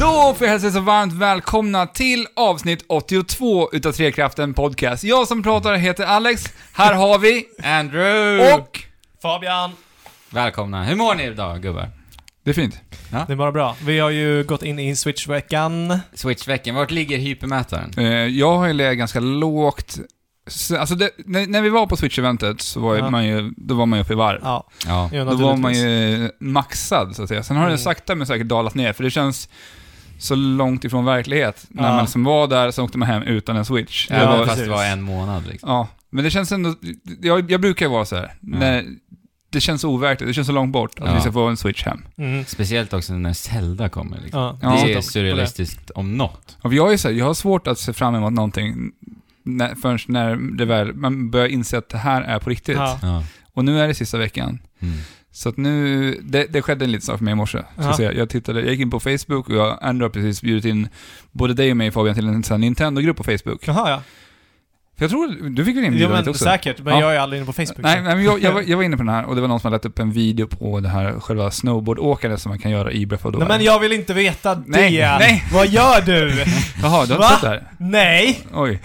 Hallå för hälsa så varmt välkomna till avsnitt 82 utav Trekraften Podcast. Jag som pratar heter Alex, här har vi Andrew! och... Fabian! Välkomna! Hur mår ni idag gubbar? Det är fint. Det är bara bra. Vi har ju gått in i Switch-veckan. Switchveckan, vart ligger hypermätaren? Eh, Jag har ju legat ganska lågt. S- Alltså det, när, när vi var på Switch-eventet så var ju Ja. man ju, då var man ju uppe i varv. Ja, Ja. jo, Då var man naturligtvis. ju eh, maxad så att säga. Sen har det Mm. sakta men säkert dalat ner, för det känns så långt ifrån verklighet. När Ja. man som var där, så åkte man hem utan en Switch. Ja, Det var- men fast precis. det var en månad liksom. Ja, men det känns ändå... Jag, jag brukar ju vara så här. När, det känns overkligt, det känns så långt bort att Ja. vi ska få en switch hem. Mm. Speciellt också när Zelda kommer liksom. Ja, Ja. det är de- surrealistiskt om något. Och jag, är så här, jag har svårt att se fram emot någonting när, förrän när det väl, man börjar inse att det här är på riktigt. Ja. Ja. Och nu är det sista veckan. Mm. Så att nu, det, det skedde en liten sak för mig i morse. Ska Ja. säga. Jag, tittade, jag gick in på Facebook och jag Andrew har precis bjudit in både dig och mig Fabian till en sån här Nintendo-grupp på Facebook. Jaha, ja. För jag tror, du fick väl Jo, inbjudan dit men också? säkert. Men Ja. jag är aldrig inne på Facebook. Nej, så. nej men jag, jag, var, jag var inne på den här och det var någon som hade lagt upp en video på det här själva snowboardåkandet som man kan göra i Breath of the Nej, Wild. men jag vill inte veta det! Nej, nej. Vad gör du? Jaha, du har Va? inte sett det här? nej! Oj.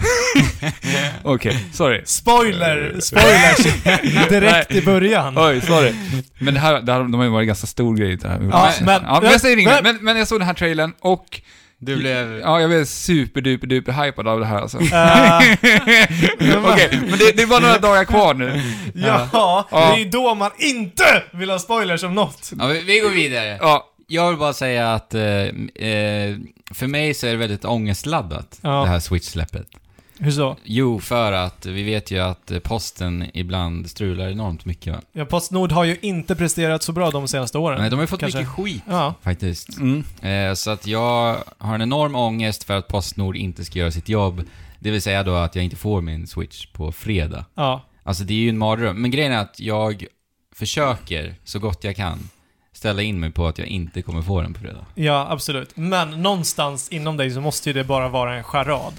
Okej, sorry. Spoiler! Spoiler! Direkt i början. Oj, sorry. Men det här, det här de har ju varit en ganska stor grej det här. Ja, men- ja, men jag säger inget. Men, men jag såg den här trailern och Du blev... ja, jag blev superduper duper hypad av det här alltså. Eh, Okej, men det, det är bara några dagar kvar nu. ja, det är ju då man inte vill ha spoilers om något. Ja, vi, vi går vidare. Ja, Jag vill bara säga att eh, eh, för mig så är det väldigt ångestladdat, Ja. det här Switch-släppet. Hur så? Jo, för att vi vet ju att eh, posten ibland strular enormt mycket va? Ja, Postnord har ju inte presterat så bra de senaste åren. Nej, de har ju fått Kanske. mycket skit Ja. faktiskt. mm. Eh, Så att jag har en enorm ångest för att Postnord inte ska göra sitt jobb. Det vill säga då att jag inte får min switch på fredag. Ja. Alltså det är ju en mardröm. Men grejen är att jag försöker så gott jag kan ställa in mig på att jag inte kommer få den på fredag. Ja, absolut. Men någonstans inom dig så måste ju det bara vara en charad.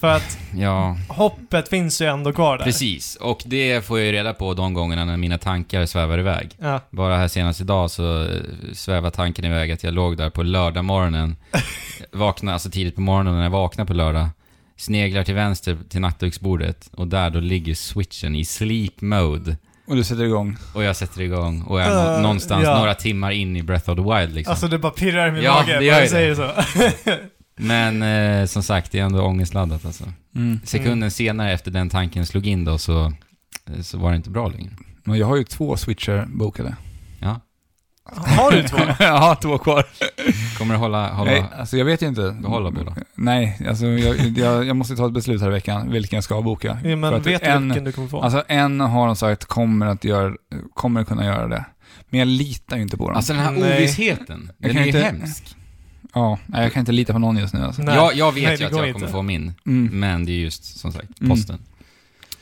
För att Ja, hoppet finns ju ändå kvar där. precis. Och det får jag ju reda på de gångerna när mina tankar svävar iväg. Ja. Bara här senast idag så eh, svävade tanken iväg att jag låg där på lördag morgonen vaknade, alltså tidigt på morgonen när jag vaknade på lördag, sneglar till vänster till nattduksbordet och där då ligger switchen i sleep mode. Och du sätter igång. Och jag sätter igång och jag är nå- Eh, någonstans ja. några timmar in i Breath of the Wild liksom. Alltså det bara pirrar i min Ja, mage det gör när ju jag det. säger så. Men eh, som sagt, det är ändå ångestladdat alltså. Mm. Sekunden senare efter den tanken slog in då så, eh, så var det inte bra längre. Men jag har ju två switcher bokade. Ja. Har du två? ja, två kvar. Kommer du hålla, Nej, hålla, alltså jag vet ju inte. behålla båda? Nej, alltså jag, jag, jag måste ta ett beslut här i veckan vilken jag ska boka. Ja, För men att vet du en, vilken du kommer få? Alltså en har de sagt kommer att göra, kommer att kunna göra det. Men jag litar ju inte på dem. Alltså den här Nej. ovissheten, Jag den kan är ju inte- hemsk. ja, nej, jag kan inte lita på någon just nu alltså. Nej. Jag, jag vet Nej, det ju att går jag inte. kommer få min, Mm. men det är just som sagt Mm. posten.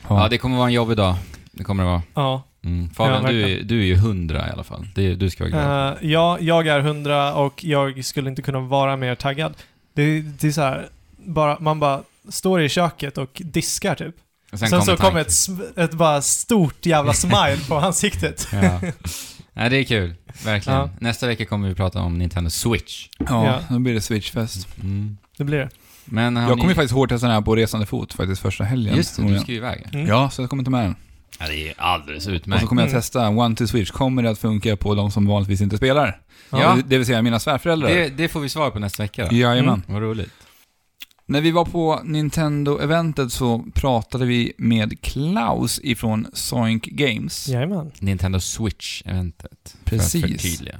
Ja. Ja, det kommer vara en jobbig dag. Det kommer det vara. Ja. Mm. Fabian, Ja, du, är- verkligen. du är ju hundra i alla fall. Det, du ska vara glad. Eh, ja, jag är hundra och jag skulle inte kunna vara mer taggad. Det, det är så här, bara, man bara står i köket och diskar typ. Och Sen, så tanken. kommer ett, sm- ett bara stort jävla smile på ansiktet. Ja. Nej, det är kul. Verkligen. Ja. Nästa vecka kommer vi prata om Nintendo Switch. ja, Ja. då blir det switchfest. Mm. Det blir det. Men har Jag ni- kommer ju faktiskt hårt testa den här på resande fot faktiskt första helgen. Just det, du förmodligen. ska ju iväg. Mm. Ja, så jag kommer ta med den. Ja, det är alldeles Och utmärkt. så kommer jag Mm. testa One to Switch. Kommer det att funka på de som vanligtvis inte spelar? Ja. Det- Det vill säga mina svärföräldrar. det, det får vi svar på nästa vecka då. Jajamän. Mm. Vad roligt. När vi var på Nintendo-eventet så pratade vi med Klaus ifrån Soink Games. Jajamän. Nintendo Switch-eventet. För att Precis. förtydliga.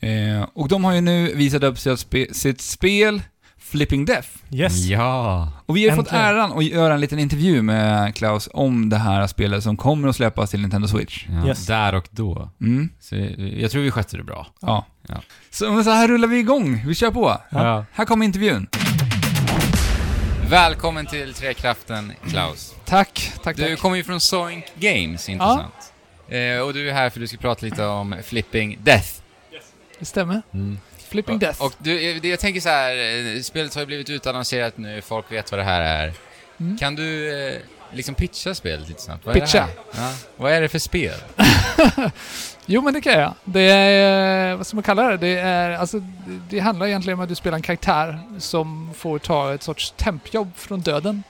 Eh, och de har ju nu visat upp sitt, spe- sitt spel Flipping Death. Yes. Ja. Och vi har fått Äntligen. äran att göra en liten intervju med Klaus om det här spelet som kommer att släppas till Nintendo Switch. ja. Yes. Där och då. Mm, Så eh, jag tror vi skötte det bra. ja. Ja. Så, men så här rullar vi igång. Vi kör på. Här kommer intervjun. Välkommen till Trekraften, Klaus. Tack, tack, Du tack. kommer ju från Soink Games, intressant. Eh, och du är här för att du ska prata lite om Flipping Death. Mm. Det stämmer. Flipping Death. Och du, eh, det- jag tänker så här, eh, spelet har ju blivit utannonserat nu, folk vet vad det här är. Kan du eh, liksom pitcha spelet lite snabbt? Vad Mm. Pitcha? Är det här? ja. Vad är det för spel? jo, men det kan jag. Det är, eh, vad ska man kalla det? Det, är, alltså, det- det handlar egentligen om att du spelar en karaktär som får ta ett sorts tempjobb från döden.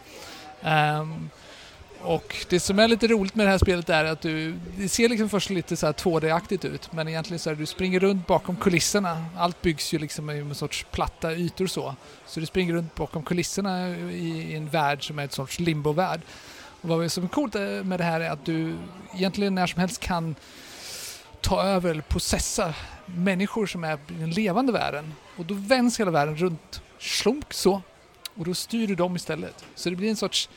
Ehm, och det som är lite roligt med det här spelet är att du, det ser liksom först lite så här 2D-aktigt ut, men egentligen så är det, du springer runt bakom kulisserna. Allt byggs ju liksom i en sorts platta ytor så. Så du springer runt bakom kulisserna i, i en värld som är ett sorts limbo-värld. Och vad som är coolt eh, med det här är att du egentligen när som helst kan ta över eller processa människor som är i den levande världen. Och då vänds hela världen runt slunk så. Och då styr du dem istället. Så det blir en sorts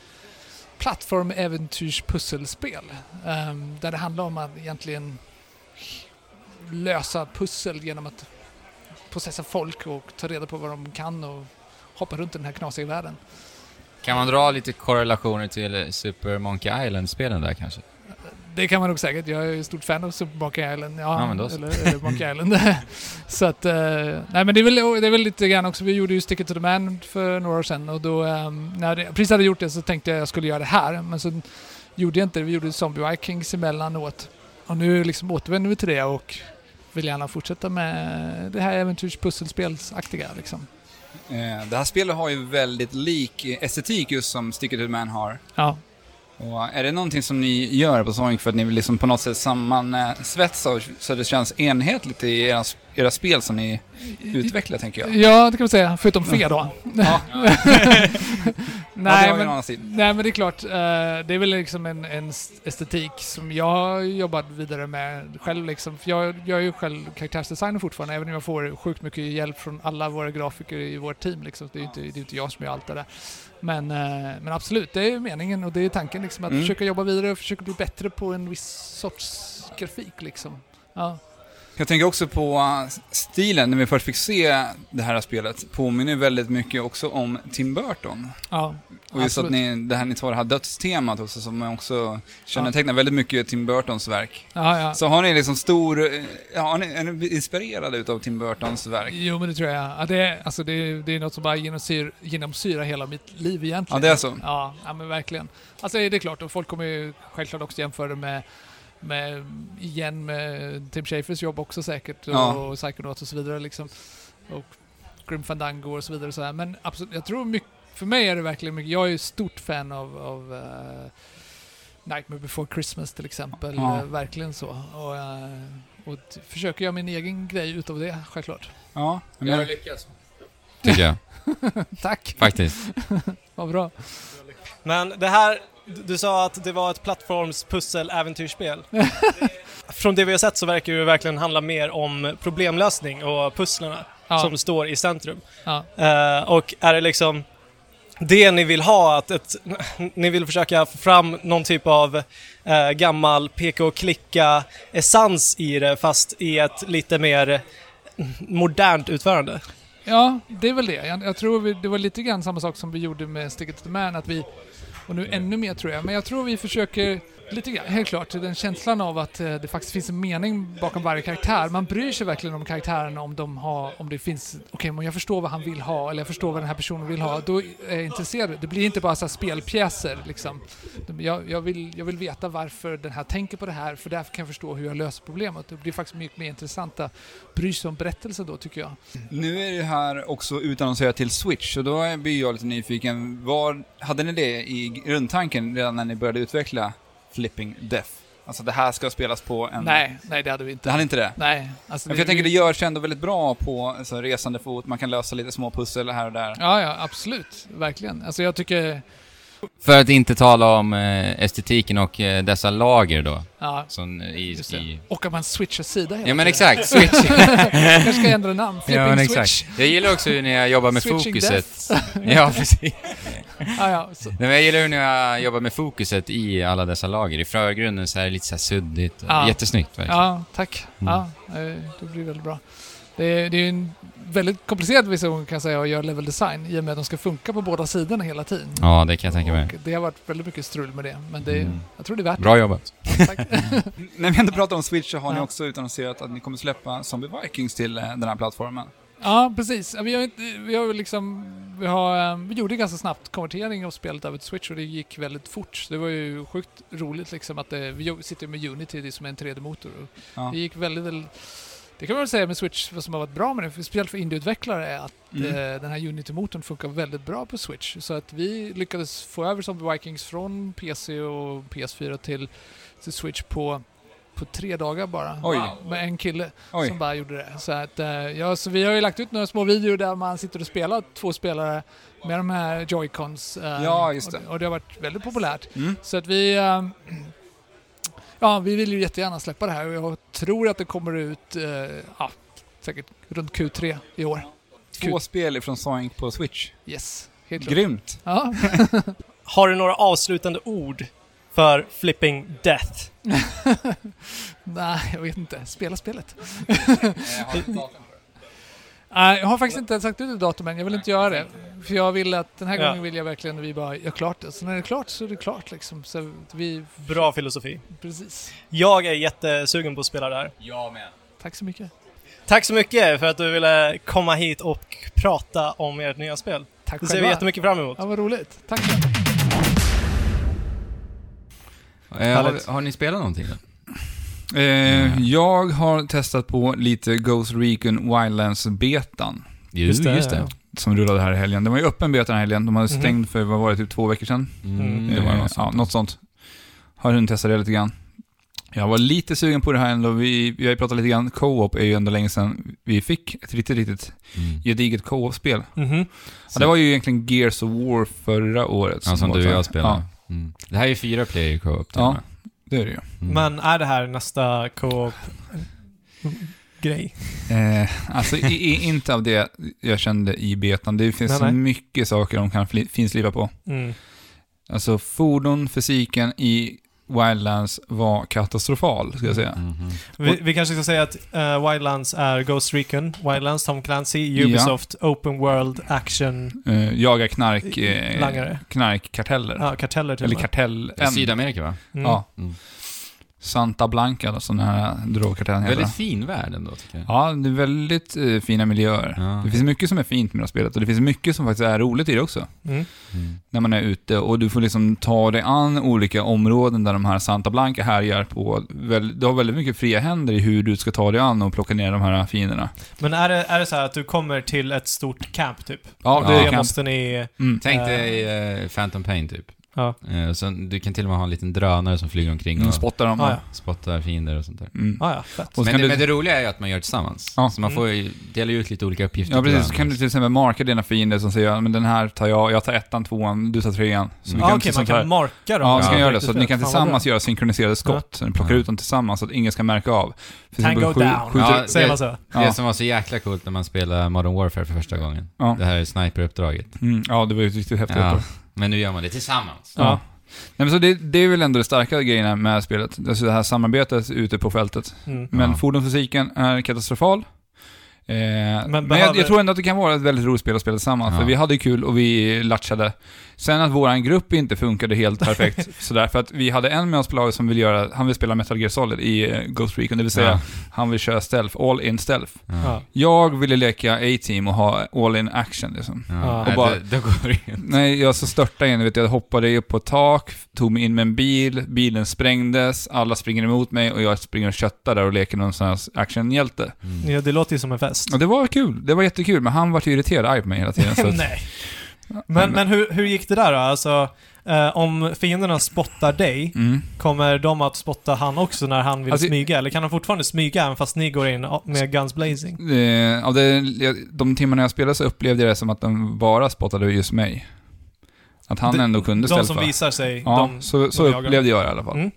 plattform äventyrs pusselspel ehm, där det handlar om att egentligen lösa pussel genom att processa folk och ta reda på vad de kan och hoppa runt i den här knasiga världen. Kan man dra lite korrelationer till eh, Super Monkey Island-spelen där kanske? Det kan man nog säkert. Jag är ju stort fan av Super Monkey Island. Ja, Ja, men då så. eller, eller Monkey Island. så att, eh, nej men det är, väl, det är väl lite grann också, vi gjorde ju Stick It to the Man för några år sedan och då, eh, när jag precis hade gjort det så tänkte jag att jag skulle göra det här, men så gjorde jag inte det. Vi gjorde Zombie Vikings emellanåt och nu liksom återvänder vi till det och vill gärna fortsätta med det här äventyrs-pusselspelsaktiga liksom. Eh, Det här spelet har ju väldigt lik estetik just som Stick It To The Man har. Ja. Och är det någonting som ni gör på Sonic för att ni vill liksom på något sätt sammansvetsa och- så det känns enhetligt i era, era spel som ni utvecklar, tänker jag? Ja, det kan man säga. Förutom Fe då. Ja, ja, det Nej, har ju en men, annan sida. Nej men det är klart, eh, det är väl liksom en, en estetik som jag har jobbat vidare med själv liksom. För jag, jag är ju själv karaktärsdesigner fortfarande, även om jag får sjukt mycket hjälp från alla våra grafiker i vårt team liksom. Det är ju inte, det är ju inte jag som gör allt det där. Men, eh, men absolut, det är ju meningen och det är tanken liksom att Mm. försöka jobba vidare och försöka bli bättre på en viss sorts grafik liksom. Ja. Jag tänker också på äh, stilen när vi först fick se det här spelet. Påminner väldigt mycket också om Tim Burton. ja. Och just Absolut. att ni, det här, ni tar det här dödstemat också som också kännetecknar väldigt mycket Tim Burtons verk. ja, ja. Så har ni liksom stor, eh, ja, har ni, är ni inspirerade utav Tim Burtons verk? Jo men det tror jag. Ja, det, är- alltså, det, är- det är något som bara genomsyr, genomsyrar hela mitt liv Ja, egentligen. det är så. Ja, ja men verkligen. Alltså det är klart, och folk kommer ju självklart också jämföra det med, med igen med Tim Schafers jobb också säkert, Ja. och Psychonauts och så vidare liksom. Och Grim Fandango och så vidare och så här. Men absolut, jag tror mycket, för mig är det verkligen mycket, jag är ju stort fan av, av eh, Nightmare Before Christmas till exempel, Ja. Eh, verkligen så. Och, eh, och t- försöker göra min egen grej utav det, självklart. Ja, men, lyckats. Tycker jag, Tack, faktiskt. vad bra. Men det här, du sa att det var ett plattformspussel-äventyrsspel. Från det vi har sett så verkar det ju verkligen handla mer om problemlösning och pusslarna Ja. som står i centrum. Ja. Eh, och är det liksom det ni vill ha, att ett, ni vill försöka få fram någon typ av eh, gammal peka och klicka essens i det fast i ett lite mer modernt utförande? Ja, det är väl det. Jag, jag tror vi, det var lite grann samma sak som vi gjorde med Stick It to the Man, att vi, och nu ännu mer tror jag, men jag tror vi försöker lite grann, helt klart, den känslan av att eh, det faktiskt finns en mening bakom varje karaktär. Man bryr sig verkligen om karaktärerna om de har, om det finns, okej, men jag förstår vad han vill ha, eller jag förstår vad den här personen vill ha, då är jag intresserad. Det blir inte bara så här spelpjäser liksom. De- Jag, jag, vill, jag vill veta varför den här tänker på det här, för därför kan jag förstå hur jag löser problemet. Det blir faktiskt mycket mer intressanta, bryr sig om berättelsen då, tycker jag. nu är det här också utannonserat till Switch, så då blir jag lite nyfiken. Var, hade ni det i grundtanken redan när ni började utveckla Flipping Death? Alltså det här ska spelas på en... Nej, nej det hade vi inte. Det hade inte det? Nej, alltså Ja, för jag tänker det görs ju ändå väldigt bra på alltså, resande fot, man kan lösa lite små pussel här och där. Ja, ja, absolut. Verkligen. Alltså jag tycker... För att inte tala om eh, estetiken och eh, dessa lager då. Ja, Som eh, i, just i... det. Och att man switchar sida hela Ja men tiden. exakt, switch. Kanske ska jag ändra namn. Flipping ja, men switch. exakt. Jag gillar också hur när jag jobbar med Switching fokuset. Ja, precis. Ja, ja. Så, Nej, men jag gillar hur när jag jobbar med fokuset i alla dessa lager. I förgrunden så är det lite så här suddigt. och Ja. Jättesnyggt verkligen. ja tack. Mm. Ja, eh, det blir väldigt bra. Det är, det är ju en väldigt komplicerad vision kan jag säga att göra level design i och med att de ska funka på båda sidorna hela tiden. Ja, det kan jag tänka mig. Och det har varit väldigt mycket strul med det, men det, Mm. jag tror det är värt Bra jobbat. det. Tack. När vi ändå pratar om Switch så har ni Ja. också utannonserat att ni kommer släppa Zombie Vikings till eh, den här plattformen. Ja, precis. Ja, Vi har, inte- vi har ju liksom... Vi, har, eh, vi gjorde ganska snabbt konvertering av spelet över till Switch och det gick väldigt fort. Så Det var ju sjukt roligt liksom att det, vi jo- sitter med Unity, det är som en 3D-motor. och Ja. Det gick väldigt, väldigt... Det kan man väl säga med Switch, vad som har varit bra med det, för speciellt för indieutvecklare, är att Mm. eh, den här Unity-motorn funkar väldigt bra på Switch. Så att vi lyckades få över Zombie Vikings från PC och PS4 till, till Switch på, på tre dagar bara. Oj. Med en kille som Oj. bara gjorde det. Så, att, eh, ja, så vi har ju lagt ut några små videor där man sitter och spelar två spelare med de här joycons. eh, Ja, just det. Och, och det har varit väldigt populärt. Mm. Så att vi... eh, ja, vi vill ju jättegärna släppa det här och jag tror att det kommer ut eh, ja, säkert runt Q3 i år. Två spel från Sonic på Switch. Yes, helt klart. Grymt. Ja, Har du några avslutande ord för Flipping Death? nej, jag vet inte. Spela spelet. Nej, jag har faktiskt inte sagt ut ett datum än. Jag vill inte göra det. För jag vill att den här Ja. gången vill jag verkligen vi bara gör klart det. Så när det är klart så är det klart liksom. Så att vi, Bra filosofi. precis. Jag är jättesugen på att spela det här. Jag med. Tack så mycket. Tack så mycket för att du ville komma hit och prata om ert nya spel. Tack Det ser vi jättemycket fram emot. Ja, vad roligt. Tack själv. Härligt. Eh, har, har ni spelat någonting då? Mm. Eh, jag har testat på lite Ghost Recon Wildlands-betan. Jo, Just det, ja. Som rullade här i helgen. Den var ju öppen beta den här helgen. De hade stängt för, vad var det, typ två veckor sedan? Mhm. Mm, Eh, det var något ja, sånt. något sånt. Har hunnit testa det lite grann. Jag var lite sugen på det här ändå. Vi, vi har ju pratat lite grann. Co-op är ju ändå länge sedan vi fick ett riktigt, riktigt Mm. gediget co-op-spel. Mhm. Ja, det var ju egentligen Gears of War förra året. Ja, som var du och så här. jag spelar. Ja, Mm. Det här är ju fyra player co-op. till Ja. och med. det är det ju. Mm. Men är det här nästa co-op-grej? Eh, alltså i, i, inte av det jag kände i betan. Det finns Nej, så nej. mycket saker de kan fli, finslipa på. Mm. Alltså fordon, fysiken i Wildlands var katastrofal, ska jag säga. Mhm. Vi, vi kanske ska säga att eh, Wildlands är Ghost Recon, Wildlands, Tom Clancy, Ubisoft, Open World, Action, Eh, jaga knark, eh, langare. knarkkarteller. Ja, karteller till Eller och med. kartell... Det är Sydamerika va? Mm. Ja. Mm. Santa Blanca, då, som den här drogkartellen heter. Väldigt fin värld ändå tycker jag. Ja, det är väldigt eh, fina miljöer. Ja. Det finns mycket som är fint med det här spelet och det finns mycket som faktiskt är roligt i det också. Mm. Mm. när man är ute och du får liksom ta dig an olika områden där de här Santa Blanca härjar på. Väl, du har väldigt mycket fria händer i hur du ska ta dig an och plocka ner de här fienderna. Men är det, är det så här att du kommer till ett stort camp typ? Ja, det Ja. är Det camp. måste ni... Mm. Tänk dig eh, Phantom Pain typ. Ja. Eh, sen, du kan till och med ha en liten drönare som flyger omkring Mm. och Spotta dem. Ah, ja. spottar fiender och sånt där. Mm. Ah, ja, fett. Och så Men, kan det, du, men det roliga är ju att man gör det tillsammans. Ja. Så man får ju dela ut lite olika typ uppgifter ja, till precis. Så varandra. kan du till exempel marka dina fiender som säger "Ja, men den här tar jag, jag tar ettan, tvåan, du tar trean. Så Mm. vi Ah, kan Okej, liksom man kan ta- marka dem. Ja, vi kan Ja, göra det. Så att ni kan Fan, vad bra. tillsammans göra synkroniserade skott. Så ni plockar Ja. ut dem tillsammans så att ingen ska märka av. För Tango exempel skju- down. skjuter- Ja, Säger det- man så? Ja. Det som var så jäkla coolt när man spelade Modern Warfare för första gången. Ja. Det här är sniperuppdraget. Mm, ja, det var ju ett riktigt häftigt. Ja. Men nu gör man det tillsammans. Ja. Nej, men så det, det är väl ändå det starka grejerna med spelet. Alltså det här samarbetet ute på fältet. Mm. Men Ja. fordonsfysiken är katastrofal. Eh, men behöver- jag, jag tror ändå att det kan vara ett väldigt roligt spel att spela tillsammans. Ja. För vi hade kul och vi latchade. Sen att våran grupp inte funkade helt perfekt. sådär, för att vi hade en med oss på laget som vill göra, han vill spela Metal Gear Solid i eh, Ghost Recon. Det vill säga, Ja. han vill köra stealth, all in stealth. Ja. Jag ville leka A-team och ha all in action liksom. Ja. Ja. Och Nej, bara- det, det går ju inte. Nej, jag så störtade in, vet jag, jag hoppade upp på ett tak, tog mig in med en bil, bilen sprängdes, alla springer emot mig och jag springer och köttar där och leker någon sån här actionhjälte. Ja, det låter ju som en fest. Och det var kul, det var jättekul, men han var ju irriterad arg på mig hela tiden. Så att, Nej. Men, men hur, hur gick det där då? Alltså, eh, om fienderna spottar dig, mm. kommer de att spotta han också när han vill Alltså- smyga? Eller kan han fortfarande smyga även fast ni går in med guns blazing? Eh, av det, de timmarna jag spelade så upplevde jag det som att de bara spottade just mig. Att han Det- ändå kunde De ställa som för. visar sig, Ja, de, så, så de jagar. upplevde jag det i alla fall. Mm.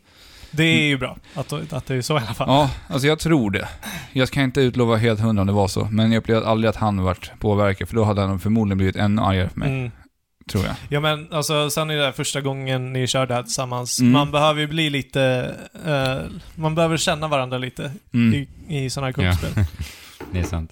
det är ju bra att, att det är så i alla fall. Ja, alltså jag tror det. Jag kan inte utlova helt hundra om det var så, men jag upplevde aldrig att han vart påverkad, för då hade han förmodligen blivit ännu argare på mig, Mm. tror jag. Ja men alltså sen är det här första gången ni kör det här tillsammans. Mm. Man behöver ju bli lite... eh, man behöver känna varandra lite Mm. i, i sådana här kuppspel. Det är sant.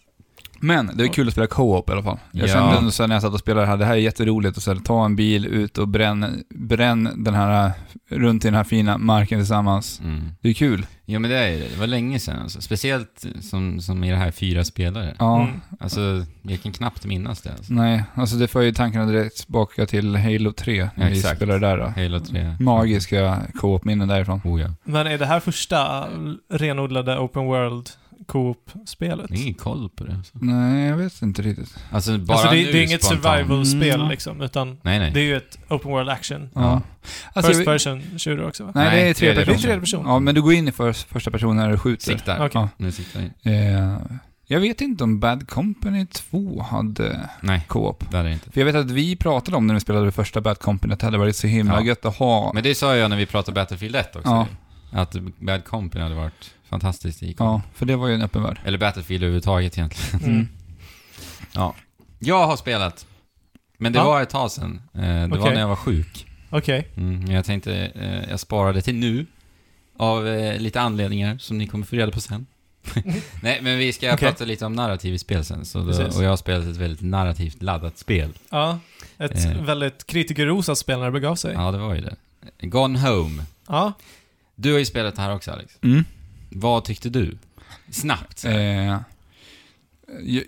Men det är kul att spela co-op i alla fall. Jag Ja. kände nu sen när jag satt och spelade det här, det här är jätteroligt. Och så här, ta en bil ut och bränn, bränn den här, runt i den här fina marken tillsammans. Mm. Det är kul. Jo men det är ju det. Det var länge sedan alltså. Speciellt som, som i det här fyra spelare. Ja, Mm. Alltså, jag kan knappt minnas det alltså. nej. Alltså det för ju tankarna direkt tillbaka till Halo 3, när vi Exakt. spelade där. Då. Halo 3. Mm. Magiska co-op-minnen därifrån. Oh ja. Men är det här första renodlade Open World Co-op-spelet? Det är ingen koll på det alltså. Nej, jag vet inte riktigt. Alltså bara Alltså det, nu det är inget spontant. survival-spel Mm. liksom, utan Nej nej. det är ju ett Open World Action. Ja. Ja. Alltså, First vi- person shooter också va? Nej, det är Nej, tredje tredje person. Det är tredje person. Ja, men du går in i för, första person när du skjuter. Siktar. Okej. Ja. Nu siktar jag. Eh, jag vet inte om Bad Company 2 hade Nej, co-op. det är det inte. För jag vet att vi pratade om när vi spelade det första Bad Company, att det hade varit så himla Ja. gött att ha. Men det sa jag när vi pratade Battlefield 1 också. Ja. Att Bad Company hade varit fantastiskt i Ja, för det var ju en öppen värld. Eller Battlefield överhuvudtaget egentligen. Mm. Jag har spelat. Men det Ja. var ett tag sedan. Eh, Det var Okej. när jag var sjuk. Okej. Mm, men jag tänkte, eh, jag sparade till nu. Av eh, lite anledningar som ni kommer få reda på sen. Nej, men vi ska Okej. prata lite om narrativ i spel sen. Så då, Precis. och jag har spelat ett väldigt narrativt laddat spel. Ja. Ett Eh. väldigt kritikerrosat spel när det begav sig. Ja. Ja, det var ju det. Gone Home. Du har ju spelat det här också, Alex. Mm. Vad tyckte du? Snabbt. Eh, jag,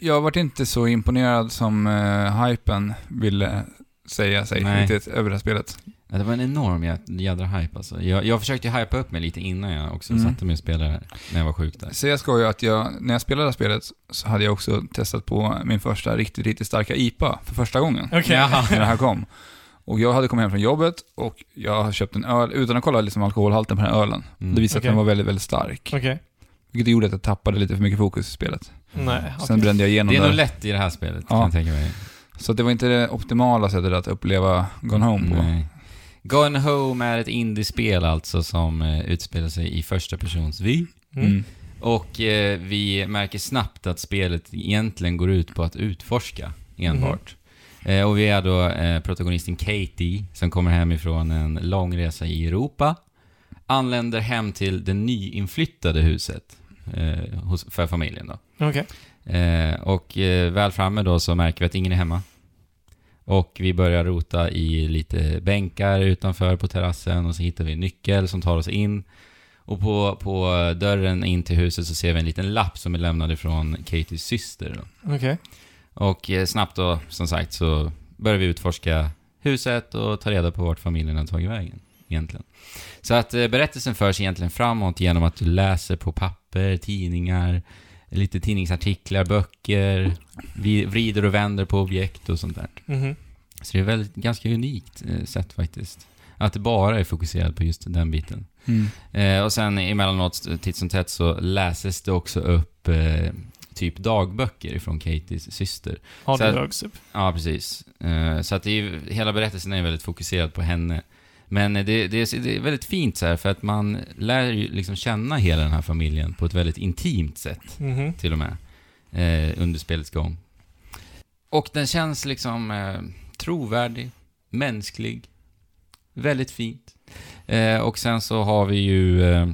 jag varit inte så imponerad som eh, hypen ville säga sig Nej. riktigt över det här spelet. Ja, det var en enorm jä- jädra hype alltså. Jag, jag försökte ju hypa upp mig lite innan jag också Mm. satte mig och spelade här, när jag var sjuk där. Så jag ska ju att jag, när jag spelade det här spelet så hade jag också testat på min första riktigt, riktigt starka IPA för första gången. Okej. Jaha. när det här kom. Och jag hade kommit hem från jobbet och jag hade köpt en öl utan att kolla liksom alkoholhalten på den här ölen. Mm. Det visade sig Okej. att den var väldigt, väldigt stark. Okej. Vilket gjorde att jag tappade lite för mycket fokus i spelet. Nej. okej. Sen brände jag igenom Det är nog det. lätt i det här spelet, Ja. kan jag tänka mig. Så det var inte det optimala sättet att uppleva Gone Home på. Nej. Gone Home är ett indiespel alltså som eh, utspelar sig i första persons vy. Mm. Mm. Och eh, vi märker snabbt att spelet egentligen går ut på att utforska enbart. Mhm. Eh, och vi är då eh, protagonisten Katie som kommer hemifrån en lång resa i Europa. Anländer hem till det nyinflyttade huset eh, hos, för familjen då. Okej. Eh, och eh, väl framme då så märker vi att ingen är hemma. Och vi börjar rota i lite bänkar utanför på terrassen och så hittar vi en nyckel som tar oss in. Och på, på dörren in till huset så ser vi en liten lapp som är lämnad ifrån Katies syster. Då. Okej. Och eh, snabbt då, som sagt, så börjar vi utforska huset och ta reda på vart familjen har tagit vägen. Egentligen. Så att eh, berättelsen förs egentligen framåt genom att du läser på papper, tidningar, lite tidningsartiklar, böcker, vi vrider och vänder på objekt och sånt där. Mhm. Så det är väldigt, ganska unikt eh, sätt faktiskt. Att det bara är fokuserat på just den biten. Mm. Eh, och sen emellanåt, titt som tätt, så läses det också upp eh, typ dagböcker ifrån Katies syster. Audiologs typ. Ja, precis. Eh, så att det är, ju- hela berättelsen är ju väldigt fokuserad på henne. Men eh, det, det, är, det är väldigt fint så här, för att man lär ju liksom känna hela den här familjen på ett väldigt intimt sätt, Mhm. till och med, eh, under spelets gång. Och den känns liksom eh, trovärdig, mänsklig, väldigt fint. Eh, och sen så har vi ju eh,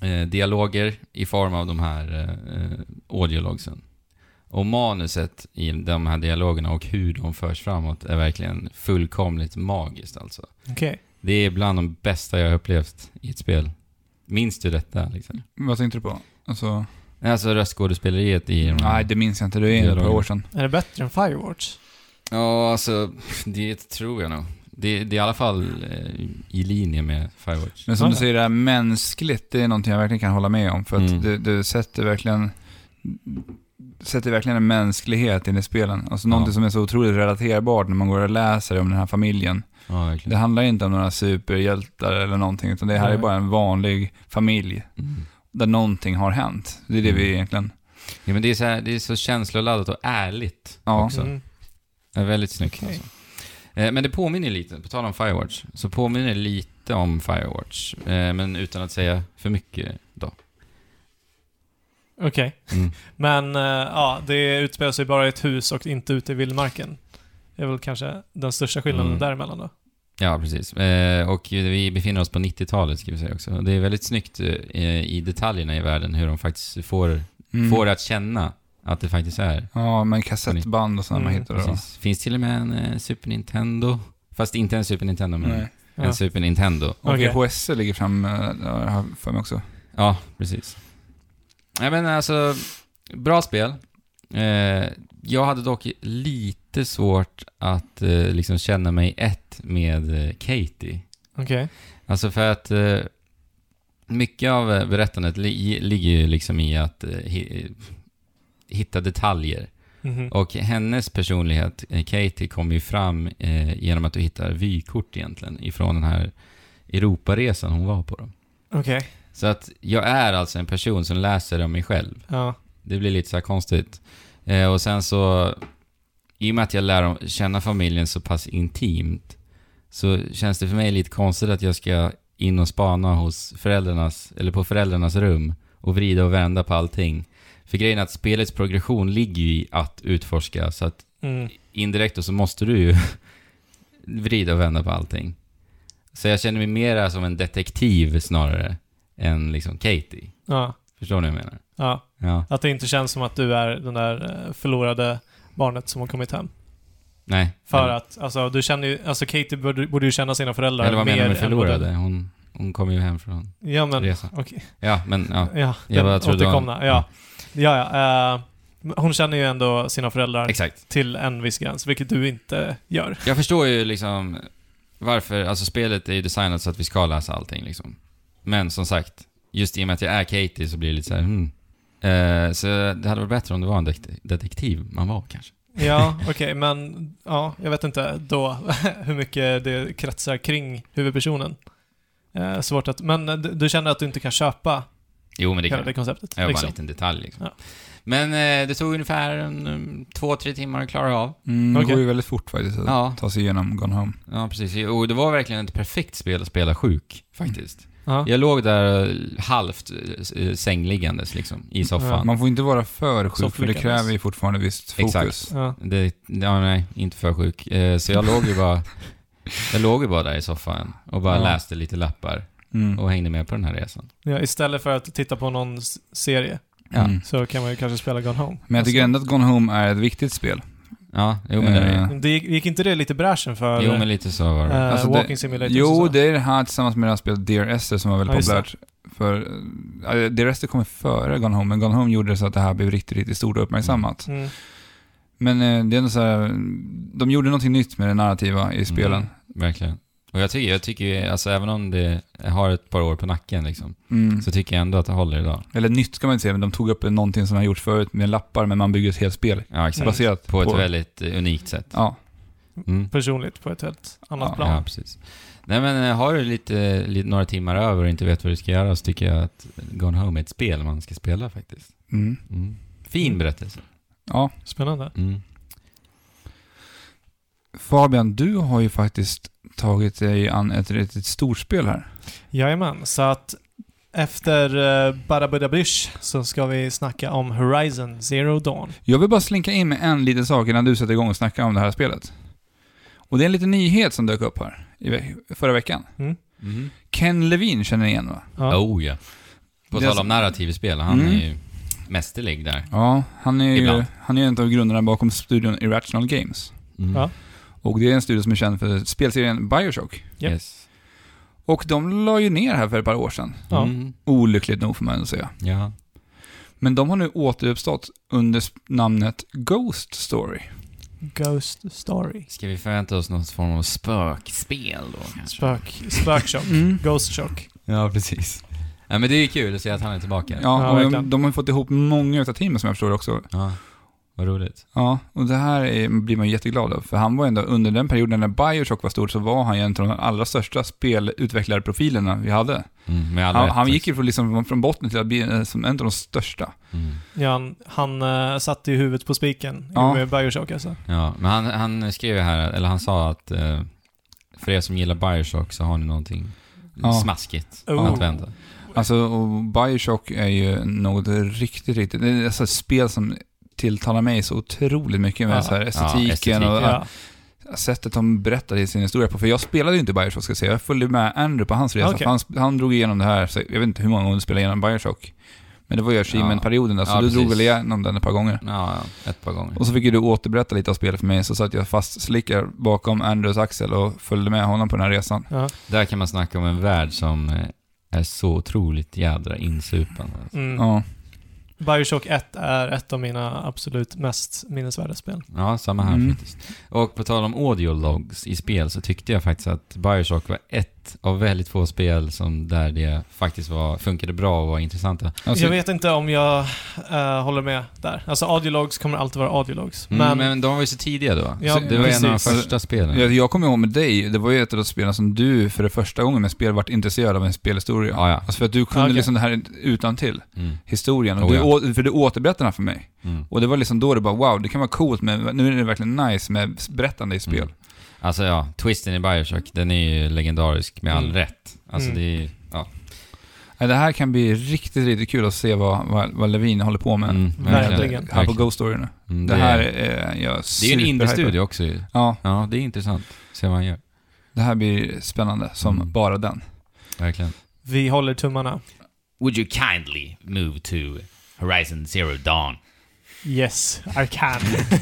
eh, dialoger i form av de här eh, eh, audiologsen. Och manuset i de här dialogerna och hur de förs framåt är verkligen fullkomligt magiskt alltså. Okej. Det är bland de bästa jag har upplevt i ett spel. Minns du detta? Liksom? Vad tänkte du på? Alltså, Alltså röstskådespeleriet i de här... nej, det minns jag inte. Det är ett par år sedan. Är det bättre än Firewatch? Ja, alltså det tror jag nog. Det, det är i alla fall eh, i linje med Firewatch. Men som du Ja. säger, det här mänskligt, det är någonting jag verkligen kan hålla med om. För att Mm. du, du sätter verkligen sätter verkligen en mänsklighet in i spelen. Alltså Ja. någonting som är så otroligt relaterbart när man går och läser om den här familjen. Ja, verkligen. Det handlar inte om några superhjältar eller någonting, utan det här är Nej. bara en vanlig familj Mm. där någonting har hänt. Det är det vi egentligen... Ja, men det är så, här, det är så känsloladdat och ärligt Ja. också. Mm. Det är väldigt snyggt Okej. alltså. Eh, Men det påminner lite, på tal om Firewatch, så påminner det lite om Firewatch. Eh, Men utan att säga för mycket då. Okej. Mm. Men eh, ja, det utspelar sig bara i ett hus och inte ute i vildmarken. Det är väl kanske den största skillnaden Mm. däremellan då. Ja, precis. Eh, Och vi befinner oss på 90-talet ska vi säga också. Det är väldigt snyggt eh, i detaljerna i världen hur de faktiskt får, Mm. får det att känna Att det faktiskt är. Ja, men kassettband och sådär Mm, man hittar då. Precis. Finns till och med en eh, Super Nintendo. Fast inte en Super Nintendo, men Nej. en Ja. Super Nintendo. Och Okej. VHS ligger fram, eh, har jag för mig också. Ja, precis. Ja, men alltså, bra spel. Eh, jag hade dock lite svårt att eh, liksom känna mig ett med eh, Katie. Okej. Alltså för att eh, mycket av eh, berättandet li- ligger ju liksom i att eh, hi- hitta detaljer. Mhm. Och hennes personlighet, eh, Katie, kommer ju fram eh, genom att du hittar vykort egentligen ifrån den här Europaresan hon var på. Då. Okej. Så att jag är alltså en person som läser om mig själv. Ja. Det blir lite så här konstigt. Eh, och sen så, i och med att jag lär om- känna familjen så pass intimt, så känns det för mig lite konstigt att jag ska in och spana hos föräldrarnas, eller på föräldrarnas rum och vrida och vända på allting. För grejen är att spelets progression ligger ju i att utforska, så att Mm. indirekt då så måste du ju vrida och vända på allting. Så jag känner mig mera som en detektiv snarare än liksom Katie. Ja. Förstår ni vad jag menar? Ja. Ja. Att det inte känns som att du är den där eh, förlorade barnet som har kommit hem. Nej. För Men- att, alltså du känner ju, alltså Katie borde, borde ju känna sina föräldrar Mm. Eller vad mer menar du med än vad förlorade? Hon, hon kom ju hem från du- Ja men, resan. okej. Ja, men ja. Ja, Jag den bara trodde Mm. det var- återkomna. Ja. Ja, ja. eh, hon känner ju ändå sina föräldrar Exakt. till en viss gräns, vilket du inte gör. Jag förstår ju liksom varför, alltså spelet är ju designat så att vi ska läsa allting liksom. Men som sagt, just i och med att jag är Katie så blir det lite så här, hmm. Eh, så det hade varit bättre om det var en dekt- detektiv man var kanske. Ja, okej, men ja, jag vet inte då hur mycket det kretsar kring huvudpersonen. Eh, svårt att, men eh, du, du känner att du inte kan köpa Jo, men det kan hela det konceptet? Det var bara liksom. en liten detalj liksom. Ja. Men eh, det tog ungefär en, um, två, tre timmar att klara av. Mm, Det Okej. går ju väldigt fort faktiskt att Ja. ta sig igenom Gone Home. Ja, precis. Och det var verkligen ett perfekt spel att spela sjuk, faktiskt. Ja. Jag låg där eh, halvt eh, sängliggandes liksom, i soffan. Man får inte vara för sjuk, för det lyckades. kräver ju fortfarande visst fokus. Exakt. Ja. Det, ja, nej, inte för sjuk. Eh, så jag låg ju bara... Jag låg ju bara där i soffan och bara Ja. läste lite lappar Mm. och hängde med på den här resan. Ja, istället för att titta på någon s- serie Ja, Alltså- Mm. så kan man ju kanske spela Gone Home. Men jag tycker ändå att Gone Home är ett viktigt spel. ja jo men det är det. Eh, Alltså, det gick, gick inte det lite i bräschen för Jo men lite så var det. eh, alltså det- Walking Simulator? Jo, och så? det är det här tillsammans med det här spelet Dear Esther som var väldigt Ja, just det. populärt. För, äh, Dear Esther kom ju före Gone Home, men Gone Home gjorde det så att det här blev riktigt, riktigt stort och uppmärksammat. Mm. Men eh, det är ändå så här, de gjorde någonting nytt med det narrativa Mm. i spelen. Verkligen. Och jag tycker, jag tycker ju, alltså även om det har ett par år på nacken liksom, Mm. så tycker jag ändå att det håller idag. Eller nytt ska man inte säga, men de tog upp någonting som de har gjort förut med lappar, men man bygger ett helt spel Ja, exakt. Mm. baserat På ett väldigt eh, unikt sätt. Ja. Mm. Personligt på ett helt annat Ja, plan. Ja, precis. Nej men eh, har du lite, lite, några timmar över och inte vet vad du ska göra så tycker jag att Gone Home är ett spel man ska spela faktiskt. Mm. Mm. Fin berättelse. ja. Spännande. Mm. Fabian, du har ju faktiskt tagit dig an ett riktigt stort spel här. Jajamän, så att efter uh, Barabudabrish så ska vi snacka om Horizon Zero Dawn. Jag vill bara slinka in med en liten sak innan du sätter igång och snackar om det här spelet. Och det är en liten nyhet som dök upp här i ve förra veckan. Mm. Ken Levine känner ni igen va? Ja. Oh ja. På Det är tal om narrativ i spel, han Mm. är ju mästerlig där. Ja, han är ju Ibland. han är en av grundarna bakom studion Irrational Games. Mm. Ja. Och det är en studio som är känd för spelserien Bioshock. Japp. Yes. Och de la ju ner här för ett par år sedan. Ja. Mm. Olyckligt nog får man ändå säga. Ja. Men de har nu återuppstått under s- namnet Ghost Story. Ghost Story. Ska vi förvänta oss någon form av spökspel då kanske? Spök, spökchock. Ghost Shock. Ja, precis. Ja, men det är ju kul att se att han är tillbaka. Ja, och de, verkligen. de har ju fått ihop många utav teamen som jag förstår också. Ja, Vad roligt. Ja, och det här är, blir man ju jätteglad av. För han var ändå, under den perioden när Bioshock var stort så var han ju en av de allra största spelutvecklarprofilerna vi hade. Mm, med all Han, rätt, han gick faktiskt. ju från, liksom, från botten till att bli eh, som en av de största. Mm. Ja, han, han eh, satte ju huvudet på spiken Ja. ja. med Bioshock alltså. Ja, men han, han skrev ju här, eller han sa att eh, för er som gillar Bioshock så har ni någonting Ja. smaskigt Oh. att vänta. Alltså, och Bioshock är ju något riktigt, riktigt... Det är alltså ett spel som tilltalar mig så otroligt mycket med Ja. så här Ja, estetiken och estetiken. Ja. sättet de berättade sin historia på. För jag spelade ju inte Bioshock ska jag säga. Jag följde med Andrew på hans resa. Okej. För han, han drog igenom det här, så jag vet inte hur många gånger du spelade igenom Bioshock. Men det var ju Achievement-perioden där, så Ja, du drog precis. väl igenom den ett par gånger. Ja, ja, ett par gånger. Och så fick ju du återberätta lite av spelet för mig, så satt jag fastslickad bakom Andrews axel och följde med honom på den här resan. Där kan man snacka om en värld som eh, är så otroligt jädra insupande. alltså. Mm. Ja. Bioshock 1 är ett av mina absolut mest minnesvärda spel. Ja, samma här Mm. faktiskt. Och på tal om audio logs i spel så tyckte jag faktiskt att Bioshock var ett av väldigt få spel som där det faktiskt var, funkade bra och var intressanta. Alltså, jag vet inte om jag eh, håller med där. Alltså audiologs kommer alltid vara audiologs. Mm, men, men de var ju så tidiga då. Ja, så det var en av de precis. första spelen. jag, jag kommer ihåg med dig, det var ju ett av de spelen som du för det första gången med spel vart intresserad av en spelhistoria. Ja, ja. Alltså för att du kunde Okej. liksom det här utan till Mm, historien. Och Oh, du, ja. å- För du återberättade den här för mig. mm. Och det var liksom då det bara wow, det kan vara coolt men nu är det verkligen nice med berättande i spel. Mm. Alltså ja, twisten i Bioshock, den är ju legendarisk med all Mm. rätt. Alltså Mm. det är ja. Ja, Det här kan bli riktigt, riktigt kul att se vad, vad, vad Levin håller på med. Mm, Verkligen. Här på Ghost Story nu. Mm, Det här är, är eh, jag det är ju en superhyper. indie-studio också ju. Ja, Ja, det är intressant. Se vad han gör. det här blir spännande som Mm. bara den. Verkligen. vi håller tummarna. Would you kindly move to Horizon Zero Dawn? Yes, Arcan.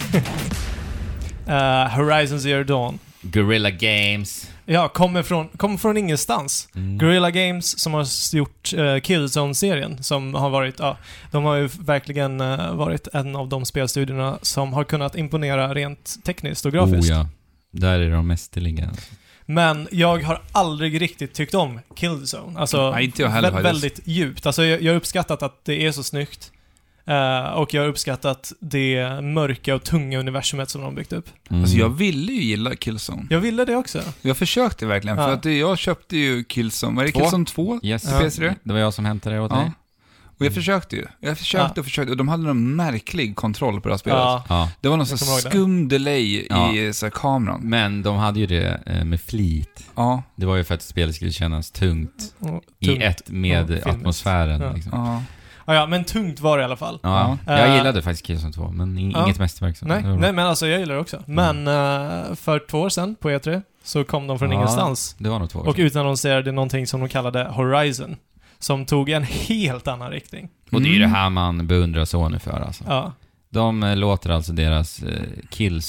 Eh, Horizon Zero Dawn. Guerrilla Games. Ja, kommer från, kommer från ingenstans. Mm. Guerrilla Games som har s- gjort uh, Killzone-serien som har varit, ja, de har ju verkligen eh, varit en av de spelstudierna som har kunnat imponera rent tekniskt och grafiskt. Oh, ja. Där är de mästerliga. Men jag har aldrig riktigt tyckt om Killzone. Alltså, Nej, inte jag heller vä- faktiskt. väldigt djupt. Alltså, jag, jag har uppskattat att det är så snyggt. Eh, och jag har uppskattat det mörka och tunga universumet som de har byggt upp. Mm. Alltså jag ville ju gilla Killzone. Jag ville det också. Jag försökte verkligen, för Ja. att det- jag köpte ju Killzone, var det Två? Killzone 2? Yes. Ja. PS3? Det var jag som hämtade det åt Ja. dig. Och Mm. jag försökte ju. Jag försökte och försökte och de hade någon märklig kontroll på det här spelet. Ja. Ja. Det var någon sån Jag kommer ihåg det. skum delay Ja. i eh, så här, kameran. Men de hade ju det eh, med flit. Ja, Det var ju för att spelet skulle kännas tungt, och i tungt. ett med Ja, filmiskt. atmosfären. Ja. Liksom. ja. Ja, ja, men tungt var det i alla fall. Ja. Ja. Eh, Jag gillade faktiskt Killzone 2, men in- ja. inget mästerverk. så Nej, det var bra. nej, men alltså jag gillar det också. Men eh, för två år sedan på E3 så kom de från Ja. ingenstans Det var nog två år och sedan. utannonserade någonting som de kallade Horizon. Som tog en helt annan riktning. Och det är ju det Mm. här man beundrar Sony för alltså. Ja. De eh, låter alltså deras eh,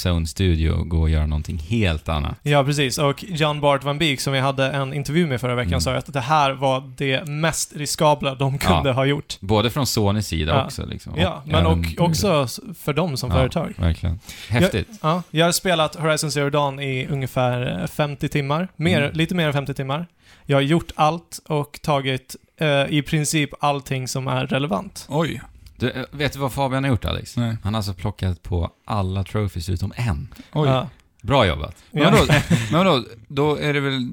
Killzone-studio gå och göra någonting helt annat. Ja, precis. Och John Bart Van Beek, som vi hade en intervju med förra veckan, Mm. sa ju att det här var det mest riskabla de kunde Ja. ha gjort. Både från Sonys sida Ja. också liksom. Ah. Ja, men även- och, också s- för dem som Ja. företag. Verkligen. Häftigt. Ja, jag har spelat Horizon Zero Dawn i ungefär eh, 50 timmar. Mer, Mm. Lite mer än 50 timmar. Jag har gjort allt och tagit eh, i princip allting som är relevant. Oj. Du, eh, vet du vad Fabian har gjort Alex? Nej. Han har alltså plockat på alla trophies utom en. Oj. Ja. Bra jobbat. Men Ja. vadå, men vadå, då är det väl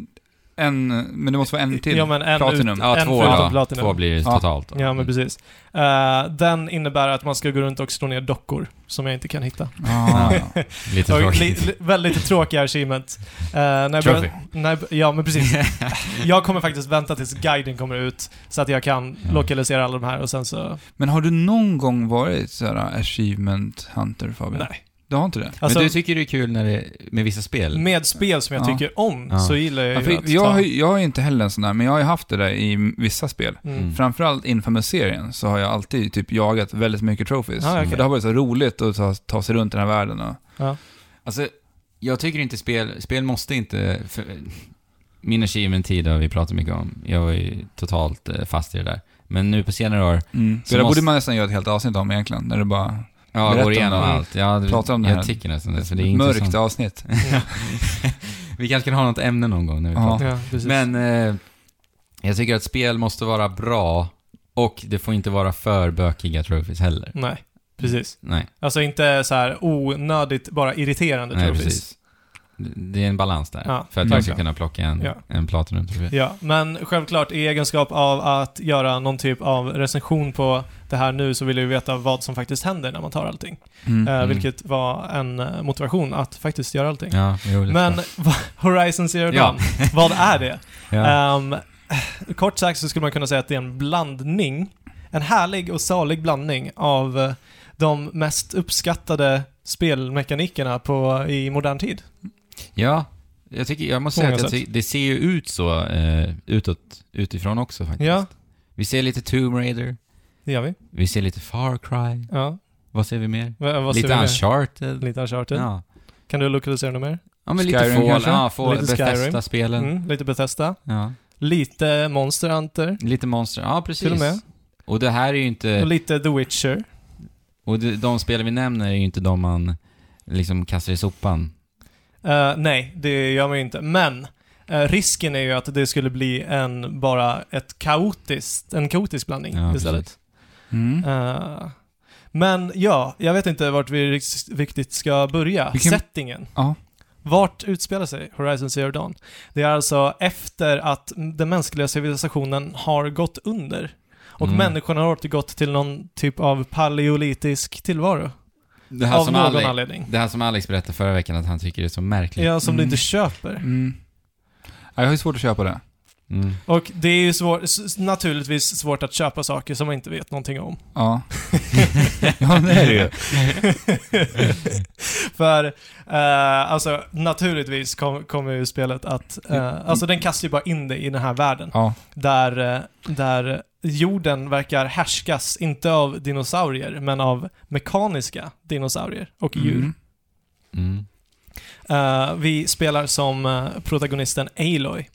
en, men det måste vara en till? Ja, men en ut, Platinum. Ja, En två, förutom då. Platinum. två blir det Ja. totalt. då. ja, men precis. Eh, den innebär att man ska gå runt och slå ner dockor som jag inte kan hitta. Ah, ja. Lite Och tråkigt. li, li, väldigt tråkiga achievement. Eh, när jag Trophy. börjar- när jag bör- ja, men precis. Jag kommer faktiskt vänta tills guiden kommer ut så att jag kan Ja. lokalisera alla de här och sen så... Men har du någon gång varit såhär achievement hunter Fabian? Nej. Du har inte det? Alltså, men du tycker det är kul när det, med vissa spel? med spel som jag Ja. tycker om Ja. så gillar jag Ja, ju för att jag, ta... har, ju- jag är inte heller en sån där, men jag har ju haft det där i vissa spel. Mm. Framförallt Infamous-serien så har jag alltid typ jagat väldigt mycket trophies. Ah, okej. För det har varit så roligt att ta, ta sig runt i den här världen. Och, Alltså, jag tycker inte spel, spel måste inte... För, min achievement-tid har vi pratat mycket om. Jag var ju totalt eh, fast i det där. Men nu på senare år, mm. Så Så det måste- borde man nästan göra ett helt avsnitt om egentligen, när du bara... ja, Berätta går om igenom det. allt. Ja, det- Prata om det jag här. tycker nästan det, för det är Ett mörkt intressant. avsnitt. Vi kanske kan ha något ämne någon gång när vi Ja. pratar. Ja, precis. Men eh, jag tycker att spel måste vara bra och det får inte vara för bökiga trophies heller. Nej, precis. Nej, Alltså inte så här onödigt, bara irriterande nej trophies. precis. Det är en balans där. Ja, för att jag ska verkligen. kunna plocka en, Ja. en platinum trofé. Ja, men självklart i egenskap av att göra någon typ av recension på det här nu så vill jag ju veta vad som faktiskt händer när man tar allting. Mm. Eh, Mm. Vilket var en eh, motivation att faktiskt göra allting. Ja, jo, det är Men klart. va- Horizon Zero Ja. Dawn, vad är det? ja. Ehm, kort sagt så skulle man kunna säga att det är en blandning, en härlig och salig blandning av eh, de mest uppskattade spelmekanikerna på, i modern tid. ja, jag, tycker, jag måste På säga att många jag sätt. ty- det ser ju ut så eh, utåt, utifrån också faktiskt. Ja, Vi ser lite Tomb Raider. det gör vi. Vi ser lite Far Cry. Ja. Vad ser vi mer? V- vad ser vi lite mer? Uncharted. Lite Uncharted. Ja. Kan du lokalisera något mer? ja, men lite Skyrim Fall. kanske? Ja, Fall. Lite Skyrim. Bethesda-spelen. Mm, lite Bethesda. Ja. Lite Monster Hunter. Lite Monster. Ja, precis. Till och med. Och det här är ju inte... Och lite The Witcher. Och de, de spel vi nämner är ju inte de man liksom kastar i sopan. Eh, nej, det gör man ju inte. Men eh, risken är ju att det skulle bli en, bara ett kaotiskt, en kaotisk blandning Ja, istället. Mm. Eh, men ja, jag vet inte vart vi riks- riktigt ska börja. Vi kan- Settingen. Ja. Vart utspelar sig Horizon Zero Dawn? Det är alltså efter att den mänskliga civilisationen har gått under. Och Mm. människorna har återgått till någon typ av paleolitisk tillvaro. Det här, Av som någon Alex, anledning. det här som Alex berättade förra veckan att han tycker är så märkligt. Ja, som du Mm. inte köper. Mm. Ja, jag har ju svårt att köpa det. Mm. Och det är ju svår, s- s- naturligtvis svårt att köpa saker som man inte vet någonting om. Ja. Mm. ja, det är det ju. För, eh, alltså naturligtvis kom- kommer ju spelet att, eh, alltså den kastar ju bara in dig i den här världen. Ja. Där, eh, där jorden verkar härskas, inte av dinosaurier, men av mekaniska dinosaurier och djur. Mm. Mm. Eh, vi spelar som eh, protagonisten Aloy,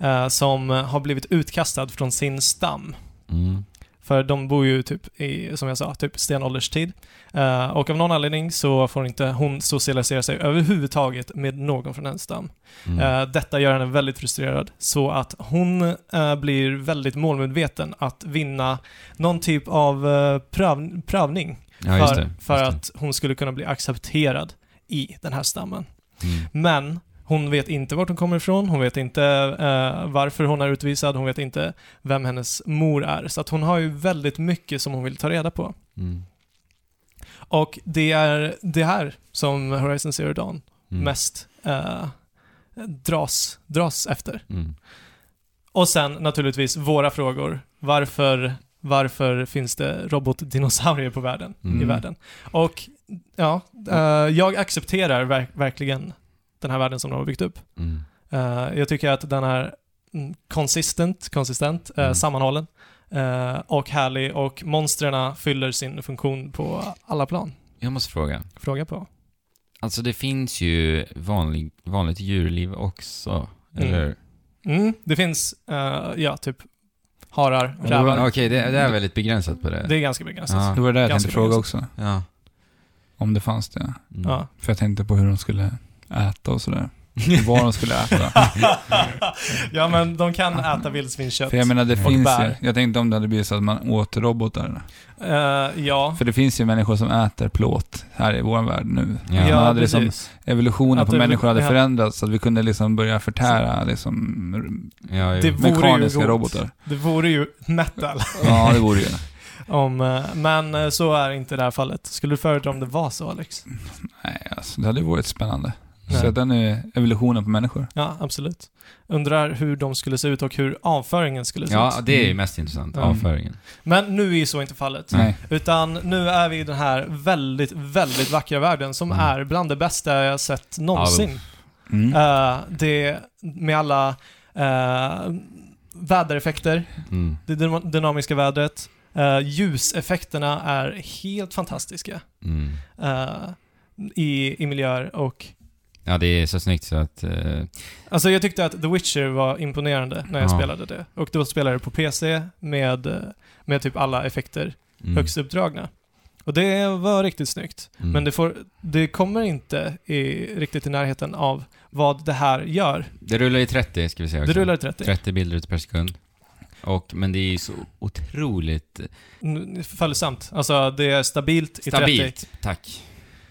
eh, som eh, har blivit utkastad från sin stam. Mm. För de bor ju typ i, som jag sa, typ stenålderstid. Eh, och av någon anledning så får inte hon socialisera sig överhuvudtaget med någon från hennes stam. Mm. Eh, detta gör henne väldigt frustrerad, så att hon eh, blir väldigt målmedveten att vinna någon typ av eh, pröv, prövning ja, just för, det. för just att hon skulle kunna bli accepterad i den här stammen. det. Mm. Men hon vet inte vart hon kommer ifrån, hon vet inte eh, varför hon är utvisad, hon vet inte vem hennes mor är. Så att hon har ju väldigt mycket som hon vill ta reda på. Mm. Och det är det här som Horizon Zero Dawn Mm. mest eh, dras, dras efter. Mm. Och sen naturligtvis våra frågor. Varför, varför finns det robotdinosaurier på världen, i Mm. världen? Och ja, eh, jag accepterar verk- verkligen den här världen som de har byggt upp. Mm. Eh, jag tycker att den är mm, consistent, konsistent, eh, Mm. sammanhållen eh, och härlig och monstren fyller sin funktion på alla plan. Jag måste fråga. Fråga på. Alltså det finns ju vanlig, vanligt djurliv också, Mm. eller hur? Mm, det finns, eh, ja, typ harar, Ja, det var- rävar. Okej, det, det är väldigt begränsat på det. Det är ganska alltså. begränsat. Ja. Det var det jag Ganska tänkte fråga bra. också. Ja. Om det fanns det. Mm. Ja. För jag tänkte på hur de skulle äta och sådär. Vad de skulle äta. ja, men de kan äta vildsvinskött. För jag menar, det Och finns ju. bär. Jag tänkte om det hade blivit så att man åt robotar. Eh, ja, För det finns ju människor som äter plåt här i vår värld nu. Ja. man ja hade liksom precis. evolutionen Att på evolu- människor hade ja. förändrats så att vi kunde liksom börja förtära liksom, r- Ja, Det jo. vore ju mekaniska gott. robotar. Det vore ju metal. Ja, det vore ju det. om, eh, men eh, så är inte det här fallet. Skulle du föredra om det var så, Alex? Nej, alltså, det hade ju varit spännande. Nej. Så den är evolutionen på människor. Ja, absolut. Undrar hur de skulle se ut och hur avföringen skulle se ja, ut. det är ju mest intressant, Mm. avföringen. Men nu är ju så inte fallet. Mm. Nej. Utan nu är vi i den här väldigt, väldigt vackra världen som Mm. är bland det bästa jag sett någonsin. Mm. Eh, det med alla eh, vädereffekter, Mm. det dynam- dynamiska vädret, eh, ljuseffekterna är helt fantastiska Mm. eh, i, i miljöer och Ja, det är så snyggt så att... eh, Alltså jag tyckte att The Witcher var imponerande när jag Ja. spelade det. Och då spelade jag det på PC med, eh, med typ alla effekter mm. högst uppdragna. Och det var riktigt snyggt. Mm. Men det, får, det kommer inte i, riktigt i närheten av vad det här gör. Det rullar i 30 ska vi säga Det också. rullar i 30. 30 bilder ut per sekund. Och, men det är ju så otroligt eh, N- Följsamt. Alltså det är stabilt i 30. stabilt. Tack.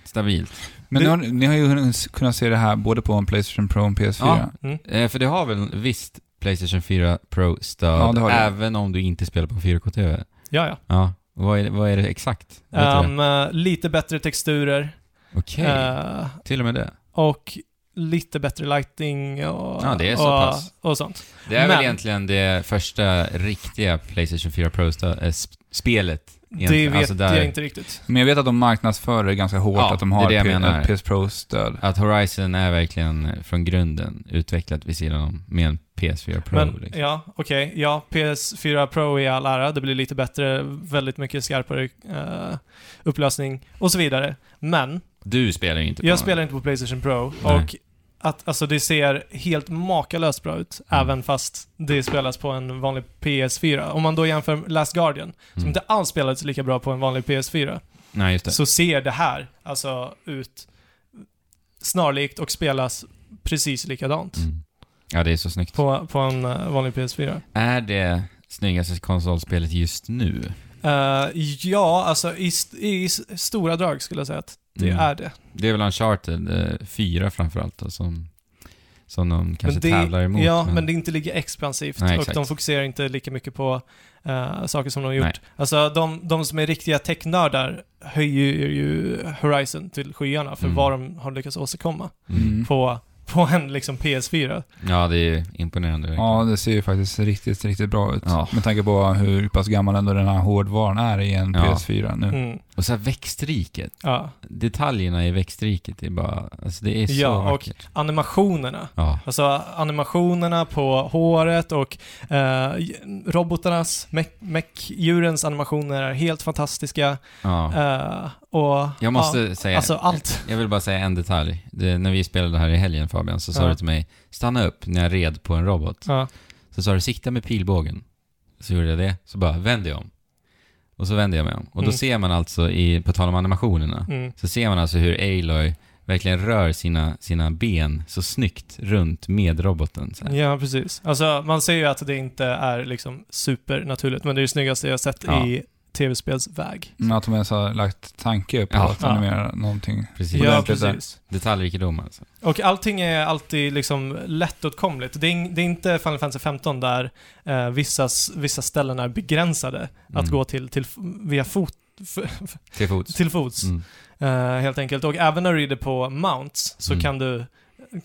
Stabilt. Men Det- ni har, ni har ju hunnit kunnat se det här både på en Playstation Pro och en PS4. Ja. Mm. Eh, för det har väl visst Playstation 4 Ja, Pro-stöd, det har det. även om du inte spelar på 4K-TV? Ja, ja. Ja. Vad är, vad är det exakt? Vet du det? Ehm, eh, lite bättre texturer. Okej, eh, till och med det. och lite bättre lighting och, Ja, det är så och, pass. och sånt. Det är men- eh, väl egentligen det första riktiga Playstation 4 Pro-spelet Det egentligen. vet Alltså, där- jag inte riktigt. Men jag vet att de marknadsför det ganska hårt, Ja, att de det är har det jag P- menar. ett PS Pro-stöd. Att Horizon är verkligen från grunden utvecklat vid sidan om med en PS4 Pro. Men liksom. ja, okej. Ja, PS4 Pro i all ära, det blir lite bättre, väldigt mycket skarpare eh, upplösning och så vidare. Men Du spelar ju inte på jag den. spelar inte på Playstation Pro Nej. och att, alltså, det ser helt makalöst bra ut, Mm. även fast det spelas på en vanlig PS4. Om man då jämför med Last Guardian, som Mm. inte alls spelades lika bra på en vanlig PS4, Nej, just det. så ser det här alltså ut snarlikt och spelas precis likadant Mm. Ja, det är så snyggt. på, på en eh, vanlig PS4. Är det snyggaste konsolspelet just nu? Eh, ja, alltså i, st- i s- stora drag skulle jag säga att det Mm. är det. Det är väl Uncharted eh, 4 framförallt då, som, som de kanske det, tävlar emot. ja, men... det är inte lika expansivt Nej, och exakt. de fokuserar inte lika mycket på eh, saker som de har gjort. Nej. Alltså de, de som är riktiga technördar höjer ju Horizon till skyarna för Mm. vad de har lyckats åstadkomma Mm. på, på en liksom PS4. Ja, det är imponerande. verkligen. Ja, det ser ju faktiskt riktigt, riktigt bra ut. Ja. Med tanke på hur pass gammal ändå den här hårdvaran är i en Ja. PS4 nu. Mm. Och så här växtriket. Ja. Detaljerna i växtriket är bara... Alltså det är så Ja, och- vackert. Animationerna. Ja, Alltså animationerna på håret och eh, robotarnas, me- mech-djurens animationer är helt fantastiska. ja. Eh, och, Jag måste ja, säga... Alltså allt. Jag vill bara säga en detalj. Det, när vi spelade här i helgen Fabian, så sa Ja. du till mig, stanna upp när jag red på en robot. Ja. Så sa du, sikta med pilbågen. Så gjorde jag det, så bara, vänd dig om. Och så vände jag mig om. Och då Mm. ser man alltså, i, på tal om animationerna, Mm. så ser man alltså hur Aloy verkligen rör sina, sina ben så snyggt runt med roboten. Så här. Ja, precis. Alltså man ser ju att det inte är liksom supernaturligt, men det är det snyggaste jag har sett Ja. i tv-spelsväg. Men att de ens har lagt tanke på Ja. att animera någonting. Precis. Ja, Ordentligt där. precis. Detaljrikedom alltså. Och allting är alltid liksom lättåtkomligt. Det är, in- det är inte Final Fantasy 15 där eh, vissa, s- vissa ställen är begränsade att Mm. gå till, till f- via fot, f- Till fots. till fots. Mm. Eh, helt enkelt. Och även när du rider på mounts så Mm. kan du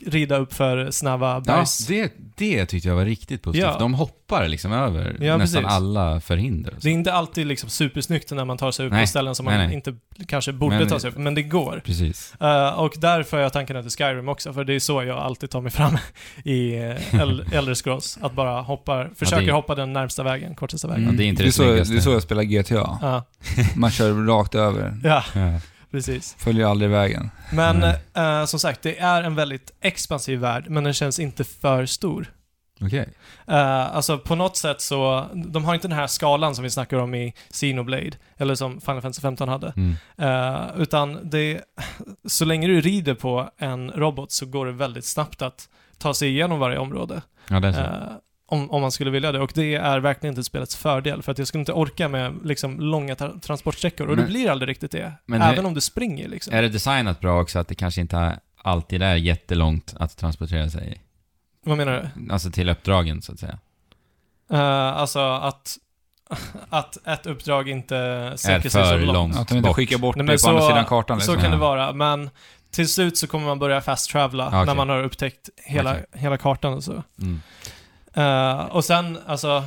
rida upp för snabba Ja, bergs... det, det tyckte jag var riktigt positivt. Ja. De hoppar liksom över Ja, nästan precis. alla förhinder. och så. det är inte alltid liksom supersnyggt när man tar sig upp Nej, på ställen som nej, man nej. inte kanske borde Men- ta sig upp, men det går. Precis. Eh, och därför har jag tankarna till Skyrim också, för det är så jag alltid tar mig fram i eh, El- Elder Scrolls. Att bara hoppa, försöker det är- hoppa den närmsta vägen, kortaste vägen. Ja, det är inte det så, Mm. det snyggaste. är så jag spelar GTA. Mm. Ja, Man kör rakt över. ja, Ja. precis. Följer aldrig vägen. Men Mm. eh, som sagt, det är en väldigt expansiv värld, men den känns inte för stor. Okej. Eh, alltså på något sätt så, de har inte den här skalan som vi snackar om i Xenoblade, eller som Final Fantasy 15 hade. Mm. Eh, utan det, så länge du rider på en robot så går det väldigt snabbt att ta sig igenom varje område. Ja, det är så. Eh, om, om man skulle vilja det. Och det är verkligen inte spelets fördel, för att jag skulle inte orka med liksom, långa tra- transportsträckor. Och det Men- blir aldrig riktigt det, men även det- om du springer liksom. Är det designat bra också att det kanske inte alltid är jättelångt att transportera sig? Vad menar du? Alltså till uppdragen så att säga. Eh, alltså att, att ett uppdrag inte Är sträcker sig så för långt. långt Att de inte bort. skickar bort Nej, men dig på så- andra sidan kartan liksom. Så kan det Ja. vara, men till slut så kommer man börja fast-travela Ja, okej. när man har upptäckt hela, Okej. hela kartan och så. Mm. Eh, och sen, alltså,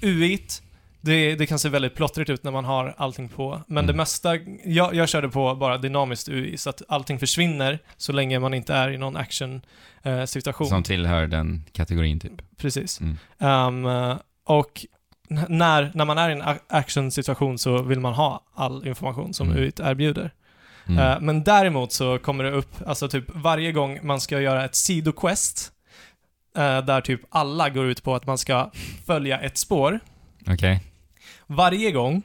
UI't, det, det kan se väldigt plottrigt ut när man har allting på, men Mm. det mesta, jag, jag körde på bara dynamiskt UI, så att allting försvinner så länge man inte är i någon action-situation. Som tillhör den kategorin typ. Precis. Mm. Ehm, och n- när, när man är i en a- action-situation så vill man ha all information som Mm. UI't erbjuder. Mm. Eh, Men däremot så kommer det upp, alltså typ varje gång man ska göra ett sidoquest, eh, där typ alla går ut på att man ska följa ett spår. Okej. Varje gång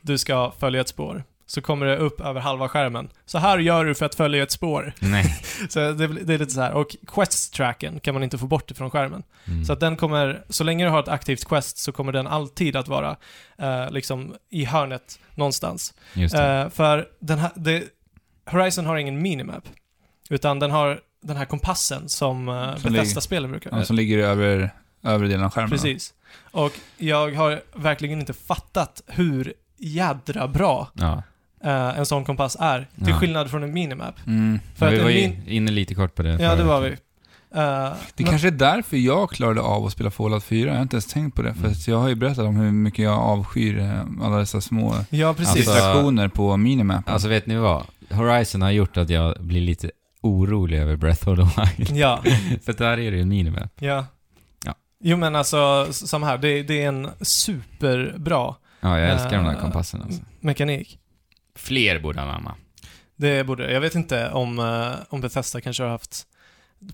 du ska följa ett spår så kommer det upp över halva skärmen. Så här gör du för att följa ett spår. Nej. Så det, det är lite så här. Och quest-tracken kan man inte få bort ifrån skärmen. Mm. Så att den kommer, så länge du har ett aktivt quest så kommer den alltid att vara eh, liksom i hörnet någonstans. Just det. Eh, för den här, det, Horizon har ingen minimap, utan den har den här kompassen som uh, Som Bethesda-spelen brukar Ja, som ligger i över, övre delen av skärmen. Precis. Och jag har verkligen inte fattat hur jädra bra ja. eh, en sån kompass är, till Ja. skillnad från en minimap. Mm. Men För att vi en var ju min- inne lite kort på det Ja, det förut. var vi. Eh, Det kanske är därför jag klarade av att spela Fallout 4. Jag har inte ens tänkt på det. Mm. För att jag har ju berättat om hur mycket jag avskyr eh, alla dessa små Ja, precis. Alltså- distraktioner på minimappen. Alltså vet ni vad? Horizon har gjort att jag blir lite orolig över Breath of the Wild. Ja, För där är det ju en minimap. ja. Ja. Jo men alltså, s- som här, det, det är en superbra Ja, jag älskar de där Eh, kompasserna alltså. Mm. mekanik. Fler borde anamma. Det borde, jag vet inte om, eh, om Bethesda kanske har haft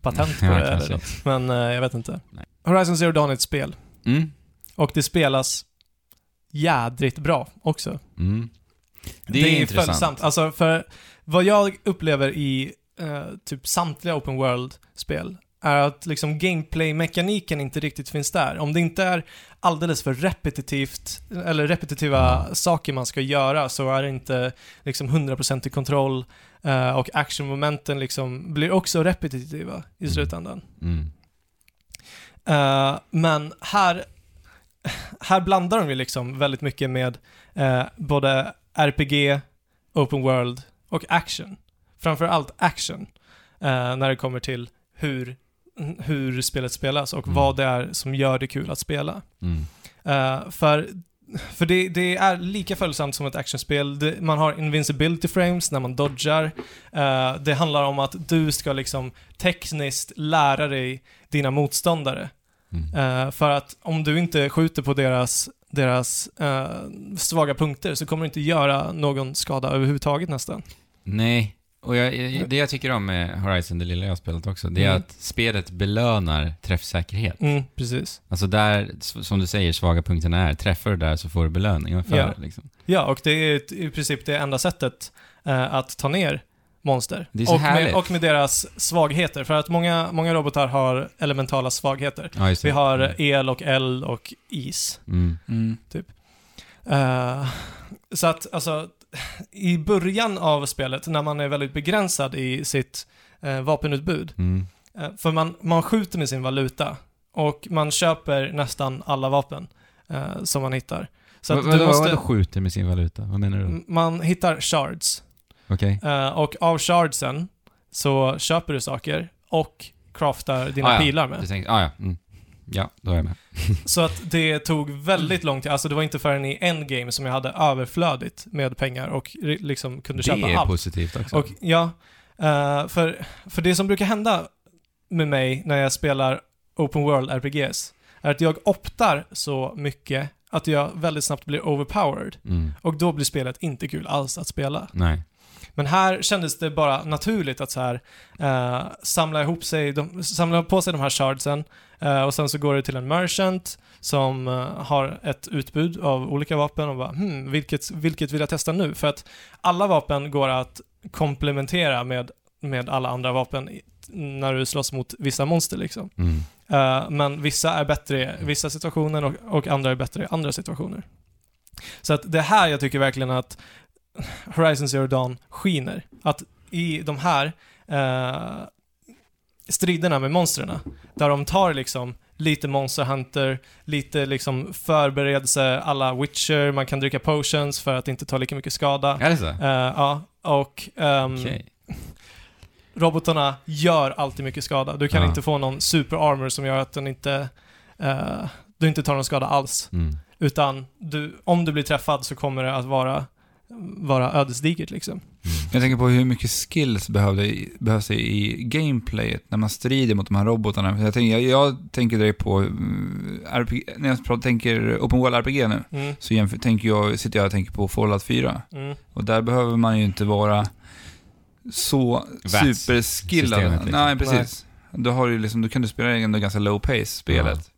patent på Ja, det eller kanske. något, men eh, jag vet inte. Nej. Horizon Zero Dawn är ett spel Mm. och det spelas jädrigt bra också. Mm. Det är, intressant. följsamt. Alltså, för vad jag upplever i eh, typ samtliga open world-spel är att liksom gameplay-mekaniken inte riktigt finns där. Om det inte är alldeles för repetitivt, eller repetitiva Mm. saker man ska göra, så är det inte liksom 100% i kontroll eh, och actionmomenten liksom blir också repetitiva i Mm. slutändan. Mm. Eh, men här, här blandar de ju liksom väldigt mycket med eh, både RPG, open world och action. Framförallt action, eh, när det kommer till hur, hur spelet spelas och Mm. vad det är som gör det kul att spela. Mm. Eh, för för det, det är lika följsamt som ett actionspel. Det, man har invincibility frames när man dodgar. Eh, det handlar om att du ska liksom tekniskt lära dig dina motståndare. Mm. Eh, för att om du inte skjuter på deras, deras eh, svaga punkter så kommer du inte göra någon skada överhuvudtaget nästan. Nej, och jag, jag- det jag tycker om med Horizon, det lilla jag har spelat också, det är Mm. att spelet belönar träffsäkerhet. Mm, precis. Alltså där, s- som du säger, svaga punkterna är, träffar du där så får du belöning för Ja. det. Liksom. Ja, och det är ett- i princip det enda sättet eh, att ta ner monster. Det är så och, med, härligt. och med deras svagheter, för att många, många robotar har elementala svagheter. Ja, just det. Vi har eh, el och eld och is. Mm. Mm. Eh, så att, alltså, i början av spelet, när man är väldigt begränsad i sitt eh, vapenutbud, Mm. eh, för man, man skjuter med sin valuta och man köper nästan alla vapen eh, som man hittar. Så att Vad- du vadå- måste, Mm. Vadå skjuter med sin valuta? Vad menar du? då? m- man hittar shards. Okej. Eh, och av shardsen så köper du saker och craftar dina Ah, ja. pilar med. Du tänkte, ah, ja. Mm. Ja, då är jag med. Så att det tog väldigt lång tid, alltså det var inte förrän i endgame som jag hade överflödigt med pengar och ri- liksom kunde Det köpa är allt. positivt också. Och ja, eh, för, för det som brukar hända med mig när jag spelar open world RPGs är att jag optar så mycket att jag väldigt snabbt blir overpowered Mm. och då blir spelet inte kul alls att spela. Nej. Men här kändes det bara naturligt att så här, eh, samla ihop sig, de, samla på sig de här shardsen eh, och sen så går det till en merchant som eh, har ett utbud av olika vapen och bara hmm, vilket, vilket vill jag testa nu? För att alla vapen går att komplementera med, med alla andra vapen i- när du slåss mot vissa monster liksom. Mm. Eh, men vissa är bättre i vissa situationer och, och andra är bättre i andra situationer. Så att det här jag tycker verkligen att Horizon Zero Dawn skiner. Att i de här eh, striderna med monstren, där de tar liksom lite Monster Hunter, lite liksom förberedelse alla Witcher, man kan dricka potions för att inte ta lika mycket skada. Är det så? Eh, ja, och ehm, Okej. robotarna gör alltid mycket skada. Du kan Ja. inte få någon superarmor som gör att den inte, eh, du inte tar någon skada alls. Mm. Utan du, om du blir träffad så kommer det att vara, vara ödesdigert liksom. Jag tänker på hur mycket skills behövde, behövs i gameplayet när man strider mot de här robotarna. För Jag tänker, jag, jag tänker direkt på, mm, RPG, när jag pratar, tänker Open World RPG nu, Mm, så jämför, tänker jag, sitter jag och tänker på Fallout 4. mm, Och där behöver man ju inte vara så Vass. superskillad. Systemet, liksom. Nej, precis. Då, har du liksom, då kan du spela ändå ganska low pace, spelet.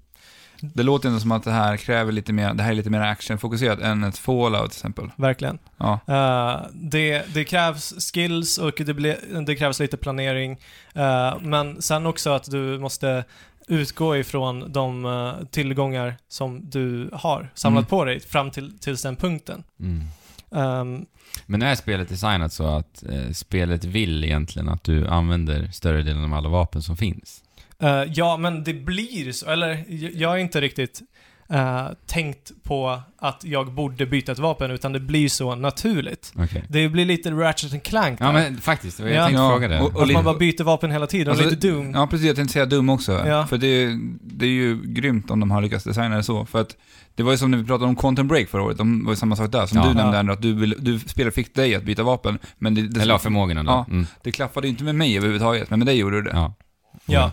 Det låter ändå som att det här kräver lite mer, det här är lite mer actionfokuserat än ett Fallout till exempel. verkligen. Ja. Eh, det, det krävs skills och det, blir- det krävs lite planering. Eh, men sen också att du måste utgå ifrån de eh, tillgångar som du har samlat Mm. på dig fram till tills den punkten. Mm. Ehm, Men nu är spelet designat så att eh, spelet vill egentligen att du använder större delen av alla vapen som finns. Eh, ja, men det blir så. Eller, j- jag är inte riktigt eh, tänkt på att jag borde byta ett vapen, utan det blir så naturligt. Okej. Det blir lite Ratchet and Clank där. Ja men faktiskt, det var- jag Ja. tänkte Ja, fråga det. och- och Att man lite- bara byter vapen hela tiden, Alltså, lite dum. Ja, precis. Jag tänkte säga dum också. Ja. För det är, ju- det är ju grymt om de har lyckats designa det så. För att det var ju som när vi pratade om Quantum Break förra året. De var ju samma sak där. Som Ja. du nämnde, Ja. Andrew, att du, vill, du spelare fick dig att byta vapen. Men det, det, Eller av förmågorna då. Ja. Mm. det klaffade ju inte med mig överhuvudtaget, men med dig gjorde du det. Ja. Ja.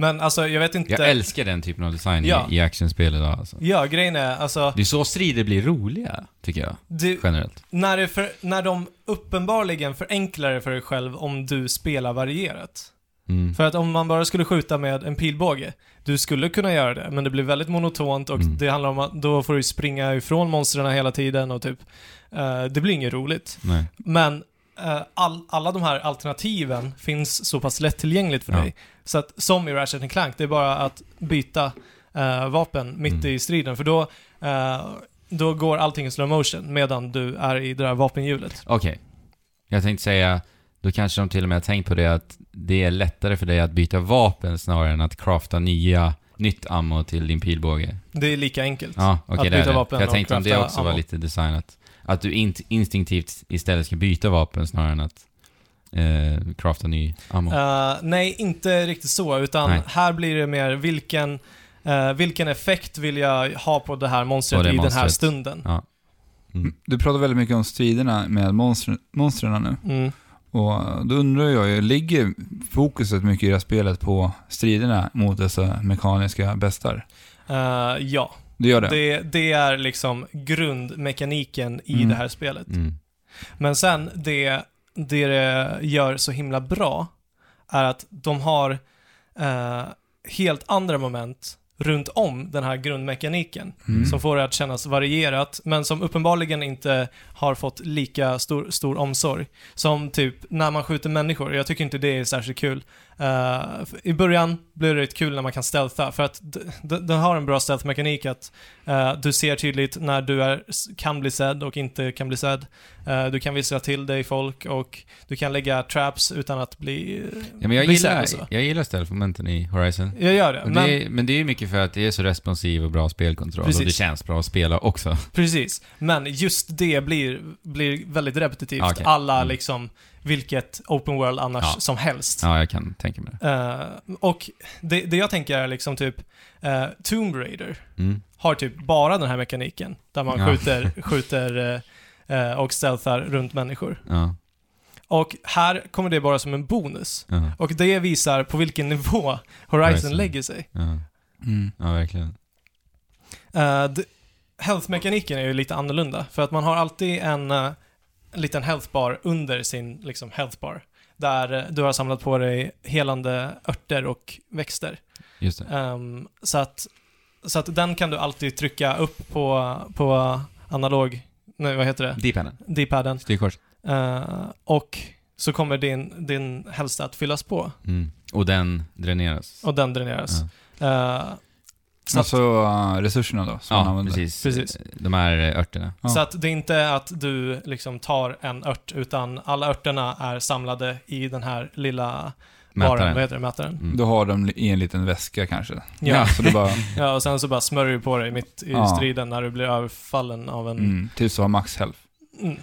Men alltså, jag vet inte... Jag älskar den typen av design i- Ja. i actionspel idag alltså. Ja, grejen är alltså... Det är så strider blir roliga, tycker jag. Du, Generellt. när, det för, när de uppenbarligen förenklar det för dig själv om du spelar varierat. Mm. För att om man bara skulle skjuta med en pilbåge, du skulle kunna göra det, men det blir väldigt monotont och Mm. det handlar om att då får du springa ifrån monstren hela tiden och typ, eh, det blir inget roligt. Nej. Men eh, all, alla de här alternativen finns så pass lättillgängligt för Ja. dig. Så att, som i Ratchet and Clank, det är bara att byta eh, vapen mitt Mm. i striden, för då, eh, då går allting i slow motion medan du är i det där vapenhjulet. Okej. Jag tänkte säga, då kanske de till och med har tänkt på det att det är lättare för dig att byta vapen snarare än att crafta nya, nytt ammo till din pilbåge. Det är lika enkelt. Ja, okej Att det är byta det. vapen För jag och tänkte om det crafta också var ammo. lite designat. Att du in, instinktivt istället ska byta vapen snarare än att eh, crafta ny ammo. Eh, nej, inte riktigt så, utan Mm. Nej. här blir det mer vilken, eh, vilken effekt vill jag ha på det här monstret På det i den här monstret. stunden. Ja. Mm. Du pratar väldigt mycket om striderna med monstren, monstren nu. Mm. Och då undrar jag ju, ligger fokuset mycket i det här spelet på striderna mot dessa mekaniska bestar? Eh, ja, Det gör det? det, det är liksom grundmekaniken i Mm. det här spelet. Mm. Men sen, det, det det gör så himla bra är att de har eh, helt andra moment runt om den här grundmekaniken. Mm. som får det att kännas varierat, men som uppenbarligen inte har fått lika stor, stor omsorg. Som typ när man skjuter människor, jag tycker inte det är särskilt kul. Eh, I början blir det rätt kul när man kan stealtha, för att d- d- den har en bra stealth-mekanik att eh, du ser tydligt när du är, s- kan bli sedd och inte kan bli sedd. Eh, du kan vissla till dig folk och du kan lägga traps utan att bli, Ja, men jag bli sedd gillar, och så. jag gillar stealth-momenten i Horizon. Jag gör det, Men men- det, är, men det är ju mycket för att det är så responsiv och bra spelkontroll och det Precis. känns bra att spela också. Precis, men just det blir, blir väldigt repetitivt. Ja, okej. Alla Mm. liksom, vilket open world annars Ja. som helst. Ja, jag kan tänka mig det. Eh, och det, det jag tänker är liksom typ, eh, Tomb Raider Mm. har typ bara den här mekaniken, där man Ja. skjuter, skjuter eh, eh, och stealthar runt människor. Ja, Och här kommer det bara som en bonus. ja, Och det visar på vilken nivå Horizon, Horizon. lägger sig. ja, Mm. ja, verkligen. Eh, d- health-mekaniken är ju lite annorlunda, för att man har alltid en eh, en liten healthbar under sin liksom, healthbar. Där eh, du har samlat på dig helande örter och växter. Just det. Ehm, så, att, så att den kan du alltid trycka upp på, på analog, nej vad heter det, Deepennen. D-paden. Styrkors. Eh, och så kommer din, din hälsa att fyllas på Mm. Och den dräneras. och den dräneras. Eh, så att- Alltså uh, resurserna då, som man Ja, använder. precis. Precis. De här eh, örterna. Ja. Så att det är inte att du liksom tar en ört, utan alla örterna är samlade i den här lilla baren, vad Mätaren. heter det, mätaren. Mm. Du har dem i en liten väska kanske. Ja. Så du bara, ja, och sen så bara smörjer du på dig mitt i Ja. striden när du blir överfallen av en... mm, tills du har max health. Mm.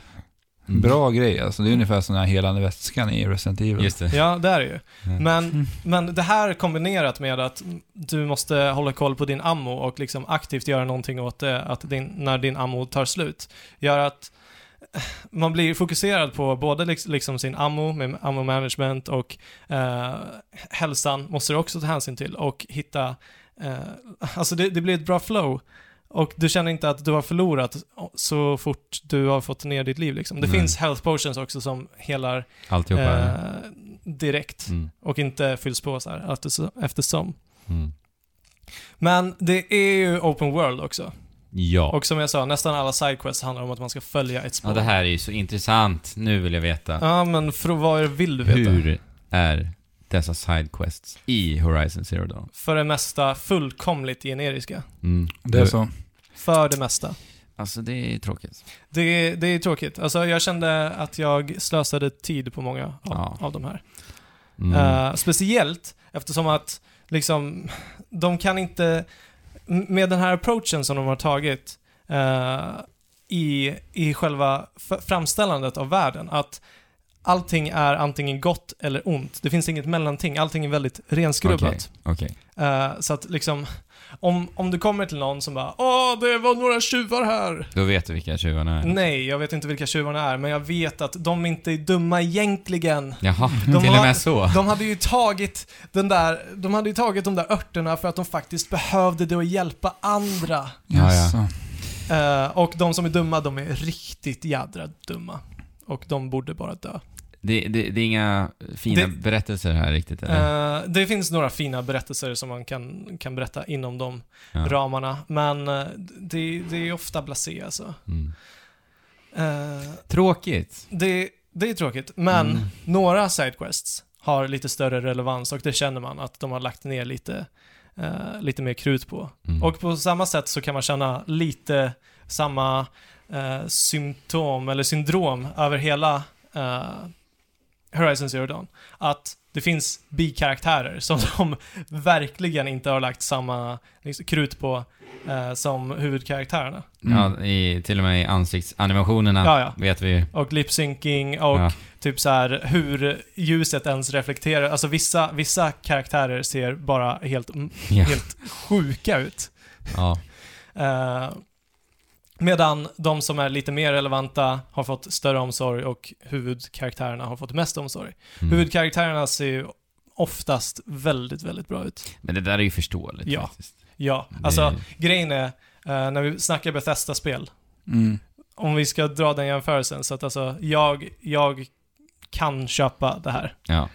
Mm. Bra grej alltså. Det är ungefär som den här helande väskan i Resident Evil. Just det. Ja, det är det ju. Ja. Men, Mm. men det här kombinerat med att du måste hålla koll på din ammo och liksom aktivt göra någonting åt det, att din, när din ammo tar slut, gör att man blir fokuserad på både liksom, liksom sin ammo med ammo management och eh, hälsan måste du också ta hänsyn till och hitta, eh, alltså det, det blir ett bra flow och du känner inte att du har förlorat så fort du har fått ner ditt liv liksom. Det Nej. finns health potions också som helar Alltihopa. eh, här. direkt Mm. och inte fylls på så här eftersom. eftersom. Mm. Men det är ju open world också. Ja. Och som jag sa, nästan alla sidequests handlar om att man ska följa ett spår. ja. Det här är ju så intressant. Nu vill jag veta. Ja, men för, vad vill du veta? Hur är dessa sidequests i Horizon Zero Dawn? För det mesta fullkomligt generiska. Mm. Det är så. För det mesta. Alltså det är tråkigt. Det, det är tråkigt. Alltså, jag kände att jag slösade tid på många av, Ja. av de här. Mm. Eh, speciellt eftersom att liksom, de kan inte m- med den här approachen som de har tagit eh, i, i själva f- framställandet av världen, att allting är antingen gott eller ont. Det finns inget mellanting, allting är väldigt Okej, renskrubbat. okej. Eh, så att liksom, om, om du kommer till någon som bara ”Åh, det var några tjuvar här”. Då vet du vilka tjuvarna är. Nej, jag vet inte vilka tjuvarna är, men jag vet att de inte är dumma egentligen. Jaha, De till och har- med så. De hade ju tagit den där, de hade ju tagit de där örterna för att de faktiskt behövde det och hjälpa andra. Ja, ja. Jaså. Eh, och de som är dumma, de är riktigt jädra dumma. Och de borde bara dö. Det, det, det är inga fina Det- berättelser här riktigt, eller? Eh, det finns några fina berättelser som man kan, kan berätta inom de Ja. ramarna, men eh, det, det är ofta blasé alltså. Mm. Eh, Tråkigt. det, det är tråkigt, men Mm. några sidequests har lite större relevans och det känner man att de har lagt ner lite, eh, lite mer krut på. Mm. Och på samma sätt så kan man känna lite samma eh, symptom eller syndrom över hela eh, Horizon Zero Dawn. Att det finns bikaraktärer som de verkligen inte har lagt samma liksom, krut på eh, som huvudkaraktärerna. Ja, i, till och med i ansiktsanimationerna Mm. Ja, ja. vet vi ju. Och lip-syncing och Ja. typ så här hur ljuset ens reflekterar. Alltså vissa, vissa karaktärer ser bara helt, Ja. helt sjuka ut. Ja. Eh, medan de som är lite mer relevanta har fått större omsorg och huvudkaraktärerna har fått mest omsorg. Mm. Huvudkaraktärerna ser ju oftast väldigt, väldigt bra ut. Men det där är ju förståeligt Ja. faktiskt. Ja, Det- alltså grejen är, eh, när vi snackar Bethesda-spel, Mm. om vi ska dra den jämförelsen, så att alltså jag, jag kan köpa det här. Ja.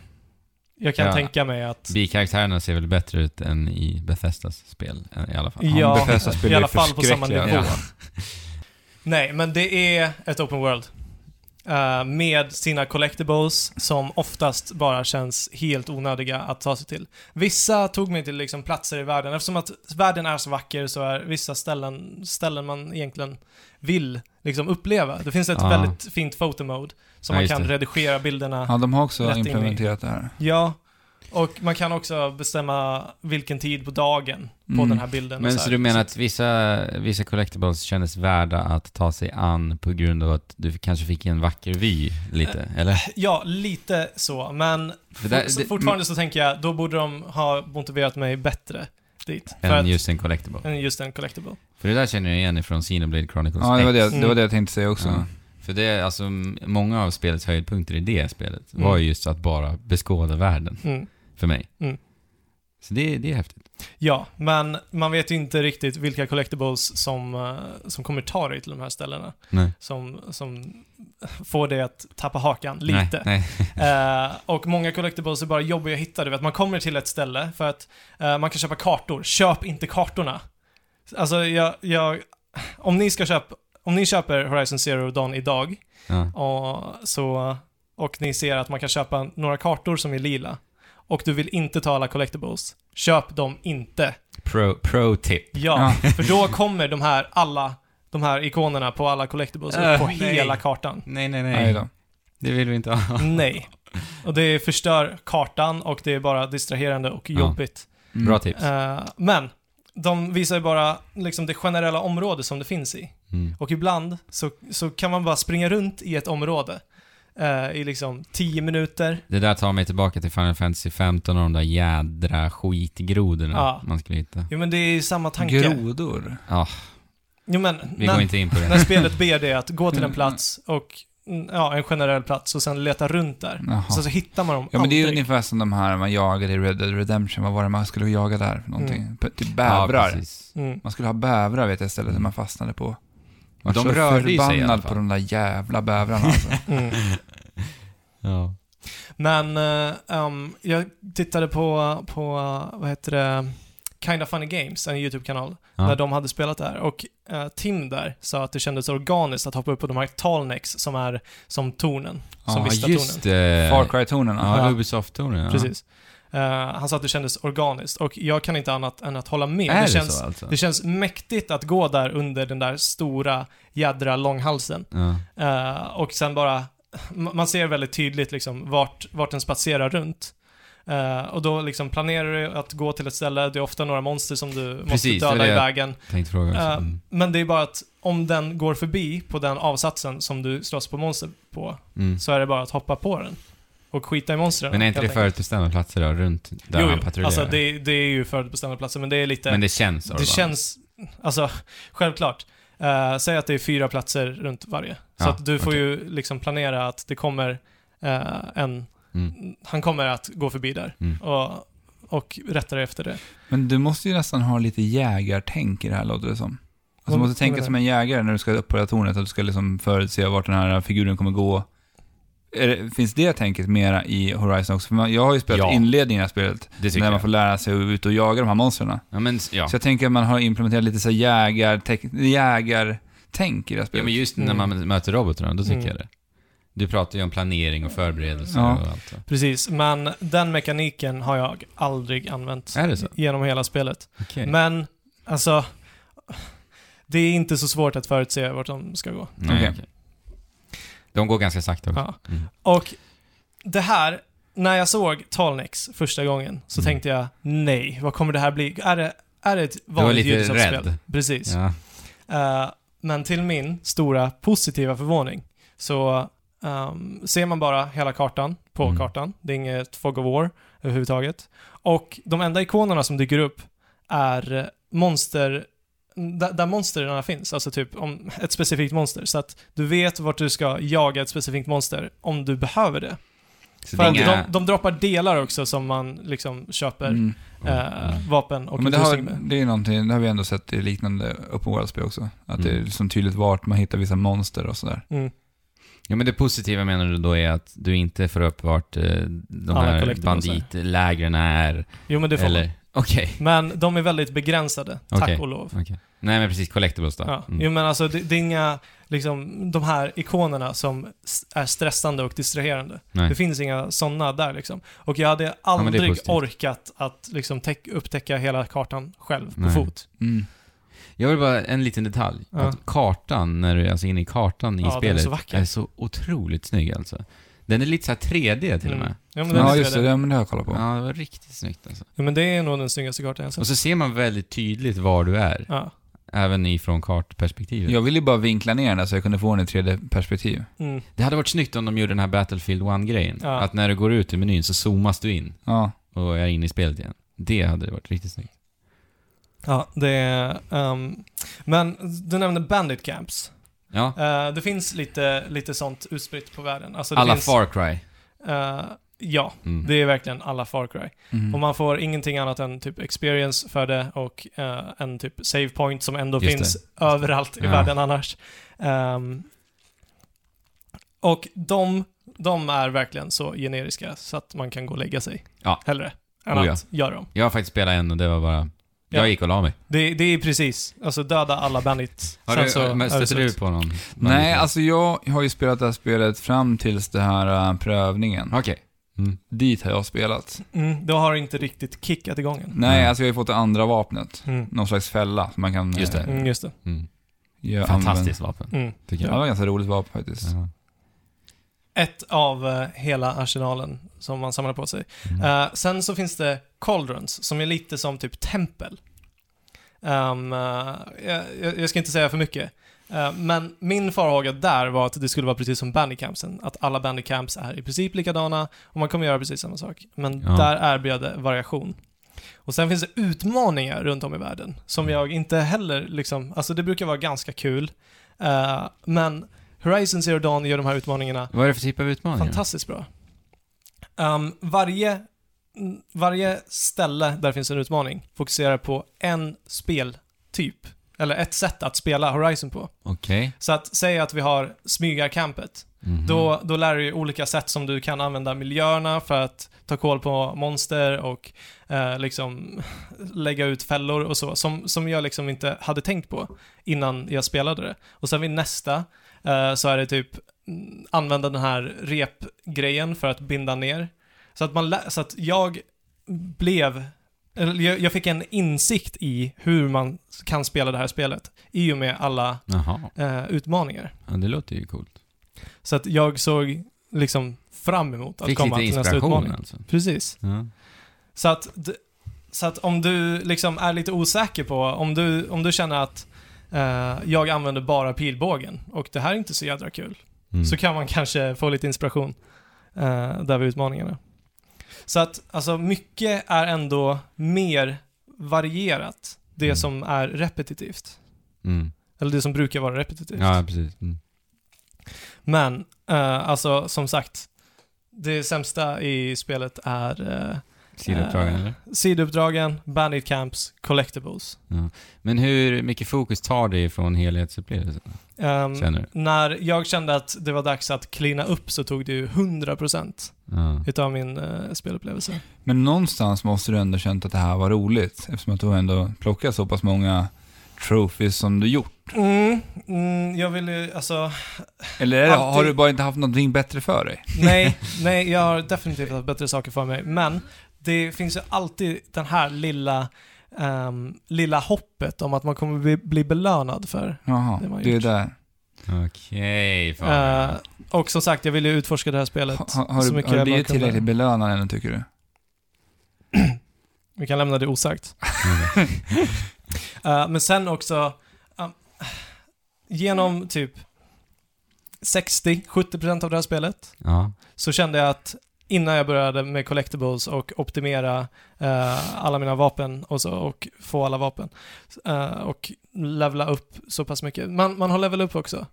Jag kan Ja. tänka mig att, Bikaraktärerna ser väl bättre ut än i Bethesdas spel eh, i alla fall. Ja, Bethesda i spelar alla ju fall på samma förskräckliga. nivå. Nej, men det är ett open world. Eh, med sina collectibles som oftast bara känns helt onödiga att ta sig till. Vissa tog mig till liksom platser i världen, eftersom att världen är så vacker så är vissa ställen, ställen man egentligen vill liksom uppleva. Det finns ett Ah. väldigt fint photomode som Ja, man just kan det. Ah. redigera bilderna. Ja, de har också Rätt in i- implementerat det här. Ja, och man kan också bestämma vilken tid på dagen på Mm. den här bilden. och Men här. så du menar att vissa, vissa collectibles kändes värda att ta sig an på grund av att du kanske fick en vacker vy lite, eller? Ja, lite så, men För där- fort- det- fortfarande Eh, så tänker jag, då borde de ha motiverat mig bättre dit. För mm, Än att, Mm. just en collectible. än just en collectible. För det där känner jag igen ifrån Xenoblade Chronicles Ja, det var X. det, det var Mm. det jag tänkte säga också. Ja. För det är alltså, m- många av spelets höjdpunkter i det spelet Mm. var ju just att bara beskåda världen, Mm. för mig. Mm. Så det, det är häftigt. Ja, men man vet ju inte riktigt vilka collectibles som, eh, som kommer ta dig till de här ställena. Nej. Som, som får dig att tappa hakan Nej, lite. Nej, Eh, och många collectibles är bara jobbiga att hitta. Du vet, man kommer till ett ställe för att eh, man kan köpa kartor. Köp inte kartorna. Alltså, jag, jag, om, ni ska köpa, om ni köper Horizon Zero Dawn idag Ja. och, så, och ni ser att man kan köpa några kartor som är lila och du vill inte ta alla collectibles, köp dem inte. Pro, pro tip. Ja, för då kommer de här alla, de här ikonerna på alla collectibles upp Äh, på nej. hela kartan. Nej, nej, Nej nej. då. det vill vi inte ha. Nej. Och det förstör kartan och det är bara distraherande och Ja. jobbigt. Mm. Bra tips. Eh, men, de visar ju bara liksom det generella område som det finns i. Mm. Och ibland så, så kan man bara springa runt i ett område eh, i liksom 10 minuter. Det där tar mig tillbaka till Final Fantasy 15 och de där jädra skitgrodorna Ja. man skulle hitta. Jo men det är ju samma tanke. Grodor. Ja, Jo men, vi när, går inte in på när det. spelet ber dig att gå till en plats och, mm, ja, en generell plats och sen leta runt där. Jaha. Så, så hittar man dem Ja, men det är ju aldrig. ungefär som de här man jagade i Red Dead Redemption. Vad var det man skulle jaga där för någonting? P- Typ bävrar. Ja, precis. Mm. Mm. man skulle ha bävrar vet jag istället som man fastnade på. Man De var så rörde ju sig i alla förbannad fall. på de där jävla bävrarna alltså. Mm. Ja. Men eh, ehm, jag tittade på, på, eh, vad heter det, Kinda Funny Games, en YouTube-kanal, Ja. när de hade spelat det här. Och eh, Tim där sa att det kändes organiskt att hoppa upp på de här Talnex som är som tornen, som Ja, just Vista-tornen. det. Far Cry-tonen. Ja. Ja, Ja. Ubisoft-tornen. Ja. Precis. Eh, han sa att det kändes organiskt och jag kan inte annat än att hålla med. Är det, känns, så alltså? det känns mäktigt att gå där under den där stora jädra långhalsen. Ja. Eh, och sen bara, ma- man ser väldigt tydligt liksom vart, vart den spatserar runt. Eh, och då liksom planerar du att gå till ett ställe, det är ofta några monster som du Precis, det måste är döda i det jag- vägen. Tänkte fråga också. Eh, Mm. Men det är bara att om den går förbi på den avsatsen som du slåss på monster på, Mm. så är det bara att hoppa på den. Och skita i monstren. Men är inte det helt enkelt. förutbestämda platser då, runt där han Jo, jo. patrullerar? Alltså det, det är ju förutbestämda platser, men det är lite... Men det känns Orban. Det känns, alltså självklart. Eh, säg att det är fyra platser runt varje. Så Ja, att du får okej. ju liksom planera att det kommer eh, en, Mm. han kommer att gå förbi där. Mm. Och, och rätta dig efter det. Men du måste ju nästan ha lite jägartänk i det här, låter det som. Alltså, du Vad- måste vad tänka menar som en jägare när du ska upp på det här tornet, att du ska liksom förutse vart den här figuren kommer gå. Är det, finns det tänket mera i Horizon också? För man, jag har ju spelat Ja. inledningen i det här spelet, Det tycker när man jag. får lära sig att ut och jaga de här monstren. Ja, men, s- ja. Så jag tänker att man har implementerat lite så här jägartek- jägartänk i det här ja, spelet. men just när man Mm. möter robotarna, då tycker jag det. Du pratar ju om planering och förberedelser Ja. och allt. va? Precis, men den mekaniken har jag aldrig använt Är det så? genom hela spelet. Okej. Men, alltså, det är inte så svårt att förutse vart de ska gå. Nej, Okej. okej. De går ganska sakta också. Ja. Och det här, när jag såg Talnex första gången så Mm. tänkte jag nej, vad kommer det här bli? Är det, är det ett var vanligt lite Ubisoft-spel? rädd. Precis. Ja. Eh, men till min stora positiva förvåning så ehm, ser man bara hela kartan på Mm. kartan. Det är inget Fog of War överhuvudtaget. Och de enda ikonerna som dyker upp är monster där, där monstren finns, alltså typ om ett specifikt monster. Så att du vet vart du ska jaga ett specifikt monster om du behöver det. Så det För är att inga... de, de droppar delar också som man liksom köper Mm. eh, vapen och Ja, men det, utrustning har, med. det är någonting, det har vi ändå sett i liknande open world-spel också. Att det är Mm. liksom tydligt vart man hittar vissa monster och sådär. Mm. Ja, men det positiva menar du då är att du inte får upp vart eh, de Alla här collectibles är. banditlägren är? Jo men det får man. Eller? Okej. Men de är väldigt begränsade, tack Okej. och lov. okej. Nej, men precis. Collectibles då. Ja. Mm. Jo men alltså det, det är inga, liksom de här ikonerna som s- är stressande och distraherande. Nej. Det finns inga sådana där liksom. Och jag hade men det är aldrig positivt. orkat att liksom täck, upptäcka hela kartan själv på Nej. fot. Mm. Jag vill bara, en liten detalj. Ja. Att kartan, när du är alltså inne i kartan i Ja, den är spelet, så vacker. är så otroligt snygg alltså. Den är lite så här 3D till och med. Ja, men, den Ja, är just det. trevlig. Ja, men det har jag kollat på. Ja, det var riktigt snyggt alltså. Jo, men det är nog den snyggaste kartan jag sett. Och så ser man väldigt tydligt var du är, Ja. även ifrån kartperspektivet. Jag ville ju bara vinkla ner den där så jag kunde få den i 3D-perspektiv. Mm. Det hade varit snyggt om de gjorde den här Battlefield 1-grejen. Ja. Att när du går ut ur menyn så zoomas du in Ja. och är inne i spelet igen. Det hade varit riktigt snyggt. Ja, det är... ehm, men du nämnde bandit camps. Ja, Eh, det finns lite, lite sånt utspritt på världen. Alltså, det alla finns, Far Cry. eh, ja, Mm. det är verkligen alla Far Cry. Mm. Och man får ingenting annat än typ experience för det och eh, en typ save point som ändå Just finns det. överallt i Ja. världen annars. Ehm, och de, de är verkligen så generiska så att man kan gå och lägga sig. Ja. Hellre än Oh, ja. att göra dem. Jag har faktiskt spelat en och det var bara... Jag Ja. gick och la mig. Det, det är precis, alltså döda alla bandits. Har Sen du, så är men det stöter slut. du på någon? Nej, alltså jag har ju spelat det här spelet fram tills det här äh, prövningen. Okej. Mm. Dit har jag spelat. Mm, då har du inte riktigt kickat igång än. Nej, Mm. alltså jag har ju fått det andra vapnet. Mm. Någon slags fälla som man kan... Just det. eh, Mm, just det. Mm. göra- Fantastiskt vapen, Mm. tycker använda. Ja, det jag. var ett ganska roligt vapen faktiskt. Ja. Ett av eh, hela arsenalen som man samlar på sig. Mm. Eh, sen så finns det cauldrons som är lite som typ tempel. Ehm, eh, jag, jag ska inte säga för mycket. Eh, men min farhåga där var att det skulle vara precis som bandycampsen. Att alla bandycamps är i princip likadana och man kommer göra precis samma sak. Men Ja. där erbjöd det variation. Och sen finns det utmaningar runt om i världen som Mm. jag inte heller liksom, alltså det brukar vara ganska kul. Eh, men Horizon Zero Dawn gör de här utmaningarna Vad är det för typ av utmaning? Fantastiskt bra. Ehm, varje, mm, varje ställe där finns en utmaning fokuserar på en speltyp, eller ett sätt att spela Horizon på. Okej. Så att säga att vi har smygarkampet, Mhm. då, då lär du dig olika sätt som du kan använda miljöerna för att ta koll på monster och eh, liksom lägga ut fällor och så, som, som jag liksom inte hade tänkt på innan jag spelade det. Och sen vid nästa eh, så är det typ mm, använda den här repgrejen för att binda ner. Så att, man lä- så att jag blev eller jag jag fick en insikt i hur man kan spela det här spelet i och med alla Jaha. eh, utmaningar. Ja, det låter ju coolt. Så att jag såg liksom fram emot att Fick komma lite till nästa inspiration utmaning. alltså. Precis. Ja. Så att, d- så att om du liksom är lite osäker på, om du, om du känner att eh, jag använder bara pilbågen och det här är inte så jädra kul, Mm. så kan man kanske få lite inspiration eh, där vid utmaningarna. Så att alltså mycket är ändå mer varierat, det Mm. som är repetitivt. Mm. Eller det som brukar vara repetitivt. Ja, precis. Mm. Men, eh, alltså som sagt, det sämsta i spelet är eh, Sidouppdragen, Eh. eller? sidouppdragen, bandit camps, collectibles. Men hur mycket fokus tar det från helhetsupplevelsen, Ehm, känner du? när jag kände att det var dags att klina upp så tog det ju 100% Ja. utav min eh, spelupplevelse. Men någonstans måste du ändå känt att det här var roligt eftersom att du har ändå plockat så pass många trophies som du gjort. Mm, mm, jag ville ju, alltså, Eller är det, Alltid- har du bara inte haft någonting bättre för dig? nej, nej, jag har definitivt haft bättre saker för mig, men det finns ju alltid den här lilla, ehm, lilla hoppet om att man kommer bli, bli belönad för Jaha, Det var det är gjort. där. Okej, fan. Eh, och som sagt, jag ville ju utforska det här spelet Ha, har, så du, mycket har du jag bara blivit kunde. tillräckligt belönad ännu tycker du? Vi kan lämna det osagt. Eh, men sen också, um, genom typ 60-70% av det här spelet Ja. så kände jag att innan jag började med collectibles och optimera eh, alla mina vapen och, så, och få alla vapen eh, och levla upp så pass mycket. Man, man har level upp också.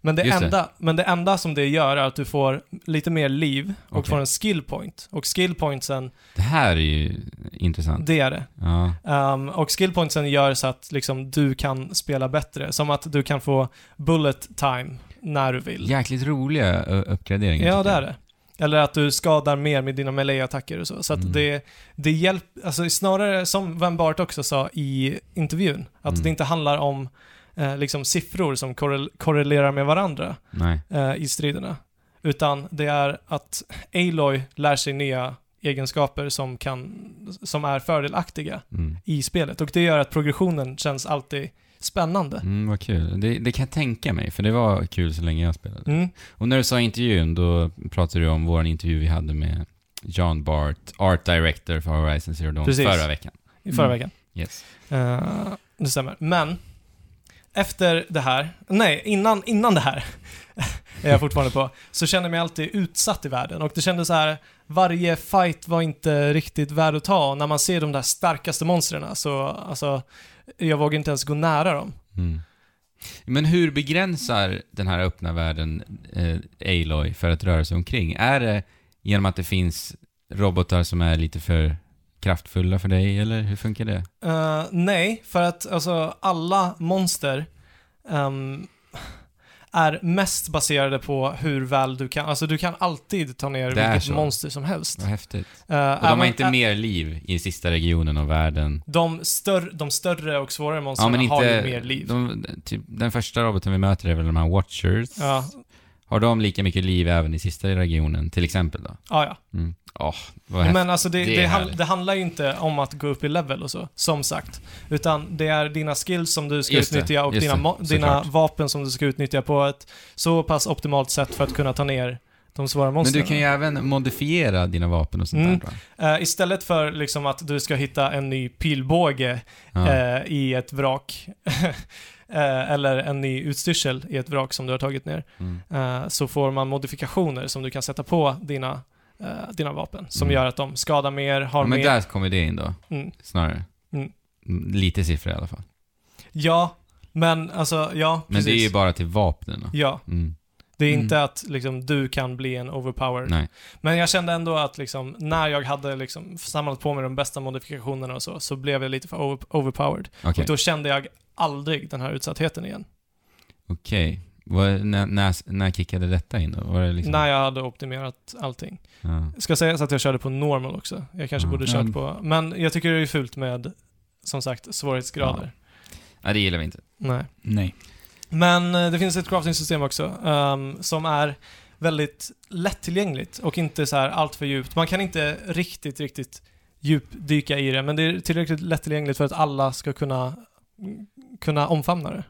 Men det, Just det. enda, men det enda som det gör är att du får lite mer liv och Okej. får en skill point. Och skill pointsen, Det här är ju intressant. det är det. Ja. Ehm, och skillpointsen gör så att liksom, du kan spela bättre. Som att du kan få bullet time när du vill. Jäkligt roliga ö, uppgraderingar. ja, tycker det är jag. det. Eller att du skadar mer med dina melee-attacker och så. Så att Mm. det, det hjälper, alltså snarare som Van Bart också sa i intervjun, att Mm. det inte handlar om eh, liksom siffror som korrel- korrelerar med varandra Nej. eh, i striderna. Utan det är att Aloy lär sig nya egenskaper som, kan, som är fördelaktiga Mm. i spelet och det gör att progressionen känns alltid spännande. Mm, vad kul. Det, det kan jag tänka mig, för det var kul så länge jag spelade. Mm. Och när du sa intervjun, då pratade du om vår intervju vi hade med John Bart, Art Director för Horizon Zero Dawn Precis. förra veckan. I förra Mm. veckan. Yes. Eh, det stämmer. Men efter det här, nej, innan, innan det här är jag fortfarande på, så kände jag mig alltid utsatt i världen och det kändes så här, varje fight var inte riktigt värd att ta och när man ser de där starkaste monstren så, alltså, jag vågar inte ens gå nära dem. Mm. Men hur begränsar den här öppna världen eh, Aloy för att röra sig omkring? Är det genom att det finns robotar som är lite för kraftfulla för dig, eller hur funkar det? Eh, nej, för att alltså, alla monster ehm, är mest baserade på hur väl du kan. Alltså du kan alltid ta ner Det är vilket så. monster som helst. Vad häftigt. Eh, Och de har även- inte ä- mer liv i sista regionen av världen. de, större, de större och svårare monstren Ja, men har ju inte... mer liv. De, typ, den första roboten vi möter är väl de här Watchers. Ja, Har de lika mycket liv även i sista regionen, till exempel då? ja, ja. Mm. Åh, vad häftigt. Men alltså det, Det det, är han, härligt. det handlar ju inte om att gå upp i level och så, som sagt. Utan det är dina skills som du ska Just det, utnyttja och just dina, det, mo- dina såklart. vapen som du ska utnyttja på ett så pass optimalt sätt för att kunna ta ner de svåra Men monstren. du kan ju även modifiera dina vapen och sånt Mm. där va? Eh, istället för liksom att du ska hitta en ny pilbåge Ja. eh, i ett vrak, eh, eller en ny utstyrsel i ett vrak som du har tagit ner, Mm. eh, så får man modifikationer som du kan sätta på dina, eh, dina vapen, som Mm. gör att de skadar mer, har ja, men mer... där kommer det in då, Mm. snarare. Mm. Mm, Lite siffror i alla fall. Ja, men alltså, ja, Men precis. det är ju bara till vapnen då. Ja, Mm. det är Mm. inte att liksom, du kan bli en overpower. Nej. Men jag kände ändå att liksom, när jag hade liksom, samlat på mig de bästa modifikationerna och så, så blev jag lite för over- overpowered. Okej. Och då kände jag aldrig den här utsattheten igen. Okej. Vad- När, när, när kickade detta in då? Var det liksom... När jag hade optimerat allting. Ja. Ska sägas att jag körde på normal också. Jag kanske Ja. borde kört Mm. på... Men jag tycker det är fult med, som sagt, svårighetsgrader. Nej, det gillar vi inte. Nej. Nej. Men eh, det finns ett crafting-system också ehm, som är väldigt lättillgängligt och inte så här allt för djupt. Man kan inte riktigt, riktigt djupdyka i det, men det är tillräckligt lättillgängligt för att alla ska kunna, kunna omfamna det.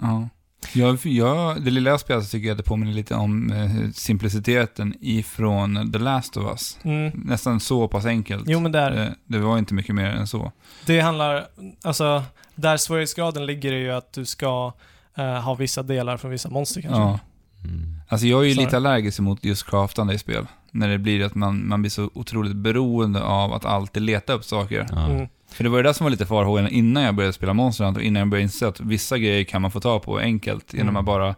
Ja. Jag, jag, det lilla jag spelar så tycker jag det påminner lite om eh, simpliciteten ifrån The Last of Us. Mm. Nästan så pass enkelt. Eh, Jo, men där, det, det var inte mycket mer än så. det handlar, alltså, där svårighetsgraden ligger är ju att du ska eh, ha vissa delar från vissa monster kanske. Ja. Mm. Alltså jag är ju Sorry. lite allergisk mot just craftande i spel. När det blir att man, man blir så otroligt beroende av att alltid leta upp saker. Ja. Mm. För det var ju det som var lite farhågan innan jag började spela Monster Hunter, innan jag började inse att vissa grejer kan man få ta på enkelt genom Mm. att bara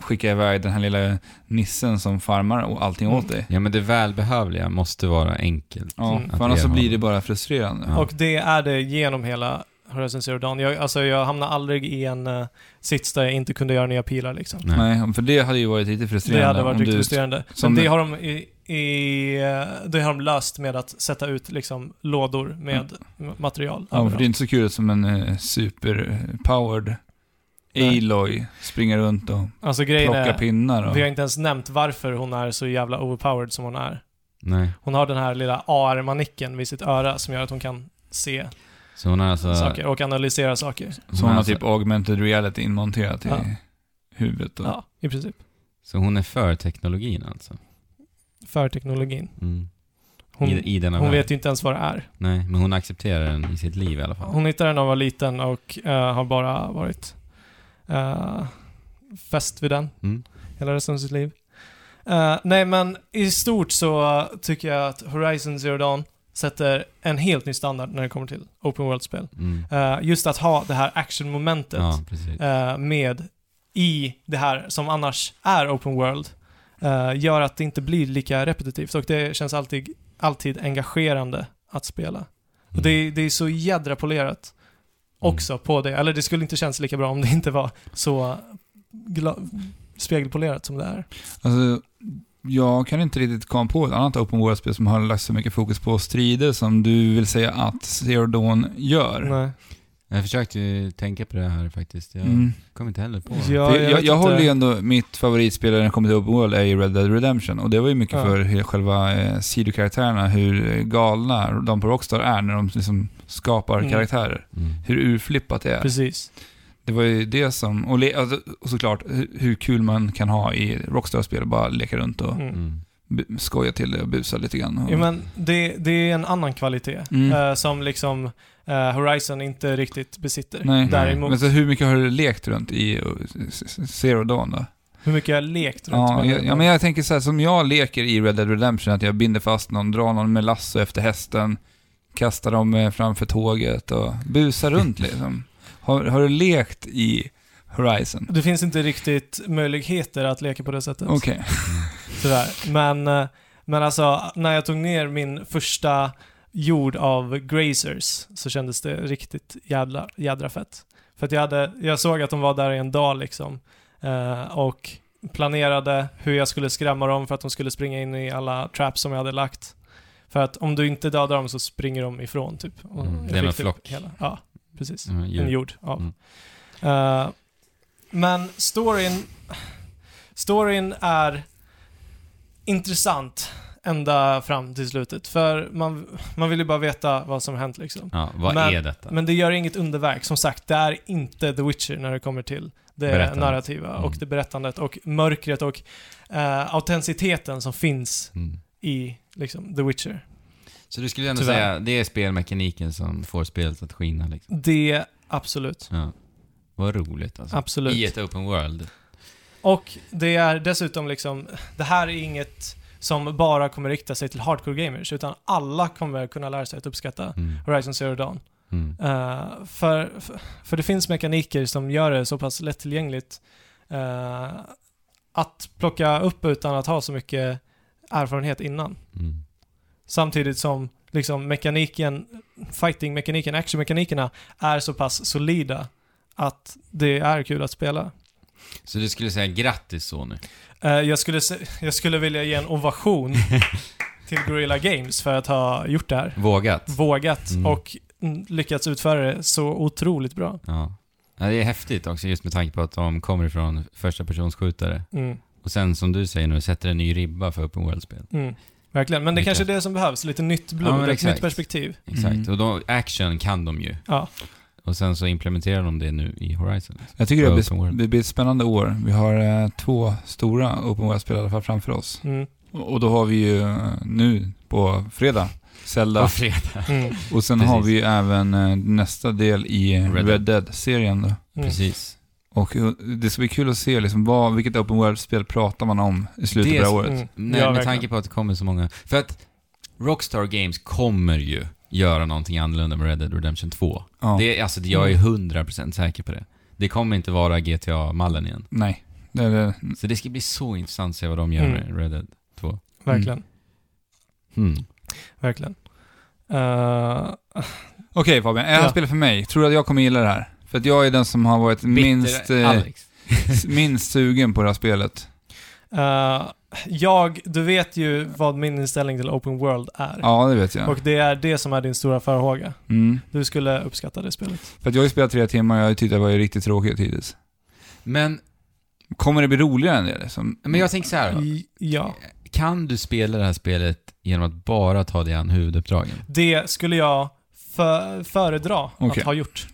skicka iväg den här lilla nissen som farmar och allting åt dig. ja, men det välbehövliga måste vara enkelt. Ja, Mm. för annars så Att det är- blir det bara frustrerande. Ja. Och det är det genom hela Horizon Zero Dawn. Jag, alltså, jag hamnade aldrig i en eh, sits där jag inte kunde göra nya pilar liksom. Nej. Nej, för det hade ju varit lite frustrerande. Det hade varit om riktigt du- frustrerande. som- Men det har, de i, i, eh, det har de löst med att sätta ut liksom lådor med material. Mm. Ja, för överallt. det är inte så kul som en eh, superpowered Nej. Aloy springer runt och alltså grejen plockar är, pinnar. Och... vi har inte ens nämnt varför hon är så jävla overpowered som hon är. Nej. Hon har den här lilla AR-manicken vid sitt öra som gör att hon kan se Så hon har alltså... saker och analysera saker. Hon Sådana har alltså- typ augmented reality inmonterat i Ja. huvudet. Då. Ja, i princip. Så hon är för teknologin alltså? För teknologin. Mm. Hon, I, I denna hon värld. vet ju inte ens vad det är. Nej, men hon accepterar den i sitt liv i alla fall. Hon hittade den när hon var liten och eh, har bara varit eh, fäst vid den Mm. hela resten av sitt liv. Eh, nej, men i stort så tycker jag att Horizon Zero Dawn sätter en helt ny standard när det kommer till open world-spel. Mm. Eh, just att ha det här action-momentet Ja, precis. eh, med i det här som annars är open world eh, gör att det inte blir lika repetitivt och det känns alltid, alltid engagerande att spela. Och det, Mm. Mm. är- det är så jädra polerat också på det. Eller det skulle inte känns lika bra om det inte var så gla- spegelpolerat som det är. Alltså, jag kan inte riktigt komma på ett annat open world-spel som har lagt så mycket fokus på strider som du vill säga att Zero Dawn gör. Nej. Jag försökte ju tänka på det här faktiskt. Jag Mm. kom inte heller på Ja, det. För vet jag, inte. jag håller ju ändå, mitt favoritspel när det kommer till Open World är ju Red Dead Redemption och det var ju mycket Ja. för hur själva eh, sidokaraktärerna, hur eh, galna de på Rockstar är när de liksom skapar Mm. karaktärer. Mm. Hur urflippat det är. Precis. Det var ju det som, och, le, alltså, och såklart hur, hur kul man kan ha i Rockstar-spel, bara leka runt och Mm. Mm. bu- skoja till det och busa lite grann. Och, Ja, men det, det är en annan kvalitet Mm. eh, som liksom eh, Horizon inte riktigt besitter. Nej. Däremot, Men så hur mycket har du lekt runt i eh, Zero Dawn då? hur mycket jag har lekt runt Ja, med jag, den. ja, men jag tänker så här, som jag leker i Red Dead Redemption, att jag binder fast någon, drar någon med lasso efter hästen, kastar dem eh, framför tåget och busar runt liksom. Har, har du lekt i Horizon? Det finns inte riktigt möjligheter att leka på det sättet, Okej. tyvärr. Men, eh, men alltså, när jag tog ner min första jord av grazers så kändes det riktigt jävla, jädra fett. För att jag, hade, jag såg att de var där i en dag liksom. Eh, och planerade hur jag skulle skrämma dem för att de skulle springa in i alla traps som jag hade lagt. För att om du inte dödar dem så springer de ifrån typ. Och Mm, jag det är en fick typ flock. Hela. Ja, precis. Mm, En djur. jord av. Mm. Eh, men storyn, storyn är intressant ända fram till slutet. För man, man vill ju bara veta vad som har hänt liksom. Ja, vad Men- är detta? Men det gör inget underverk. Som sagt, det är inte The Witcher när det kommer till det Berättandet. narrativa och Mm. det berättandet och mörkret och eh, autenticiteten som finns Mm. i liksom, The Witcher. Så du skulle ändå Tyvärr. säga, det är spelmekaniken som får spelet att skina liksom? Det, absolut. Ja. Vad roligt alltså. Absolut. I ett open world. Och det är dessutom liksom, det här är inget som bara kommer rikta sig till hardcore gamers, utan alla kommer kunna lära sig att uppskatta Mm. Horizon Zero Dawn. Mm. Eh, för, för- för det finns mekaniker som gör det så pass lättillgängligt eh, att plocka upp utan att ha så mycket erfarenhet innan. Mm. Samtidigt som liksom mekaniken, fighting-mekaniken, action-mekanikerna är så pass solida att det är kul att spela. Så du skulle säga grattis Sony? Eh, Jag skulle, se- jag skulle vilja ge en ovation till Guerrilla Games för att ha gjort det här. Vågat? Vågat Mm. och mm, lyckats utföra det så otroligt bra. Ja. ja. Det är häftigt också just med tanke på att de kommer ifrån första persons skjutare. Mm, Och sen som du säger nu, sätter en ny ribba för open world-spel. mm. Verkligen. Men det Mycket. kanske är det som behövs. Lite nytt Ja, blod, men ett exakt. nytt perspektiv. Exakt. Mm. Och då, action kan de ju. Ja. Och sen så implementerar de det nu i Horizon. liksom. Jag tycker det Och blir, Open World. det blir ett spännande år. Vi har eh, två stora Open World-spel i alla fall framför oss. Mm. Och och då har vi ju eh, nu på fredag Zelda På fredag. Mm. och sen precis. har vi ju även eh, nästa del i eh, Red Red Dead-serien då. Mm. Precis. Och eh, det ska bli kul att se liksom vad, vilket Open World-spel pratar man om i slutet Det på det är- här året. Mm. Nej, Ja, med verkligen. tanke på att det kommer så många. För att Rockstar Games kommer ju göra någonting annorlunda med Red Dead Redemption 2. Ja. Det är, alltså, jag Mm. är 100% säker på det. Det kommer inte vara GTA-mallen igen. Nej, det är det. Så det ska bli så intressant att se vad de gör Mm. med Red Dead 2. Verkligen, Hmm. verkligen. Eh, Okej Fabian, är det här Ja. spelet för mig? Tror du att jag kommer gilla det här? För att jag är den som har varit minst, Bitter eh, Alex. minst sugen på det här spelet. eh, jag, du vet ju vad min inställning till open world är. Ja, det vet jag. Och det är det som är din stora förhåga. Mm. Du skulle uppskatta det spelet. För att jag har ju spelat tre timmar och jag har tyckt att det var ju riktigt tråkigt hittills. Men, Kommer det bli roligare än det? Liksom? men jag tänker så här. då. I, ja. Kan du spela det här spelet genom att bara ta dig an huvuduppdragen? Det skulle jag för, föredra Okej. att ha gjort.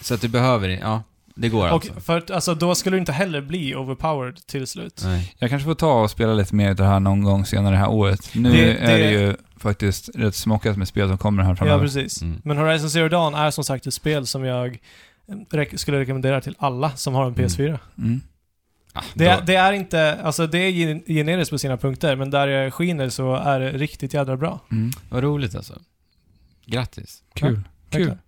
Så att du behöver det? Ja, det går alltså. Och för att, alltså, då skulle du inte heller bli overpowered till slut. Nej. Jag kanske får ta och spela lite mer av det här någon gång senare det här året. Nu Det- är det det- ju faktiskt rätt smockat med spel som kommer här Ja, framöver. precis. Mm. Men Horizon Zero Dawn är som sagt ett spel som jag mm, rek- skulle rekommendera till alla som har en PS4. mm. Ah, Det, är- då- det är inte, alltså det är gen- generiskt på sina punkter, men där jag skiner så är det riktigt jädra bra. Mm. Vad roligt alltså. Grattis. Kul. Kul. Verkligen.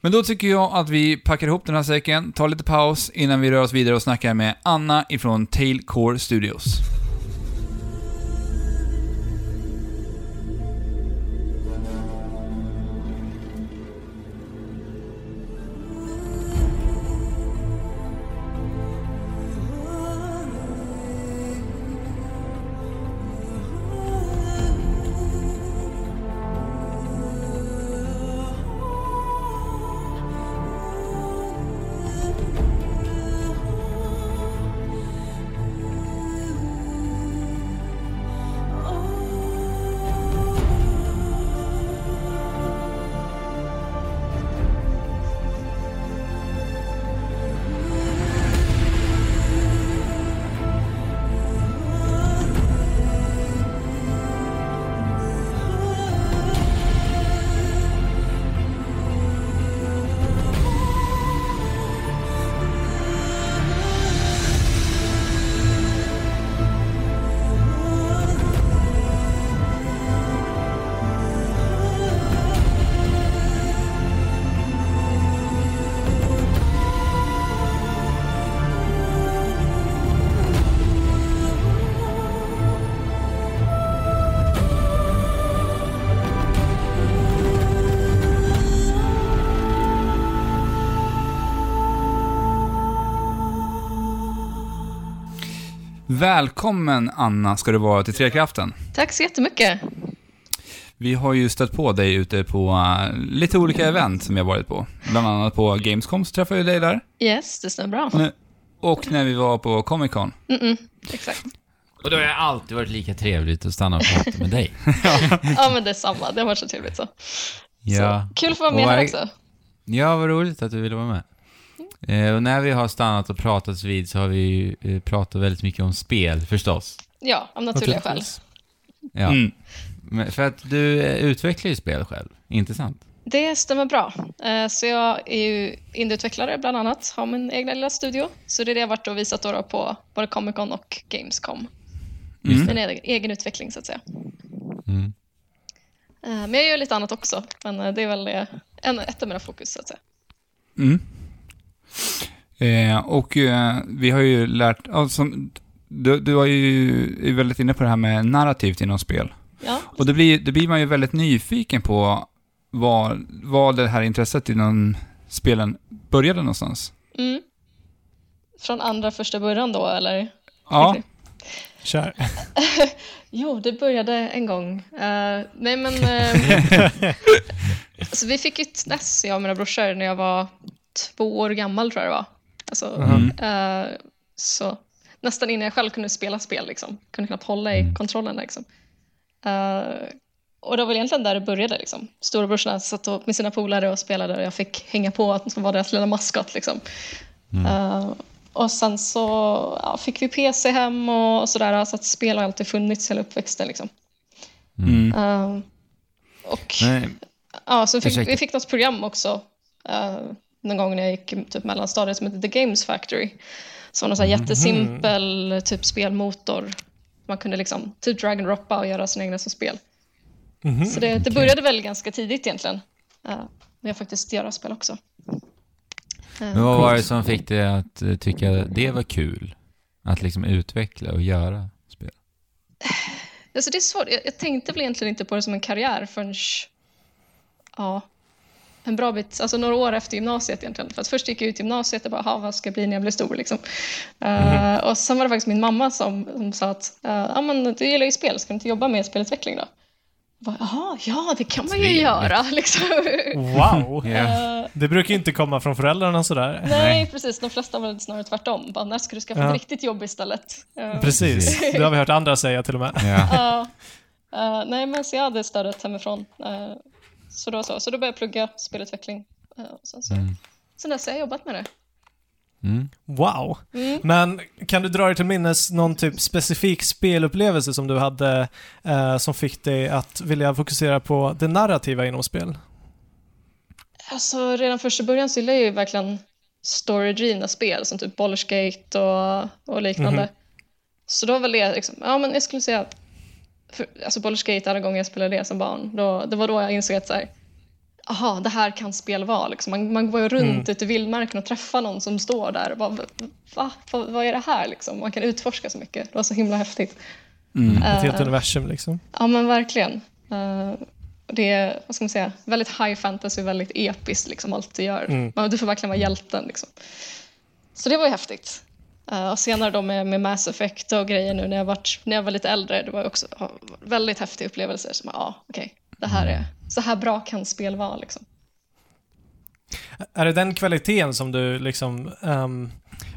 Men då tycker jag att vi packar ihop den här säcken, tar lite paus innan vi rör oss vidare och snackar med Anna ifrån Tailcore Studios. Välkommen Anna ska du vara till Trekraften. Tack så jättemycket. Vi har ju stött på dig ute på eh, lite olika event som jag varit på. Bland annat på Gamescom så träffade jag dig där. Yes, det stämmer Mm. bra. Nu- Och när vi var på Comic Con. Exakt. Och då har jag alltid varit lika trevligt att stanna och prata med dig. Ja, men det är samma. Det har varit så trevligt så. ja. Kul att få vara med Och här är- också. ja, vad roligt att du ville vara med. Mm. Eh, och när vi har stannat och pratats vid så har vi ju eh, pratat väldigt mycket om spel förstås. Ja, av naturliga skäl. Ja. Mm. Men för att du eh, utvecklar ju spel själv, inte sant? Det stämmer bra. Eh, Så jag är ju indieutvecklare bland annat, har min egna lilla studio. Så det är det jag varit och visat då då på både Comic Con och Gamescom. Mm. Min e- egen utveckling så att säga. Mm. Eh, Men jag gör lite annat också, men eh, det är väl eh, en, ett av mina fokus så att säga. Mm. Eh, och eh, vi har ju lärt, ja, som, du, du har ju, är väldigt inne på det här med narrativt inom spel. Ja, Och då blir, då blir man ju väldigt nyfiken på var, var det här intresset inom spelen började någonstans. mm. Från andra första början då eller? Ja, Kör. Jo, det började en gång. Eh, nej, men... Uh, alltså, vi fick ju ett NES, jag och mina brorsor, när jag var två år gammal, tror jag det var. Alltså, eh, så, nästan innan jag själv kunde spela spel, liksom. kunde knappt hålla i kontrollen. Liksom. Eh, Och det var väl egentligen där det började. Liksom. Storebrorsorna satt och, med sina polare och spelade och jag fick hänga på att de var deras lilla maskot. Liksom. Eh, och sen så ja, fick vi PC hem och sådär, så att spel har alltid funnits hela uppväxten. Liksom. Mm. Eh, och Nej, ja, så fick, Ursäkta. vi fick något program också eh, någon gång när jag gick i typ mellanstadiet som hette The Games Factory. Som var någon sån här jättesimpel typ spelmotor. Man kunde liksom typ drag and droppa och göra sina egna som spel. Så det, det började väl ganska tidigt egentligen. eh, Med faktiskt göra spel också. men vad var det som fick dig att eh, tycka det var kul? Att liksom utveckla och göra spel? Alltså det är svårt. Jag, jag tänkte väl egentligen inte på det som en karriär förrän ja, en bra bit, alltså några år efter gymnasiet egentligen. För att först gick jag ut gymnasiet och bara, "Ha, vad ska jag bli när jag blir stor? Liksom. Eh, och sen var det faktiskt min mamma som, som sa att, eh, ja men du gillar ju spel, ska du inte jobba med spelutveckling då? Jag bara, Jaha, ja det kan man ju Trevligt. göra. Liksom. Wow! Eh, Det brukar ju inte komma från föräldrarna sådär. nej, precis. De flesta var snarare tvärtom. Bara, när ska du skaffa Ja. ett riktigt jobb istället? Eh, Precis, det har vi hört andra säga till och med. Ja. Ja. Eh, nej, men så jag hade stödet hemifrån. Eh, så, då, så. så då började jag plugga spelutveckling. Eh, och sen, så. sen dess har jag jobbat med det. Mm. Wow! Men kan du dra dig till minnes någon typ specifik spelupplevelse som du hade eh, som fick dig att vilja fokusera på det narrativa inom spel? Alltså, redan första början så gillade jag ju verkligen storydrivna spel som typ Ballersgate och, och liknande. Så då var det liksom, ja men jag skulle säga, för, alltså Ballersgate alla gånger jag spelade det som barn, då, det var då jag insåg att så här, aha, det här kan spel vara. Liksom. Man, man går ju runt ute i vildmarken och träffar någon som står där och bara, va, va, vad- vad är det här liksom? Man kan utforska så mycket, det var så himla häftigt. Ett helt universum liksom. Ja men verkligen. Eh, det är, vad ska man säga, väldigt high fantasy, väldigt episkt liksom allt du gör. Mm. Man, du får verkligen vara hjälten liksom. Så det var ju häftigt. Eh, och senare då med, med Mass Effect och grejer nu när jag, varit, när jag var lite äldre, det var ju också ja, väldigt häftiga upplevelser. Som, ja, okej, det här är, så här bra kan spel vara liksom. Är det den kvaliteten som du liksom ehm,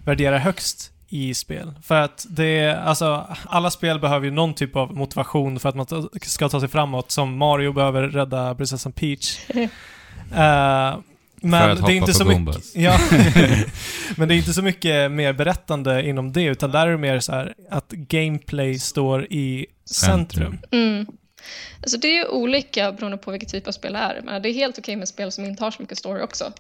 värderar högst i spel? För att det är, alltså, alla spel behöver ju någon typ av motivation för att man ta- ska ta sig framåt. Som Mario behöver rädda prinsessan Peach. Eh, För men att det är inte hoppa så på mycket... Goombas. Ja, men det är inte så mycket mer berättande inom det, utan där är det mer så här att gameplay står i centrum. Centrum. Mm. Alltså det är ju olika beroende på vilket typ av spel det är. Men det är helt okej med spel som inte har så mycket story också.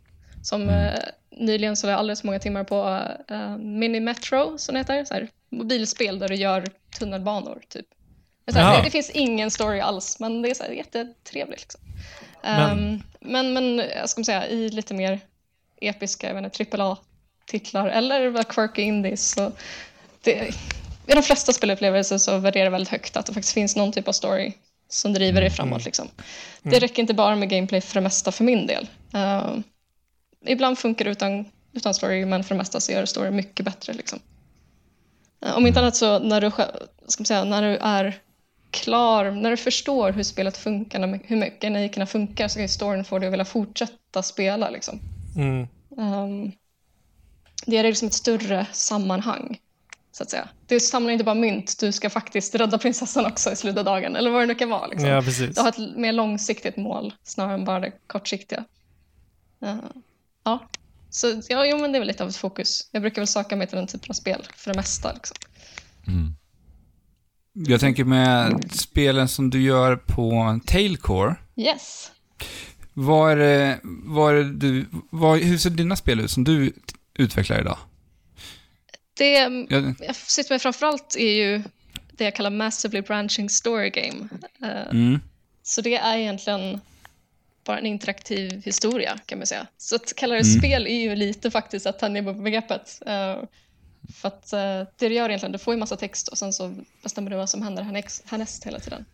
Som eh, nyligen så var jag alldeles för många timmar på eh, Mini Metro, som det heter. Så här, mobilspel där du gör tunnelbanor, typ. Men Så här, Jaha. det, det finns ingen story alls, men det är så här, jättetrevligt. Liksom. Men- Ehm, men, men jag ska säga, i lite mer episka, jag vet inte, AAA-titlar eller vad quirky indies. Så det, I de flesta spelupplevelser så värderar jag väldigt högt att det faktiskt finns någon typ av story som driver dig framåt. Liksom. Det räcker inte bara med gameplay för det mesta för min del. Ehm, ibland funkar det utan, utan story, men för det mesta så gör story mycket bättre. Liksom. Eh, Om inte annat så när du, sjö- ska man säga, när du är klar, när du förstår hur spelet funkar, när- hur mekanikerna funkar, så kan ju storyn få dig att vilja fortsätta spela. Liksom. Mm. Ehm, det är liksom ett större sammanhang, så att säga. Du samlar inte bara mynt, du ska faktiskt rädda prinsessan också i slutet av dagen, eller vad det nu kan vara. Liksom. Mm. Ja, precis. Du har ett mer långsiktigt mål snarare än bara det kortsiktiga. Eh, ja. Så ja, jo, men det är väl lite av ett fokus. Jag brukar väl söka mig till den typen av spel för det mesta. Liksom. Mm. Jag tänker med spelen som du gör på Tailcore. Yes. Vad är det, vad är det du, vad, hur ser dina spel ut som du t- utvecklar idag? Det Jag, jag sitter med framförallt är ju det jag kallar Massively Branching Story Game. Eh, mm, Så det är egentligen bara en interaktiv historia kan man säga. Så att kalla det spel är ju lite faktiskt att tänja på begreppet. Eh, För att eh, det du gör egentligen, du får ju massa text och sen så bestämmer du vad som händer härnäst- härnäst hela tiden.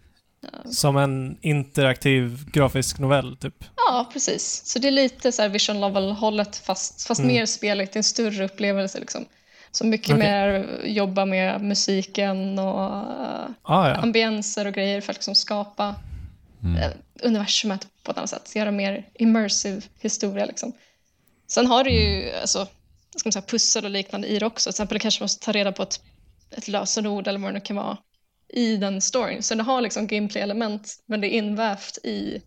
Som en interaktiv grafisk novell, typ. Ja, precis. Så det är lite så här vision level-hållet fast, fast mer speligt, det är en större upplevelse liksom. Så mycket Okej. mer jobba med musiken och eh, Ah, ja. ambienser och grejer för att liksom skapa Mm. eh, universumet på ett annat sätt. Göra mer immersive historia. Liksom. Sen har du ju Mm. alltså, vad ska man säga, pussel och liknande i det också. Till exempel du kanske måste ta reda på ett, ett lösenord eller vad det nu kan vara i den storyn. Så det har liksom gameplay-element, men det är invävt i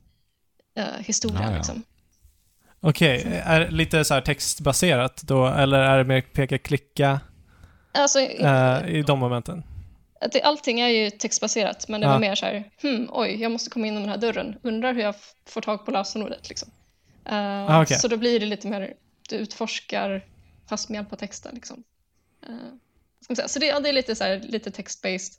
eh, historien. Ah, ja. liksom. Okej, är det lite så här textbaserat då, eller är det mer peka-klicka Alltså, eh, i de momenten? Att det, allting är ju textbaserat, men det Ja. var mer så här, hmm, oj, jag måste komma in i den här dörren, undrar hur jag f- får tag på lösenordet. Liksom. Eh, Ah, okej. Så då blir det lite mer, du utforskar fast med hjälp av texten. Liksom. Eh, vad ska man säga? Så det, ja, det är lite, så här, lite text-based,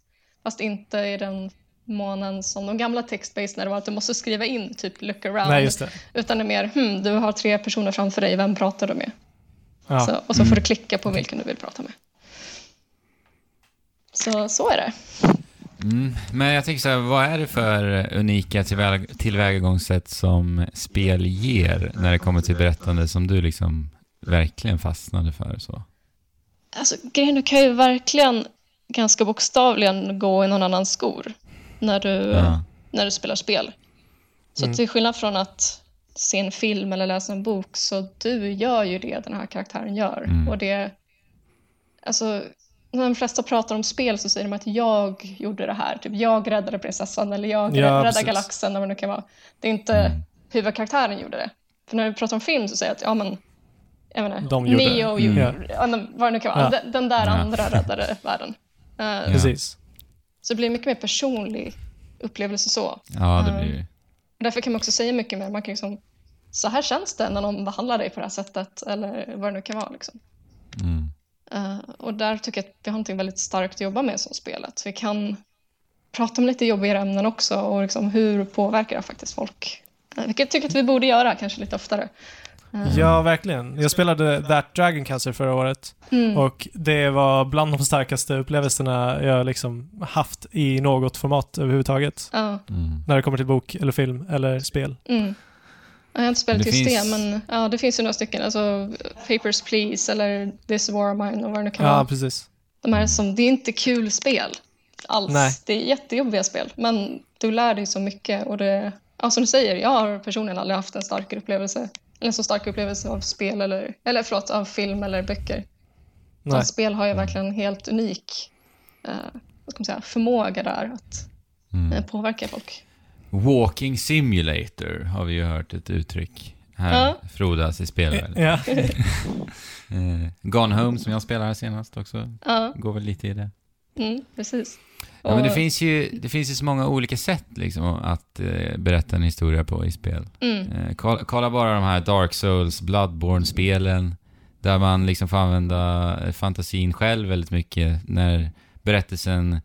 fast inte i den månen som de gamla text-based när det var att du måste skriva in typ look around, Nej, just det. utan det är mer, hmm, du har tre personer framför dig, vem pratar du med? Ja. Mm. Så, och så får du klicka på vilken du vill prata med. Så, så är det. Mm. Men jag tänker så här, vad är det för unika tillväg- tillvägagångssätt som spel ger när det kommer till berättande som du liksom verkligen fastnade för? Så? Alltså, grejen, du kan ju verkligen ganska bokstavligen gå i någon annans skor när du, Ja. när du spelar spel. Så Mm. till skillnad från att se en film eller läsa en bok så du gör ju det den här karaktären gör. Mm. Och det, alltså, när de flesta pratar om spel så säger de att jag gjorde det här. Typ, jag räddade prinsessan eller jag Ja, räddade precis. Mm. galaxen. Eller vad det nu kan vara. Det är inte huvudkaraktären gjorde det. För när vi pratar om film så säger jag att ja, men, jag menar, De gjorde det. Neo Mm. gjorde Ja. ja, men vad det nu kan vara. Ja. Den, den där Ja. andra räddade världen. Eh, Precis. Så det blir mycket mer personlig upplevelse så. Ja, det blir Därför kan man också säga mycket mer. Man kan liksom, så här känns det när någon behandlar dig på det här sättet eller vad det nu kan vara. Liksom. mm. Eh, och där tycker jag att vi har något väldigt starkt att jobba med som spelet. Vi kan prata om lite jobbigare ämnen också och liksom hur påverkar det faktiskt folk. Eh, vilket jag tycker att vi borde göra kanske lite oftare. Eh, Ja, verkligen. Jag spelade That Dragon Cancer förra året Mm. och det var bland de starkaste upplevelserna jag liksom haft i något format överhuvudtaget. Ja, Mm. När det kommer till bok eller film eller spel. mm. Jag har inte spelat Det just finns- det, men ja, det finns ju några stycken. Alltså, Papers, Please eller This War of Mine och vad det nu kan vara. Ja, precis. De här som, det är inte kul spel alls. Nej. Det är jättejobbiga spel, men du lär dig så mycket. Och det, ja, som du säger, jag har personligen aldrig haft en starkare upplevelse, eller en så stark upplevelse av spel, eller, eller förlåt, av film eller böcker. Nej. Utan spel har ju verkligen en helt unik eh, vad ska man säga, förmåga där att Mm. eh, påverka folk. Walking simulator har vi ju hört ett uttryck här Ja. frodas i spelvärlden. Ja, Eh, Gone Home som jag spelade senast också, Ja, går väl lite i det. mm, precis. Ja, men det Och- finns, ju, det finns ju så många olika sätt liksom, att eh, berätta en historia på i spel. Mm, Eh, kolla, kolla bara de här Dark Souls, Bloodborne-spelen där man liksom får använda eh, fantasin själv väldigt mycket när berättelsen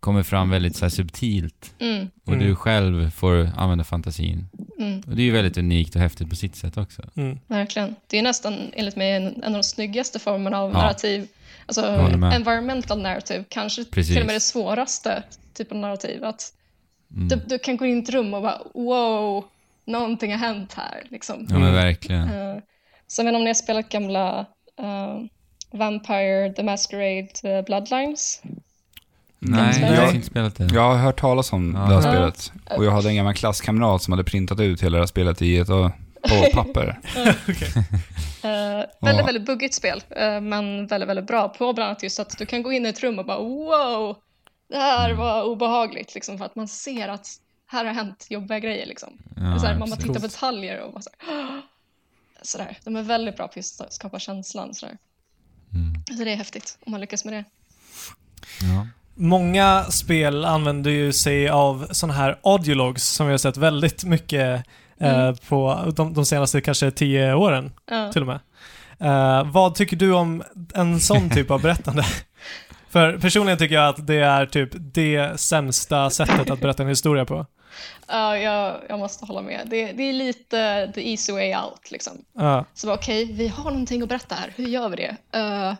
kommer fram väldigt så här subtilt mm, och Mm. du själv får använda fantasin. mm, Och det är ju väldigt unikt och häftigt på sitt sätt också. mm. verkligen. Det är nästan, enligt mig, en, en av de snyggaste formerna av Ja. narrativ. Alltså, håller med. environmental narrative, kanske Precis. till och med det svåraste typen av narrativ. Att Mm. du, du kan gå in i ett rum och bara wow, någonting har hänt här. Liksom. Ja men verkligen. Eh, så jag vet inte om ni har spelat gamla eh, Vampire, The Masquerade, eh, Bloodlines? Nej, Nej. jag har inte spelat det. Jag har hört talas om det här Ja. spelet. Och jag hade en gammal klasskamrat som hade printat ut hela det här spelet i ett eh, på papper. Eh, Ja. väldigt, väldigt buggigt spel, eh, men väldigt, väldigt bra på bland annat just att du kan gå in i ett rum och bara wow, det Mm. här var obehagligt, liksom, för att man ser att här har hänt jobbiga grejer. Liksom. Ja, så här, man bara precis. tittar på detaljer och bara så här, sådär. De är väldigt bra på just att skapa känslan. Sådär. Så det är häftigt om man lyckas med det. Mm. Ja. Många spel använder ju sig av sådana här audiologs som vi har sett väldigt mycket Mm. eh, på de, de senaste kanske tio åren Ja. till och med. Eh, vad tycker du om en sån typ av berättande? För personligen tycker jag att det är typ det sämsta sättet att berätta en historia på. Ja, jag, jag måste hålla med. Det, det är lite the easy way out. Liksom. Ja, Så bara, okej, vi har någonting att berätta här. Hur gör vi det? Eh,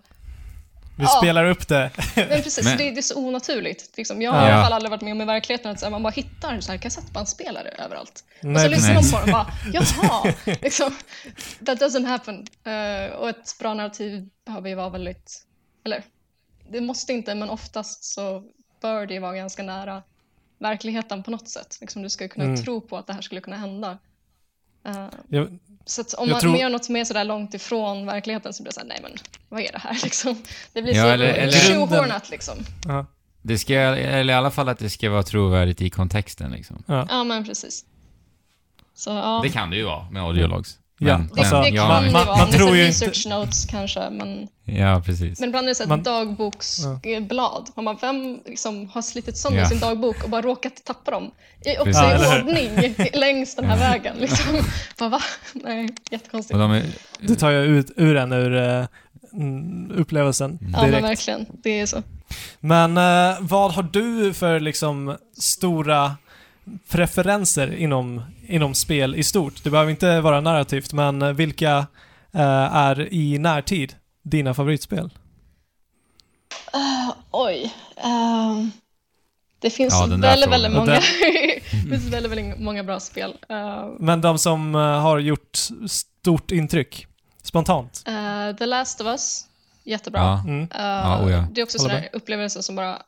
vi Ja. spelar upp det. men precis, Men- Det, det är så onaturligt. Liksom, jag har i Ja. alla fall aldrig varit med om i verkligheten att så här, man bara hittar så här kassettbandspelare överallt. och Nej, så lyssnar man precis. på dem och bara, jaha, liksom, that doesn't happen. Eh, och ett bra narrativ behöver ju vara väldigt, eller det måste inte, men oftast så bör det ju vara ganska nära verkligheten på något sätt. Liksom, du ska ju kunna Mm. tro på att det här skulle kunna hända. Eh, Jag, så att om Jag man, tror- om man gör något som är sådär långt ifrån verkligheten så blir det såhär, nej men vad är det här liksom? Det blir Ja, så eller- eller- shoehornat liksom. ja. Det ska, eller i alla fall att det ska vara trovärdigt i kontexten liksom. Ja, men precis. Så ja, Det kan det ju vara med audiologs. Ja, Men- alltså, det men- kan ja, man- ju man- vara. man med tror så ju inte- research notes kanske, men, ja, precis. men ibland är det så här Man- dagboksblad. Har man vem liksom har slitit sönder Ja. sin dagbok och bara råkat tappa dem? I, också Precis. Ja, eller i hur? ordning längs den här vägen. Liksom. Bara, va? Nej, jättekonstigt. Och de är, Det tar jag ut ur en ur eh, mm, upplevelsen Ja, men direkt. verkligen. Det är så. Men eh, vad har du för liksom stora preferenser inom, inom spel i stort? Det behöver inte vara narrativt, men eh, vilka eh, är i närtid dina favoritspel? Ah, oj. Ehm, det finns Ja, den där väldigt, frågan. väldigt Den många, där- det finns väldigt, väldigt många bra spel. Ehm, Men de som eh, har gjort stort intryck spontant. eh, The Last of Us, jättebra. ja, Mm. Eh, oh ja. Det är också Håller sådana upplevelser som bara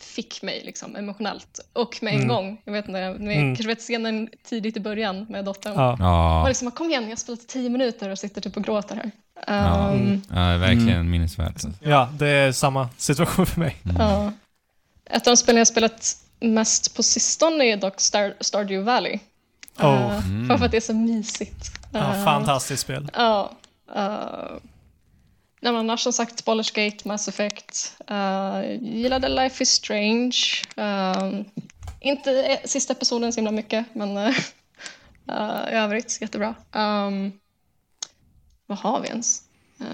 fick mig liksom, emotionellt. Och med en Mm. gång. Jag vet inte, ni Mm. kanske vet scenen tidigt i början med dottern. Ja. Ja. Och ja, liksom, bara, kom igen, jag har spelat i tio minuter och sitter typ och gråter här. Ja. Ehm, ja, verkligen minnesvärt. alltså. ja, det är samma situation för mig. Ja. Ett av de spel jag spelat mest på sistone är dock Star- Stardew Valley. Oh. Eh, bara för att det är så mysigt. Ja, Eh, fantastiskt spel. Ja. eh, nej, men annars som sagt Baldur's Gate, Mass Effect. eh, gillade Life is Strange. eh, inte eh, sista episoden så himla mycket, men eh, eh, i övrigt jättebra. Um, vad har vi ens? Eh,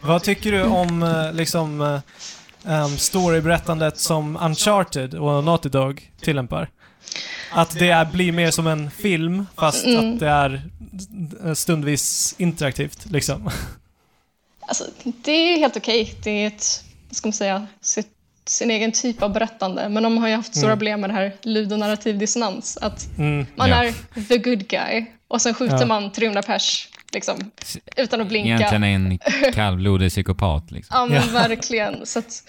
Vad tycker du om eh, liksom eh, em, storyberättandet som Uncharted och Naughty Dog tillämpar? Att det är, blir mer som en film fast Mm. att det är stundvis interaktivt liksom. Alltså, det är helt okej. Det är ett, vad ska man säga, sitt, sin egen typ av berättande. Men de har ju haft stora problem med det här ludonarrativ dissonans. Att Mm. man Ja. är the good guy och sen skjuter Ja. man 300 pers liksom, utan att blinka. Egentligen en kallblodig psykopat liksom. Ja, men Ja. verkligen. Så att,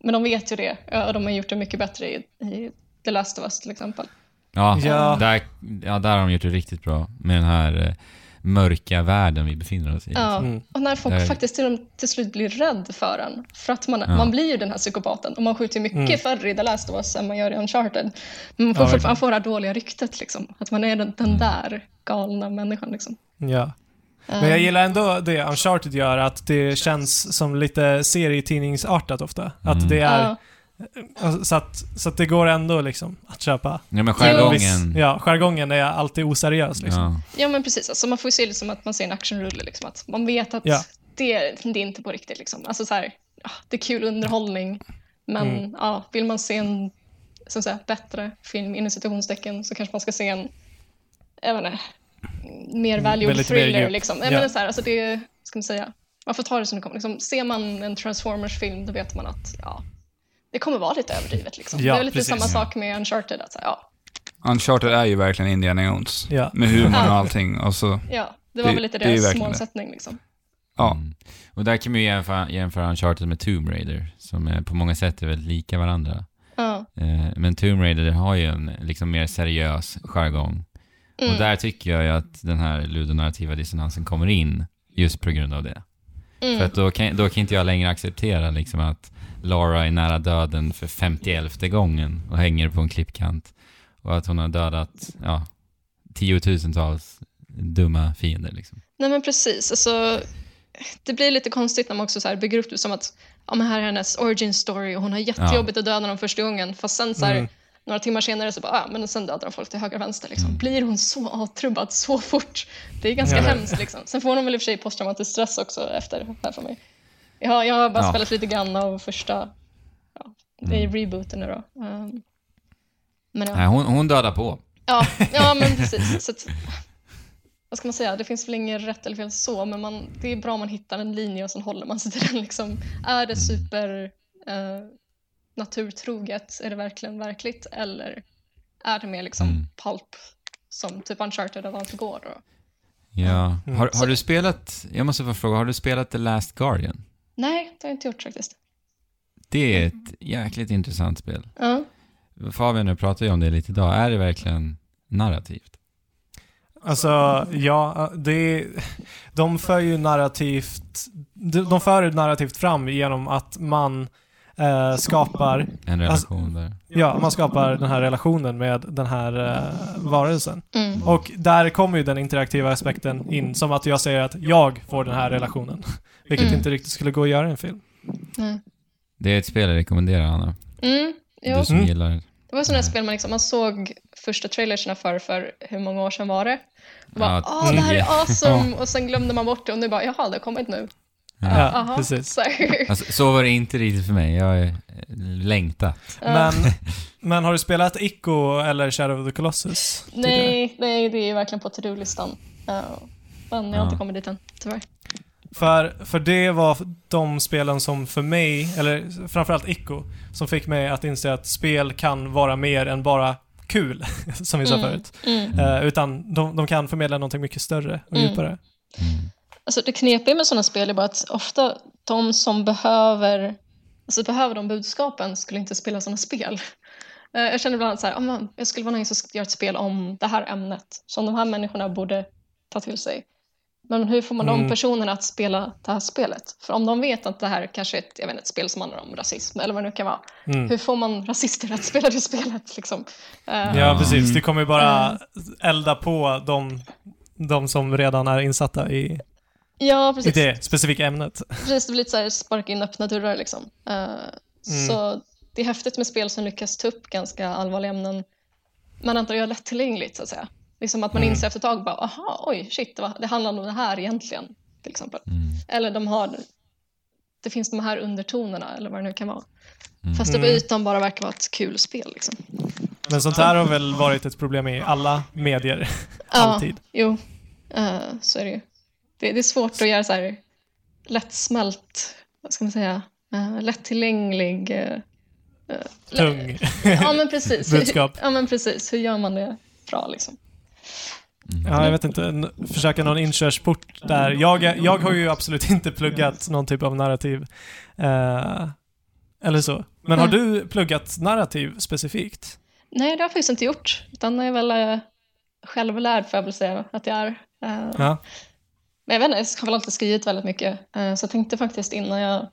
men de vet ju det Ja, och de har gjort det mycket bättre i, i The Last of Us till exempel. Ja, Ja. Där, ja, där har de gjort det riktigt bra med den här eh, mörka världen vi befinner oss i. Ja. Mm. Och när folk Nej. faktiskt till, till slut blir rädd för en. För att man, man blir ju den här psykopaten. Och man skjuter mycket färre i The Last of Us än man gör i Uncharted. Men man får Mm. verkligen. Mm. fortfarande få det här dåliga ryktet. Liksom. Att man är den, den där galna människan. Liksom. Ja. Men Eh. jag gillar ändå det Uncharted gör, att det känns som lite serietidningsartat ofta. Att det är, Mm. Ja, alltså, så, att, så att det går ändå liksom att köpa. Ja, men Viss- jargongen. Ja, jargongen är alltid oseriös liksom. Ja. ja, men precis. Alltså, man får ju se det som att man ser en actionrulle. Liksom. Att man vet att Ja. det, det är inte på riktigt. Liksom. Alltså, så här, ah, det är kul underhållning. Men Mm. ja, vill man se en som sagt, bättre film inom situationstecken så kanske man ska se en jag vet inte, mer valued Mm, väldigt mer thriller. djup. liksom. Ja. Jag menar så här, alltså det, är- ska man, säga, man får ta det som det kommer. Liksom, ser man en Transformers-film då vet man att ja, det kommer vara lite överdrivet. Liksom. Ja, det är väl lite precis. samma Ja. sak med Uncharted. Att, så här, ja, Uncharted är ju verkligen Indiana Jones. Ja. Med humor och allting. Och så, ja, det var Det- väl lite det är ju deras verkligen det. målsättning. Liksom. ja. Mm. Och där kan man ju jämföra, jämföra Uncharted med Tomb Raider, som eh, på många sätt är väldigt lika varandra. Ja. Eh, Men Tomb Raider har ju en liksom mer seriös jargong. Mm. Och där tycker jag ju att den här ludonarrativa dissonansen kommer in just på grund av det. Mm. För att då kan, då kan inte jag längre acceptera liksom att Laura är nära döden för 51 gången och hänger på en klippkant. Och att hon har dödat, ja, tiotusentals dumma fiender liksom. Nej men precis, alltså, det blir lite konstigt när man också så här bygger upp det som att ja, men här är hennes origin story och hon har jättejobbigt att döda någon första gången fast sen så här, några timmar senare så bara, ja, men sen dödar de folk till höger och vänster. Liksom. Blir hon så avtrubbad så fort? Det är ganska hemskt. Liksom. Sen får hon väl i och för sig posttraumatisk stress också efter, här för mig. Jag, har- jag har bara Ja. spelat lite grann av första, ja, det är rebooten nu då. Um, men ja. Nej, hon, hon dödar på. Ja, ja men precis. Så att, vad ska man säga? Det finns väl inget rätt eller fel så, men man, det är bra om man hittar en linje och sen håller man sig till den. Liksom. Är det super eh, naturtroget? Är det verkligen verkligt? Eller är det mer liksom pulp som typ Uncharted av allt går? Och... Ja. Har, har du spelat, jag måste få fråga, har du spelat The Last Guardian? Nej, det har jag inte gjort faktiskt. Det är ett jäkligt intressant spel. Ja. Fabian nu pratar ju om det lite idag. Är det verkligen narrativt? Alltså, ja, det är, de för ju narrativt, de de för ju narrativt fram genom att man eh, skapar, En relation där. ja, man skapar den här relationen med den här eh, varelsen. Mm. Och där kommer ju den interaktiva aspekten in, som att jag säger att jag får den här relationen. Vilket Mm. inte riktigt skulle gå att göra i en film. Nej. Det är ett spel jag rekommenderar, Anna. Mm. Jo. Du som Mm. gillar... Det var sådana Nej. spel man, liksom, man såg första trailerserna för, för hur många år sedan var det? Och bara, Ja, ah, det här tio. är awesome! Och sen glömde man bort det och nu bara, jaha, det har kommit nu. Ja, Aha. precis. Så, Alltså, så var det inte riktigt för mig. Jag eh, är längtat. Men, men har du spelat Ico eller Shadow of the Colossus? tidigare? nej, nej, det är verkligen på to-do-listan. Ja. men jag har inte Ja. kommit dit än, tyvärr. För, för det var de spelen som för mig, eller framförallt Ico, som fick mig att inse att spel kan vara mer än bara kul, som vi sa Mm. förut. Mm. Eh, utan de, de kan förmedla någonting mycket större och Mm. djupare. Alltså det knepiga med sådana spel är bara att ofta de som behöver, alltså behöver de budskapen skulle inte spela sådana spel. Eh, Jag känner ibland så här, "Ah, men jag skulle vara någon som skulle göra ett spel om det här ämnet som de här människorna borde ta till sig. Men hur får man Mm. de personerna att spela det här spelet? För om de vet att det här kanske är ett, jag vet, inte, ett spel som handlar om rasism eller vad det nu kan vara, Mm. hur får man rasister att spela det spelet? Liksom? Eh, Ja, Ja. precis. Det kommer ju Mm. bara elda på de, de som redan är insatta i, ja, i precis. det specifika ämnet. Precis, det blir lite så här sparka in öppna dörrar liksom. Eh, Mm. Så det är häftigt med spel som lyckas ta upp ganska allvarliga ämnen, men inte gör lättillgängligt så att säga. Liksom att man Mm. inser efter ett tag bara, aha, oj, shit, det, var, det handlar om det här egentligen, till exempel. Mm. Eller de har, det finns de här undertonerna eller vad det nu kan vara. Fast det på Mm. ytan bara verkar vara ett kul spel liksom. Men sånt här har väl varit ett problem i alla medier, alltid. Ja, jo, Eh, så är det ju. Det, det är svårt att göra så här lättsmält, vad ska man säga, uh, lättillgänglig eh, Tung. Ja men precis. Budskap. Ja men precis, hur gör man det bra liksom? Ja, jag vet inte. N- Försöka någon inkörsport där. Jag, är- jag har ju absolut inte pluggat någon typ av narrativ. Eh, eller så. Men har du pluggat narrativ specifikt? Nej det har jag faktiskt inte gjort, utan jag är väl eh, självlärd får jag väl säga att jag är. Eh, Ja. Men jag vet inte, jag har väl alltid skrivit väldigt mycket, eh, så jag tänkte faktiskt innan jag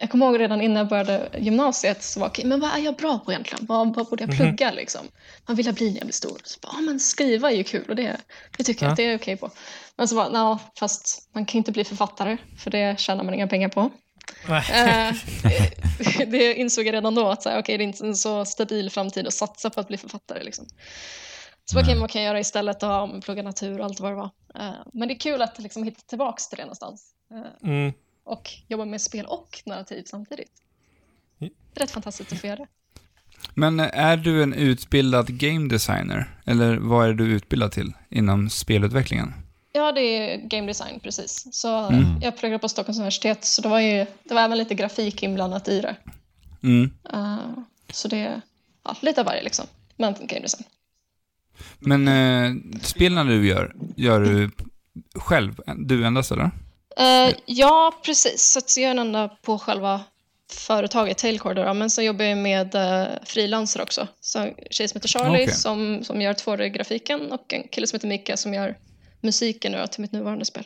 jag kommer ihåg redan innan jag började gymnasiet så var okej, men vad är jag bra på egentligen? Vad, vad Mhm. borde jag plugga liksom? Vad vill jag bli när jag blir stor? Så bara, ja men skriva är ju kul och det, det tycker jag Ja. att det är okej på. Men så bara, ja fast man kan ju inte bli författare för det tjänar man inga pengar på. Nej. Eh, det insåg jag redan då att så här, okej, det är inte en så stabil framtid att satsa på att bli författare. Liksom. Så vad kan man kan göra istället? Och, um, plugga natur och allt vad det var. Eh, men det är kul att liksom, hitta tillbaka till det någonstans. Eh, Mm. och jobba med spel och narrativ samtidigt. Ja. Det är rätt fantastiskt att få göra det. Men är du en utbildad game designer? Eller vad är du utbildad till inom spelutvecklingen? Ja, det är game design precis. Så eh, Mm. jag pluggade på Stockholms universitet, så det var, ju, det var även lite grafik inblandat i det. Mm. Eh, så det är ja, lite av varje liksom. Men game design. Men eh, spelen du gör, gör du själv? Du endast eller? Eh, ja, precis. Så att jag är den enda på själva företaget Tailcore. Då, då. men så jobbar jag med eh, frilanser också. Så en tjej som heter Charlie Okej. som, som gör 2D-grafiken och en kille som heter Mika som gör musiken nu, till mitt nuvarande spel.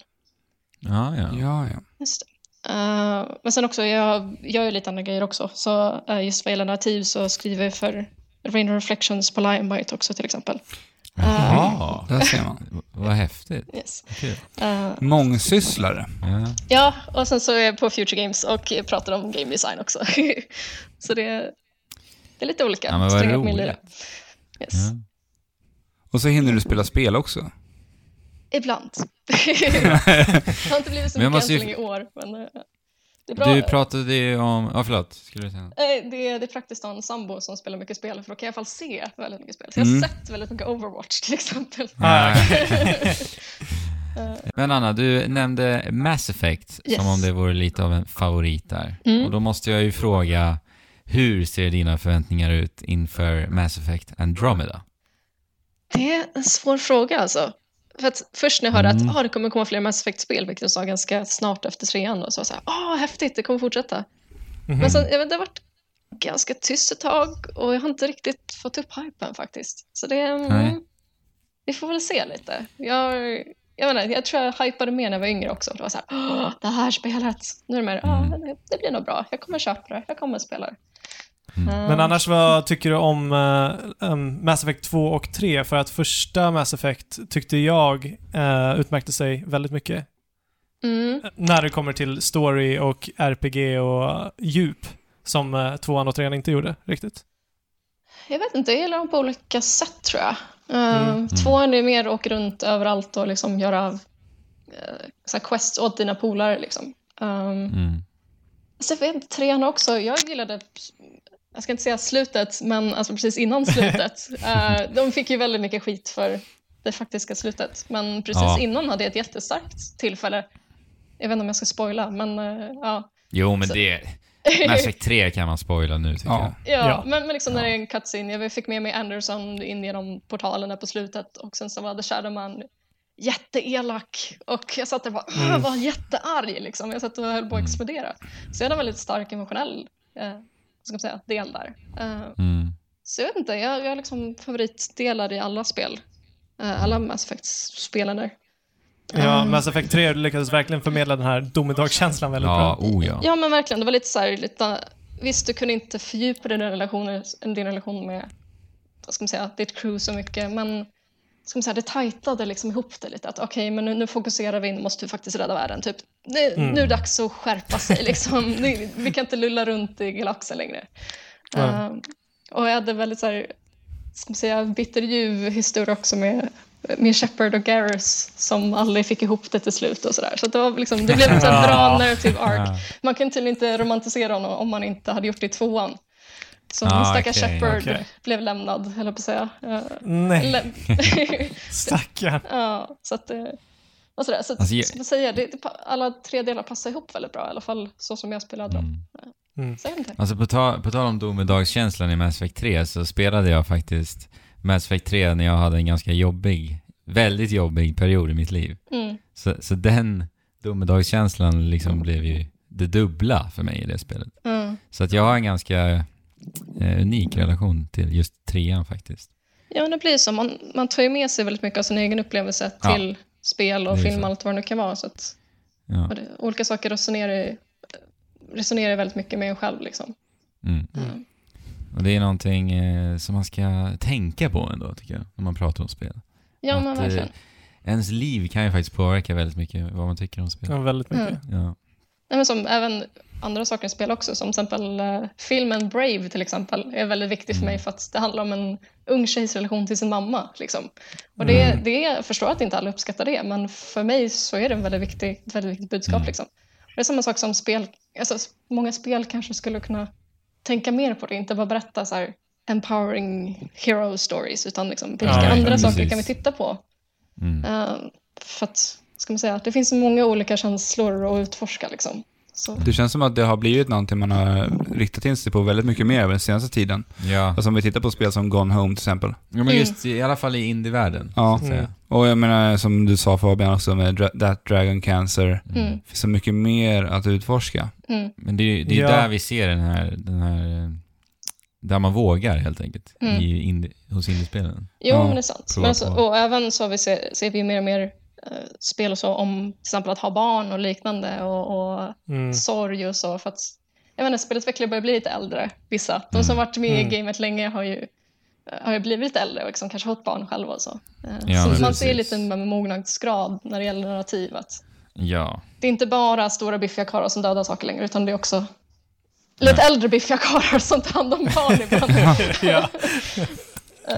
Ja, ja. Ja, ja. Just det. Eh, men sen också, jag gör ju lite andra grejer också. Så eh, just vad gäller narrativ så skriver jag för Rain Reflections på Lionbite också till exempel. Eh, Ja, Där ser man. vad häftigt. yes. Kul. Eh, Mångsysslare. Ja. Ja, och sen så är jag på Future Games och pratar om game design också. så det, det är lite olika. Ja, men vad Strängar på min roligt. Mm. lyra. Yes. Ja. Och så hinner du spela spel också. Ibland. det har inte blivit så Men jag mycket än måste så ju- länge i år. Men eh, det är bra. Du pratade ju om... Ja, förlåt. Skulle du säga något? Eh, det, är, det är praktiskt att ha en sambo som spelar mycket spel, för då kan jag i alla fall se väldigt mycket spel. Så jag har Mm. sett väldigt mycket Overwatch till exempel. Ah, Men Anna, du nämnde Mass Effect Yes. som om det vore lite av en favorit där. Mm. Och då måste jag ju fråga, hur ser dina förväntningar ut inför Mass Effect Andromeda? Det är en svår fråga alltså. För att först när jag hörde Mm. att ah, det kommer komma fler Mass Effect-spel, vilket jag sa ganska snart efter trean, och så var jag så här, ah, häftigt, det kommer fortsätta. Men sen, jag vet, det har varit ganska tyst ett tag och jag har inte riktigt mm, fått upp hypen faktiskt. Så det, Nej. mm, vi får väl se lite. Jag jag menar, jag tror jag hypade mer när jag var yngre också. Det var så här, "Åh, det här spelet. Nu är det mer, "Ja, det- det blir nog bra. Jag kommer köpa det. Jag kommer spela det. Eh, Mm. Men annars, vad tycker du om eh, um, Mass Effect 2 och 3? För att första Mass Effect tyckte jag eh, utmärkte sig väldigt mycket. eh, mm, När det kommer till story och RPG och djup. Som eh, tvåan och trean inte gjorde riktigt. jag vet inte, jag gillar dem på olika sätt tror jag. Eh, Tvåan är mer åka runt överallt och liksom göra uh, så här quests åt dina polare. Liksom. Ehm, Mm. Så jag vet inte, trean också. Jag gillade, jag ska inte säga slutet, men alltså precis innan slutet. Eh, de fick ju väldigt mycket skit för det faktiska slutet. Men precis Ja. innan hade jag ett jättestarkt tillfälle. Jag vet inte om jag ska spoila, men eh, ja. Jo, men Så- det... Mass Effect 3 kan man spoila nu tycker Ja. jag. Ja, Ja. Men, men liksom när det är en cutscene. Jag fick med mig Anderson in genom portalen där på slutet och sen så var The Shadowman jätteelak och jag satt där och bara, "Åh, var jättearg liksom. Jag satt och höll på att explodera. Så jag hade en väldigt stark emotionell eh, vad ska man säga, del där. Eh, Mm. så jag vet inte, jag, jag har liksom favoritdelar i alla spel. Eh, alla Mass Effect-spelen där. Ja, Ah. alltså, Mass Effect 3 lyckades verkligen förmedla den här domedagskänslan väldigt Ja, bra. oh ja. Ja men verkligen, det var lite så här, lite, visst du kunde inte fördjupa din relation, din relation med vad ska man säga, ditt crew så mycket, men ska man säga, det tajtade liksom ihop det lite. Att okej, men nu, nu fokuserar vi, nu måste vi faktiskt rädda världen. Typ, nu, nu är det dags att skärpa sig, liksom. nu, vi kan inte lulla runt i galaxen längre. Ja. Ehm, och jag hade väldigt så här, ska man säga, bitterljuv historia också med med Shepard och Garrus som aldrig fick ihop det till slut och sådär. Så att det, var liksom, det blev en sån här bra narrative arc. Man kan tydligen inte romantisera honom om man inte hade gjort det i tvåan. Så Ah, ah, stackars okej, Shepard okej. blev lämnad, höll jag på att säga. Eh, Nej, lä- stackarn. ja, så att, eh, och sådär. Så att, Alltså, jag- som jag säger, det, det, pa- alla tre delar passar ihop väldigt bra, i alla fall så som jag spelade dem. Mm. Så jag vet inte. Alltså på, ta, på tal om domedagskänslan i Mass Effect 3 så spelade jag faktiskt Mass Effect 3 när jag hade en ganska jobbig, väldigt jobbig period i mitt liv. Mm. Så, så den domedagskänslan liksom blev ju det dubbla för mig i det spelet. Mm. Så att jag har en ganska eh, unik relation till just trean faktiskt. Ja, men det blir ju så. Man, man tar ju med sig väldigt mycket av sin egen upplevelse Ja. till spel och Det är ju film så. och allt vad det nu kan vara. Så att, Ja. Och det, olika saker resonerar, ju- resonerar väldigt mycket med en själv. Liksom. Mm. Mm. Och det är någonting eh, som man ska tänka på ändå tycker jag, när man pratar om spel. Ja, Att, men eh, verkligen. Ens liv kan ju faktiskt påverka väldigt mycket vad man tycker om spel. Ja, väldigt mycket. Mm. Ja. Nej, men som även andra saker i spel också, som till exempel eh, filmen Brave till exempel, är väldigt viktig för Mm. mig för att det handlar om en ung tjejs relation till sin mamma. Liksom. Och det, Mm. det, jag förstår att inte alla uppskattar det, men för mig så är det en väldigt viktig, ett väldigt viktigt budskap. Mm. Liksom. Det är samma sak som spel, alltså, s- många spel kanske skulle kunna tänka mer på det, inte bara berätta så här empowering hero stories, utan liksom, vilka Ja, andra precis. saker kan vi titta på? Mm. Eh, för att, ska man säga, det finns så många olika känslor att utforska. Liksom. Så. Det känns som att det har blivit någonting man har riktat in sig på väldigt mycket mer över den senaste tiden. Ja. Alltså om vi tittar på spel som Gone Home till exempel. Ja Mm. men just i alla fall i indievärlden. Ja. Så att säga. Och jag menar som du sa Fabian också med Dra- That Dragon Cancer. Mm. Det finns så mycket mer att utforska. Men det är ju det är ju Ja. där vi ser den här, den här, eh, där man vågar helt enkelt, Mm. i indi, hos indiespelen. Jo, Ja, men det är sant. prova Men alltså, på. och även så har vi ser, ser vi mer och mer eh, spel och så om till exempel att ha barn och liknande och, och Mm. sorg och så. För att, jag menar, spelutvecklare börjar bli lite äldre, vissa. De som varit med Mm. i gamet länge har ju, eh, har ju blivit lite äldre och liksom kanske fått barn själva och så. Eh, Ja, så men man precis. ser lite med mognadsgrad när det gäller narrativet. Ja. Det är inte bara stora biffiga karlar som dödar saker längre, utan det är också lite äldre biffiga karlar som tar hand om barn ibland. Ja.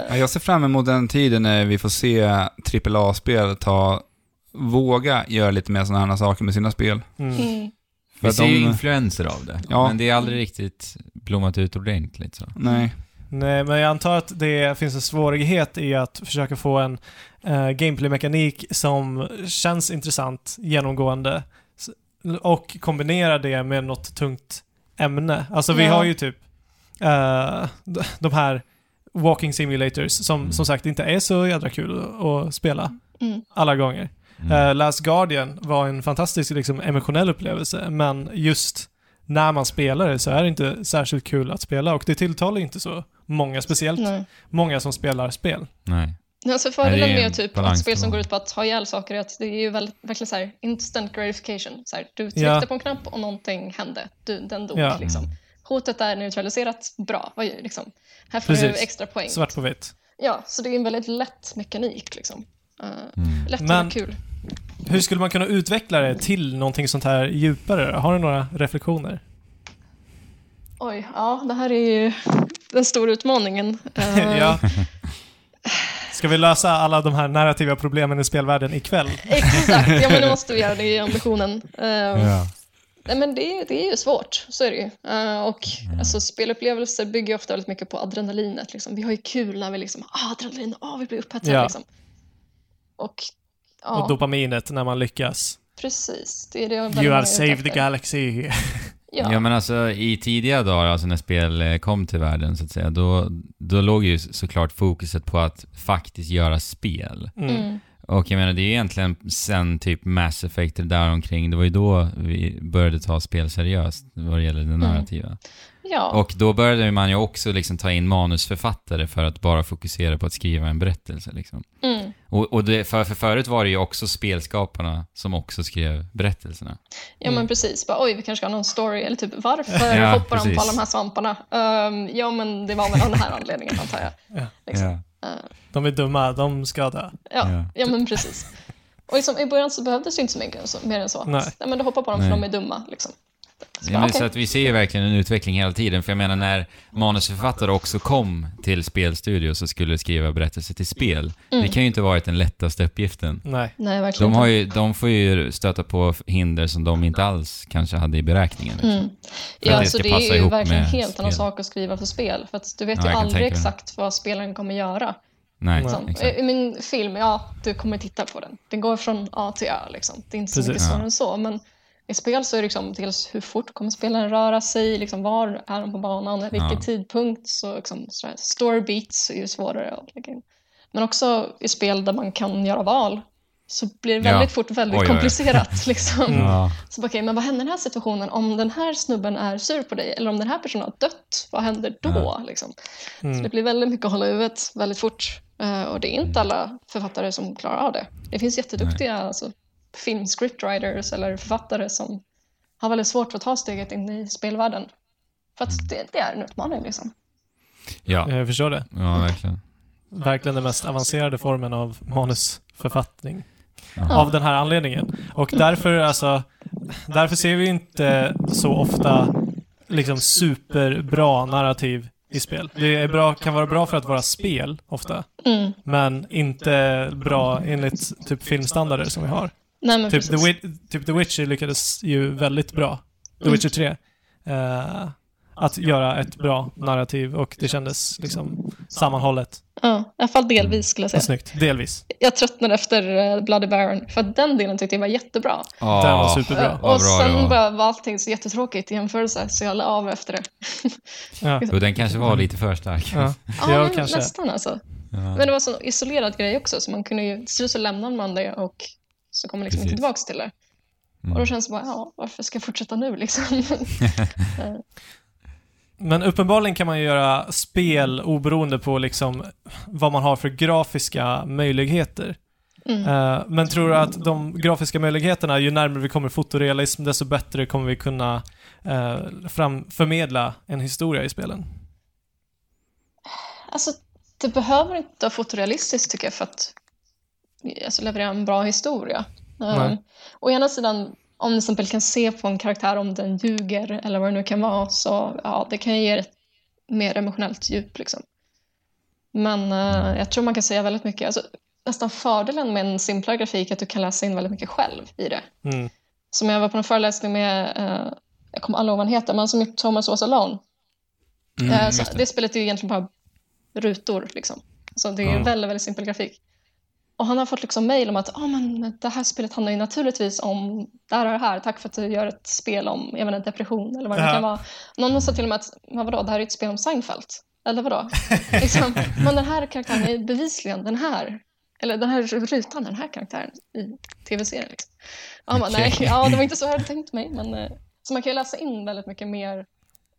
Ja, Jag ser fram emot den tiden när vi får se AAA-spel ta, våga göra lite mer sådana här saker med sina spel. Mm. Mm. För Vi att ser ju de, influenser av det, Ja. men det är aldrig riktigt blommat ut ordentligt så. nej, Nej, men jag antar att det finns en svårighet i att försöka få en eh, gameplay-mekanik som känns intressant genomgående s- och kombinera det med något tungt ämne. Alltså vi Ja. har ju typ eh, d- de här walking simulators som Mm. som sagt inte är så jädra kul att- att spela Mm. alla gånger. Mm. Äh. Eh, Last Guardian var en fantastisk liksom, emotionell upplevelse, men just när man spelar det så är det inte särskilt kul att spela och det tilltalar inte så många, speciellt Nej. många som spelar spel. Nej. Alltså Nej, fördelen det är en med typ ett balans spel som då. går ut på att ha ihjäl saker är att det är ju väl, verkligen så här instant gratification. Så här, du tryckte Ja. på en knapp och någonting hände. Du, den dog Ja. liksom. Hotet är neutraliserat, bra. Vad gör, liksom. Här får du Precis. extra poäng. Svart på vitt. Ja, så det är en väldigt lätt mekanik liksom. Eh, Lätt Men- och kul. Hur skulle man kunna utveckla det till någonting sånt här djupare? Har du några reflektioner? Oj, ja, det här är ju den stora utmaningen. Eh, ja. Ska vi lösa alla de här narrativa problemen i spelvärlden ikväll? Eh, Exakt, ja men det måste vi göra, det är ju ambitionen. Eh, Nej men det, det är ju svårt, så är det ju. Eh, och Mm. alltså, spelupplevelser bygger ju ofta väldigt mycket på adrenalinet. Liksom. Vi har ju kul när vi liksom, ah adrenalin, ah vi blir upphetsade Ja. liksom. Och, ja, Och dopaminet när man lyckas. precis. Det är det jag You är are ute saved the efter. galaxy. Ja, Ja men alltså i tidiga dagar, alltså när spel eh, kom till världen så att säga, då, då låg ju såklart fokuset på att faktiskt göra spel. mm. Och jag menar det är ju egentligen sen typ Mass Effect där omkring det var ju då vi började ta spel seriöst vad det gäller det narrativa. Mm. ja. Och då började man ju också liksom ta in manusförfattare för att bara fokusera på att skriva en berättelse liksom. Mm. Och, och det, för, för förut var det ju också spelskaparna som också skrev berättelserna. Ja Mm. men precis, bara, oj vi kanske ska ha någon story, eller typ varför Ja, hoppar de precis. på alla de här svamparna? Ehm, ja men det var väl av den här anledningen antar jag. Liksom. De är dumma, de ska dö. Ja, Ja. ja. men precis. Och liksom, i början så behövdes det inte så mycket så, mer än så. Nej. Nej. men du hoppar på dem för Nej. de är dumma. Liksom. Så Ja, bara, men okej. så att vi ser ju verkligen en utveckling hela tiden, för jag menar när manusförfattare också kom till spelstudios och skulle skriva berättelser till spel, Mm. det kan ju inte ha varit den lättaste uppgiften. Nej. Nej, verkligen De, har inte. ju, de får ju stöta på hinder som de inte alls kanske hade i beräkningen. Liksom. för Mm. ja, att det så ska det är passa ju ihop verkligen med helt annan spel. sak att skriva för spel. För att du vet Ja, jag ju kan aldrig tänka mig. exakt vad spelaren kommer göra. Nej, Liksom. exakt. I min film, ja, du kommer titta på den. Den går från A till Ö. Liksom. Det är inte så Precis. mycket svårare Ja. än så. Men i spel så är det liksom dels hur fort kommer spelaren röra sig, liksom var är de på banan, vid vilken Ja. tidpunkt. Så liksom, sådär, story beats är ju svårare att lägga in. Men också i spel där man kan göra val så blir det Ja. väldigt fort Oj, väldigt oj, oj. komplicerat. Liksom. Ja. Så bara, okej, men vad händer i den här situationen om den här snubben är sur på dig eller om den här personen har dött? Vad händer då? Liksom? Mm. Så det blir väldigt mycket att hålla i huvudet väldigt fort Eh, och det är inte alla författare som klarar av det. Det finns jätteduktiga alltså, filmscriptwriters eller författare som har väldigt svårt för att ta steget in i spelvärlden. För att det, det är en utmaning liksom. Ja, Jag Eh, förstår det. ja, verkligen. Verkligen den mest avancerade formen av manusförfattning. Ja. Av den här anledningen. Och därför, alltså, därför ser vi inte så ofta liksom superbra narrativ i spel. Det är bra, kan vara bra för att vara spel ofta, Mm. men inte bra enligt typ filmstandarder som vi har. Nej, men Typ The, precis. Wi- typ The Witcher lyckades ju väldigt bra. The Mm. Witcher 3. eh, att göra ett bra narrativ och det kändes liksom sammanhållet Ja, I alla fall delvis skulle jag och säga. snyggt. Delvis. Jag tröttnade efter eh, Bloody Baron för att den delen tyckte jag var jättebra. Den var Ah, superbra. Eh, vad och bra det sen var. bara var allting så jättetråkigt i jämförelse så jag la av efter det. Ja. Jo, den kanske var lite för stark. Ja. Ja, Ja, men kanske. nästan alltså. Ja. Men det var en sån isolerad grej också, så man kunde ju, till slut så lämnar man det och så kommer man liksom inte Precis. Mm. tillbaka till det. Och då känns det bara, ja, varför ska jag fortsätta nu liksom? Men uppenbarligen kan man ju göra spel oberoende på liksom vad man har för grafiska möjligheter. Mm. Eh, men tror du att de grafiska möjligheterna, ju närmare vi kommer fotorealism, desto bättre kommer vi kunna eh, fram- förmedla en historia i spelen? Alltså, det behöver inte vara fotorealistiskt tycker jag för att alltså, leverera en bra historia. Nej. Um, å ena sidan, om ni till exempel kan se på en karaktär om den ljuger eller vad det nu kan vara, så ja, det kan ju ge ett mer emotionellt djup. Liksom. Men eh, jag tror man kan säga väldigt mycket. Alltså, nästan fördelen med en simplare grafik är att du kan läsa in väldigt mycket själv i det. Mm. Som jag var på en föreläsning med, eh, jag kommer aldrig ihåg vad han heter, men som gjort Thomas Was Alone. Eh, så det. spelet är ju egentligen bara rutor. Liksom. Så det är ju Ja. väldigt, väldigt simpel grafik. Och han har fått liksom mejl om att ah men det här spelet handlar ju naturligtvis om det här och det här. Tack för att du gör ett spel om jag vet, inte, depression eller vad det nu Ja. kan vara. Någon sa till och med att men vadå, det här är ett spel om Seinfeld. Eller vadå? liksom, men den här karaktären är bevisligen den här. Eller den här rutan, den här karaktären i tv-serien. Liksom. Ja, man, Okej. nej, ja, det var inte så jag hade tänkt mig. Men, eh, så man kan ju läsa in väldigt mycket mer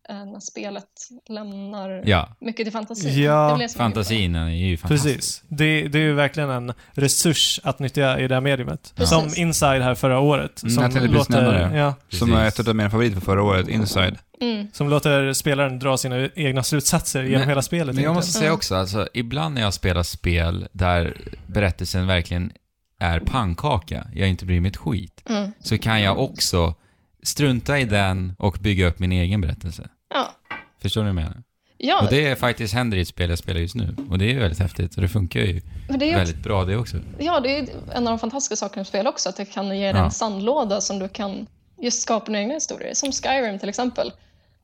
eh, eh, när spelet lämnar Ja, mycket till fantasin. Ja, det är väl det som är kul. fantasin är ju fantastisk. Precis. Det, det är ju verkligen en resurs att nyttja i det här mediumet. Ja. Som Precis. Inside här förra året. Mm, som, jag tänkte precis nämna det. ja, Som är ett av mina favoriter förra året, Inside. Mm. som låter spelaren dra sina egna slutsatser genom Men- hela spelet. Men jag egentligen. måste säga också, alltså, ibland när jag spelar spel där berättelsen verkligen är pannkaka, jag inte bryr mig ett skit, Mm. så kan jag också strunta i den och bygga upp min egen berättelse. Ja. Förstår du vad jag menar? Ja, Och det är faktiskt händer i ett spel jag spelar just nu. Och det är ju väldigt häftigt och det funkar ju men det är också, väldigt bra det också. ja, det är en av de fantastiska sakerna med spel också, att det kan ge dig Ja. en sandlåda som du kan just skapa dina egna historier, som Skyrim till exempel.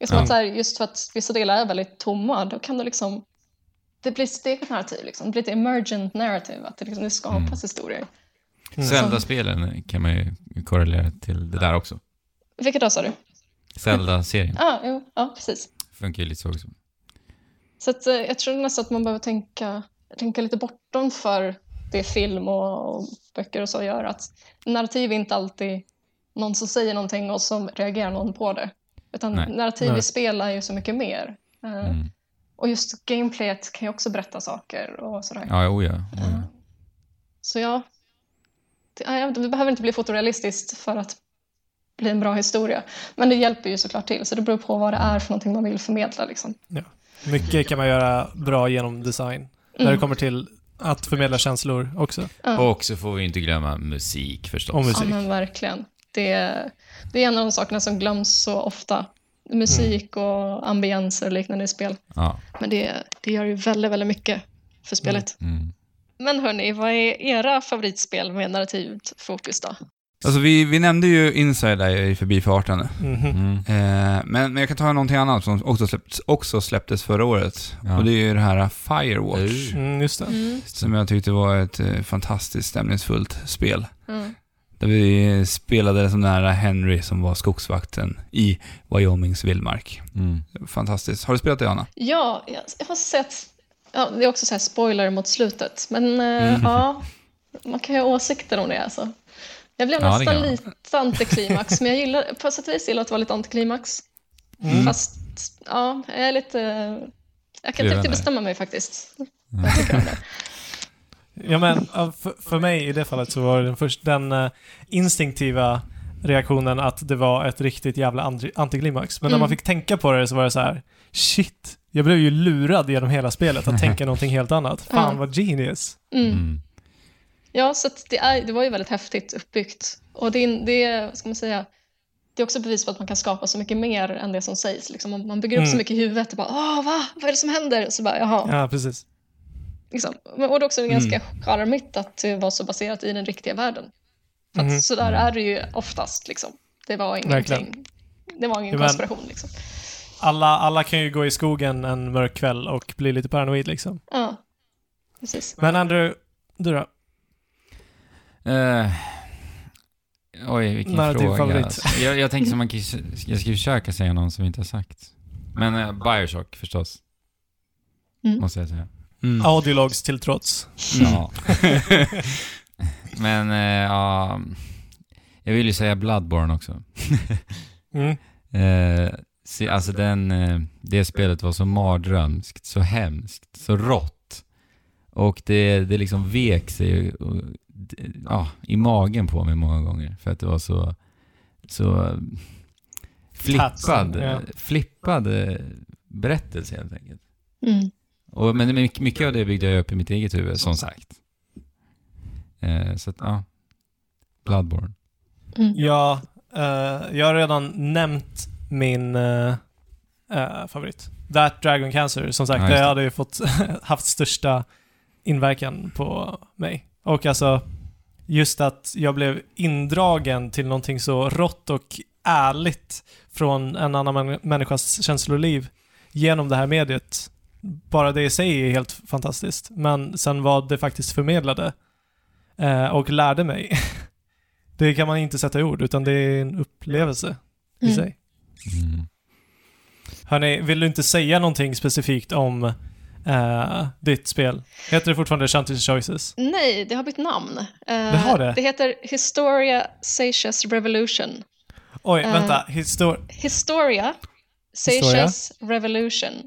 Just, som Ja. att så här, just för att vissa delar är väldigt tomma, då kan du liksom... Det blir sitt eget narrativ, liksom. det blir ett emergent narrative, att det, liksom, det skapas Mm. historier. Zelda-spelen kan man ju korrelera till det där också. Vilket då sa du? Zelda-serien Ah, jo, ja, precis. funkar ju lite så också. Så att, eh, jag tror nästan att man behöver tänka, tänka lite bortom för det film och, och böcker och så gör. Att narrativ är inte alltid någon som säger någonting och som reagerar någon på det. Utan Nej. narrativ Nej. i spel är ju så mycket mer. Eh, Mm. Och just gameplayet kan ju också berätta saker och sådär. Ja, oja. oja. Så ja, det, nej, jag vet inte, det behöver inte bli fotorealistiskt för att bli en bra historia. Men det hjälper ju såklart till, så det beror på vad det är för någonting man vill förmedla. Liksom. Mycket kan man göra bra genom design. När Mm. det kommer till att förmedla känslor också. Och så får vi inte glömma musik förstås. Och Ja, musik. men verkligen. Det, det är en av de sakerna som glöms så ofta. Musik Mm. och ambienser och liknande i spel. Ja. Men det, det gör ju väldigt, väldigt mycket för spelet. Mm. Men hörni, vad är era favoritspel med narrativt fokus då? Alltså vi, vi nämnde ju Inside där i förbifarten. Mhm. Mm. Eh, men, men jag kan ta någonting annat som också släpptes, också släpptes förra året. Ja. Och det är ju det här Firewatch. Mm, just det. Som jag tyckte var ett eh, fantastiskt stämningsfullt spel. Mm. Där vi spelade som nära Henry som var skogsvakten i Wyomings vildmark. Mm. Fantastiskt. Har du spelat det Anna? Ja, jag, jag måste säga att ja, det är också så här spoiler mot slutet. Men eh, Mm. ja, man kan ju ha åsikter om det alltså. Jag blev Ja, det nästan kan man. lite antiklimax, men jag gillar på sätt och vis gillar att vara lite antiklimax. Mm. Fast ja, jag är lite... Jag kan inte Kluven riktigt där. bestämma mig faktiskt. Ja, men ja, för, för mig i det fallet så var det den, först, den eh, instinktiva reaktionen att det var ett riktigt jävla andri- antiklimax. Men när man Mm. fick tänka på det så var det så här: shit, jag blev ju lurad genom hela spelet att tänka någonting helt annat. Fan Ja. vad genius. Mm. Mm. Ja, så att det, är, det var ju väldigt häftigt uppbyggt. Och det, är- det, är- vad ska man säga, det är också bevis på att man kan skapa så mycket mer än det som sägs. Liksom, man, man bygger upp så Mm. mycket i huvudet och bara Åh, va? Vad är det som händer? Så bara, Jaha. Ja, precis. Liksom. Men- Och det är också ganska charmigt att det var så baserat i den riktiga världen. För att Mhm. sådär är det ju oftast. Liksom. Det var ingenting. Verkligen. Det var Ja, ingen men- konspiration. Liksom. Alla, alla kan ju gå i skogen en mörk kväll och bli lite paranoid liksom. Ja, precis. Men Andrew, du då? Eh, oj, vilken Narrativ fråga. favorit. Alltså, jag, jag tänker som man kan, jag ska försöka säga någon som inte har sagt. Men eh, Bioshock förstås. Mm. Måste jag säga. Mm. Audiologs till trots. Ja. Men eh, ja, jag vill ju säga Bloodborne också. Mm. Eh, se, alltså den, eh, det spelet var så mardrömskt, så hemskt, så rått. Och det, det liksom vek sig och, och, d- ja, i magen på mig många gånger för att det var så, så flippad, ja. flippad eh, berättelse helt enkelt. Mm. Och, men mycket, mycket av det byggde jag upp i mitt eget huvud, som sagt. Eh, så att, ja. Bloodborne. Mm. Ja, eh, jag har redan nämnt min eh, eh, favorit. That Dragon Cancer, som sagt, Ja, just det det. hade ju fått, haft största inverkan på mig. Och alltså, just att jag blev indragen till någonting så rått och ärligt från en annan män- människas känsloliv genom det här mediet. Bara det i sig är helt fantastiskt. Men sen vad det faktiskt förmedlade eh, och lärde mig det kan man inte sätta i ord, utan det är en upplevelse i Mm. sig. Mm. Hörni, vill du inte säga någonting specifikt om eh, ditt spel? Heter det fortfarande Shanty's Choices? Nej, det har bytt namn. Eh, Det har det? det heter Historia Satius Revolution. Oj, Eh. vänta. Histor... Historia Seishas Revolution.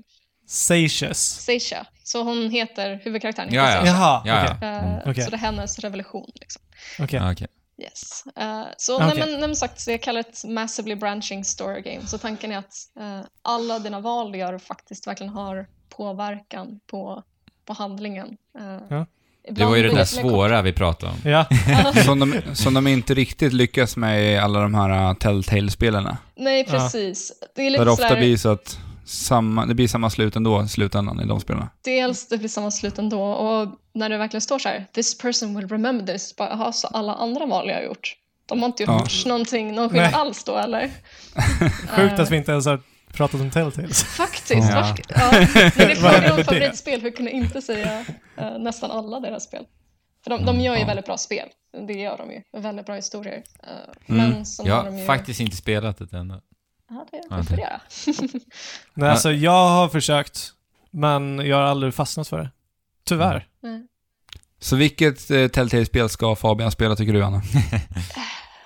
Seishas. Seisha. Så hon heter huvudkaraktären. Ja, heter ja. Seisha. Jaha, Ja, okej. Eh, Okej. Så det är hennes revolution. Liksom. okej. Ja, okej. Yes. Eh, så Okej. nej, men, nej, men sagt, så jag kallar det ett massively branching story game. Så tanken är att eh, alla dina val du gör faktiskt verkligen har påverkan på, på handlingen. Eh, Ja. Det var ju det ibland där blir lite- svåra vi pratade om. Ja, Eh. Som de, som de inte riktigt lyckas med i alla de här uh, Telltale-spelarna. Nej, Ja. precis. Det är Där lite det ofta sådär, blir så att samma, det blir samma slut ändå i slutändan i de spelarna. dels det blir samma slut ändå och när det verkligen står så här, this person will remember this, bara, aha, så alla andra val jag har gjort, de har inte gjort någonting, någon skillnad Nej. alls då eller? sjukt Eh, att vi inte ens har pratat om Telltales. Faktiskt, Ja. ja. Ja, men det är Vad frågan är det? om favoritspel, hur kunde jag inte säga eh, nästan alla deras spel? För de, de gör ju Ja. väldigt bra spel, det gör de ju, väldigt bra historier. Eh, Mm. Men sen Jag har de ju... har faktiskt inte spelat det ännu. Ja, det Ja, du får det- göra. Nej, alltså jag har försökt, men jag har aldrig fastnat för det. Tyvärr. Mm. Nej. Så vilket eh, Telltale-spel ska Fabian spela tycker du, Anna?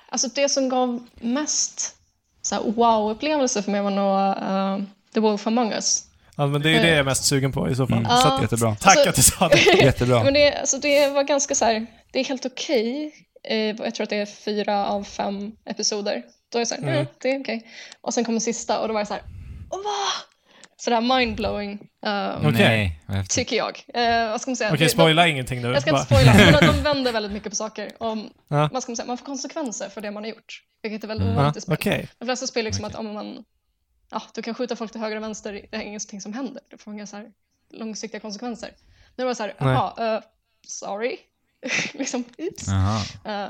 Alltså det som gav mest så här, wow-upplevelse för mig var nog eh, The Wolf Among Us. Ja, men det är ju det jag är mest sugen på i så fall. Mm. Så Eh. Ja. att, Jättebra. tack Alltså- att du sa det. Jättebra. Men det, alltså det var ganska så här, det är helt okej. Eh, Jag tror att det är fyra av fem episoder. Då är jag så här, Mm. "Eh, det är okej. Och sen kommer sista och då var jag så här, åh va? Sådär mindblowing, eh, Okej. Nej, vad häftigt. tycker jag. Eh, vad ska man säga? Okej, Det- de- spoila ingenting nu. Jag ska bara. inte spoila, men de- de vänder väldigt mycket på saker. Om, Ja. man, ska man säga, man får konsekvenser för det man har gjort, vilket är väldigt Mm. Ja, ovanligt i spel. Okej. De flesta spel är liksom Okej. att om man, ja, du kan skjuta folk till höger och vänster, det är ingenting som händer. Du får inga så här långsiktiga konsekvenser. Nu var det så här, Nej. jaha, eh, sorry. liksom, oops. Jaha, Eh,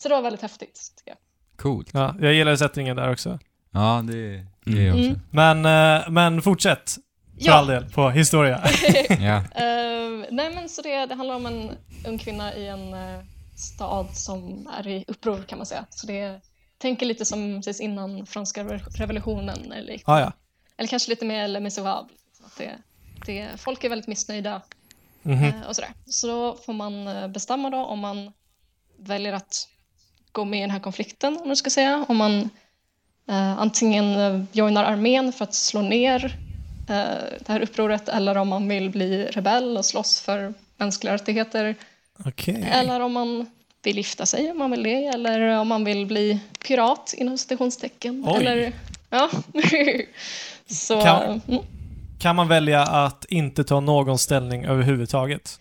så det var väldigt häftigt, tycker jag. coolt. Ja, jag gillar sättningen där också. Ja, det, det är Mm. också. Mm. Men, eh, men fortsätt, för all del, på historia. Ja. Eh, nej men så det, det handlar om en ung kvinna i en eh, stad som är i uppror kan man säga. Så det tänker lite som precis innan franska revo- revolutionen eller liknande. Ah, ja. Eller kanske lite mer Les Misérables. liksom, att Det, det, folk är väldigt missnöjda Mhm. eh, och sådär. Så då får man eh, bestämma då om man väljer att gå med i den här konflikten, om man ska säga. Om man eh, antingen eh, joinar armén för att slå ner eh, det här upproret eller om man vill bli rebell och slåss för mänskliga rättigheter. Okej. Eller om man vill gifta sig, om man vill det. Eller om man vill bli pirat, inom citationstecken. Oj. Eller, ja. Så, Kan- mm. Kan man välja att inte ta någon ställning överhuvudtaget?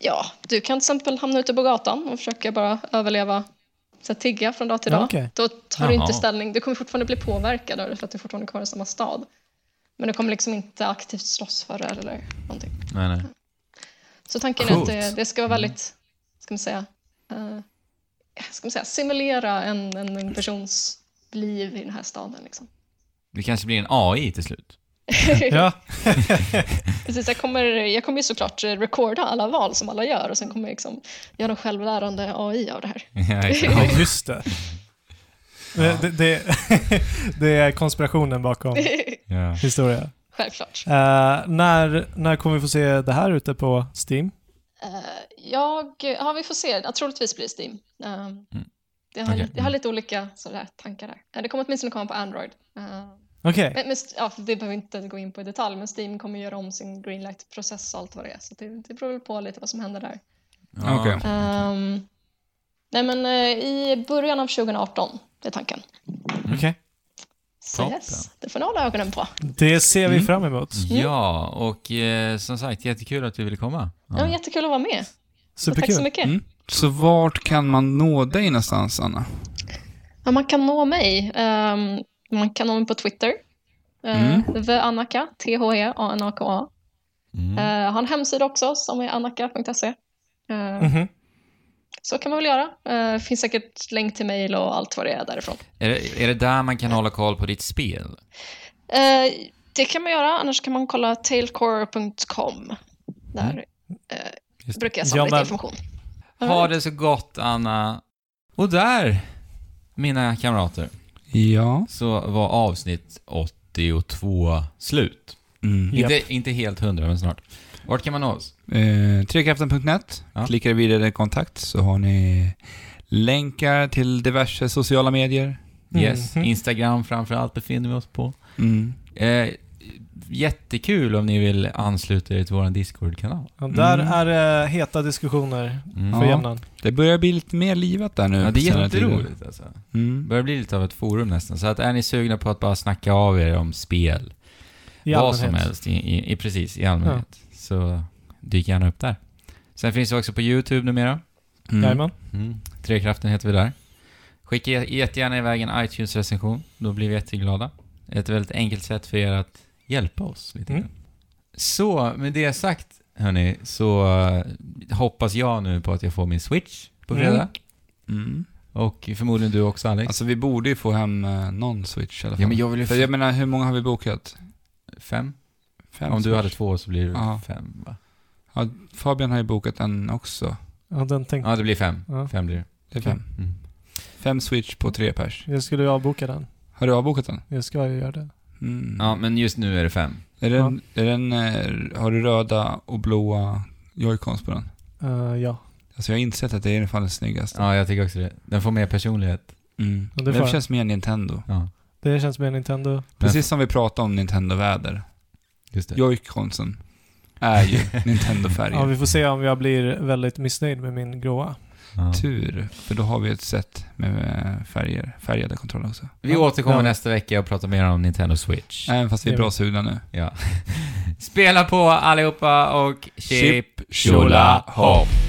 Ja, du kan till exempel hamna ute på gatan och försöka bara överleva, så här, tigga från dag till Ja, dag. okej. Då tar du inte Jaha. ställning. Du kommer fortfarande bli påverkad av det för att du fortfarande är kvar i samma stad. Men du kommer liksom inte aktivt slåss för det eller någonting. Nej, nej. Så tanken Coolt. är att det, det ska vara väldigt, ska man säga, eh, ska man säga simulera en, en, en persons liv i den här staden. Liksom. Det kanske blir en AI till slut. Ja. Precis, jag kommer, jag kommer ju såklart recorda alla val som alla gör och sen kommer jag liksom göra en självlärande AI av det här. Ja, exakt. Ja, just det. Det, det, det, det är konspirationen bakom ja. historia. Självklart. Eh, när, när kommer vi få se det här ute på Steam? Eh, jag, ja vi får se, ja, troligtvis blir det Steam. Eh, jag, har Okej. lite, jag har lite olika sådär, tankar där. Eh, det kommer åtminstone komma på Android. Eh, Okej. men, men, ja, för det behöver vi inte gå in på i detalj, men Steam kommer göra om sin greenlight-process och allt vad det är. Så det, det beror väl på lite vad som händer där. Ja, Okej. Ehm, nej men eh, i början av 2018, det är tanken. Okej. Så Toppen. yes, det får ni hålla ögonen på. Det ser vi fram emot. Ja, och eh, som sagt, jättekul att du ville komma. Ja. men jättekul att vara med. Så tack så Superkul. mycket. Mm. Så vart kan man nå dig någonstans, Anna? Ja, man kan nå mig. Ehm, man kan nå mig på Twitter. Uh, Mm. The Anaka, E T-H-E-A-N-A-K-A. Mm. Eh, jag har en hemsida också som är anaka.se. Eh, Mhm. Så kan man väl göra. Eh, finns säkert länk till mejl och allt vad det är därifrån. Är, det, är det där man kan hålla koll på ditt spel? Eh, det kan man göra, annars kan man kolla tailcore.com. Där eh, Just det. brukar jag samla Ja, lite men- information. Ha det så gott, Anna. Och där, mina kamrater, Ja. så var avsnitt 82 slut. Mm. Japp. Inte, inte helt hundra, men snart. Vart kan man nå oss? Eh, Trekraften.net. Ja. Klickar vidare i kontakt så har ni länkar till diverse sociala medier. Yes. Mhm. Instagram framförallt befinner vi oss på. Mm. Eh, jättekul om ni vill ansluta er till vår Discord-kanal. Ja, där Mm. är det heta diskussioner Mm. för Ja. jämnan. Det börjar bli lite mer livat där nu. Ja, på det är senare tid. jätteroligt alltså. Det Mm. börjar bli lite av ett forum nästan. Så att är ni sugna på att bara snacka av er om spel, I vad allmänhet. som helst, i, i, i, precis, i allmänhet, så dyk gärna upp där. Sen finns vi också på YouTube numera. Mm. Jajamän. Mm. Trekraften heter vi där. Skicka jä- jättegärna iväg en iTunes-recension, då blir vi jätteglada. Ett väldigt enkelt sätt för er att hjälpa oss lite Mm. grann. Så, med det sagt, hörni, så eh, hoppas jag nu på att jag får min Switch på Mm. fredag. Mm. Och förmodligen du också, Alex. Alltså vi borde ju få hem eh, någon switch i alla fall. Alltså, ja, men jag vill ju... För jag menar, hur många har vi bokat? Fem? Fem? Om du switch. hade två så blir det Ja. fem, va? Ja, Fabian har ju bokat en också. Ja, den tänkte Ja, det blir fem. Ja. Fem blir det. Det är fem. Mm. Fem switch på tre pers. jag. skulle ju avboka den. Har du avbokat den? Jag ska ju göra det. Mm. Ja, men just nu är det fem. Är den, är den, eh, har du röda och blåa joycons på den? Eh, ja. Alltså jag har insett att det är i alla fall den snyggaste. Ja, jag tycker också det. Den får mer personlighet. Mm. Ja, det Det, får jag. känns mer Nintendo. Ja, Det känns mer Nintendo. Precis som vi pratade om Nintendo-väder. just det. Joyconsen är ju Ja, Nintendo-färger. vi får se om jag blir väldigt missnöjd med min gråa. Ja. Tur, för då har vi ett sätt med eh, färger, färgade kontroller också. Vi återkommer Ja. nästa vecka och pratar mer om Nintendo Switch. Även fast vi är Det är bra väl- sugna nu. Ja. Spela på allihopa och chip, Chip, tjola, hopp.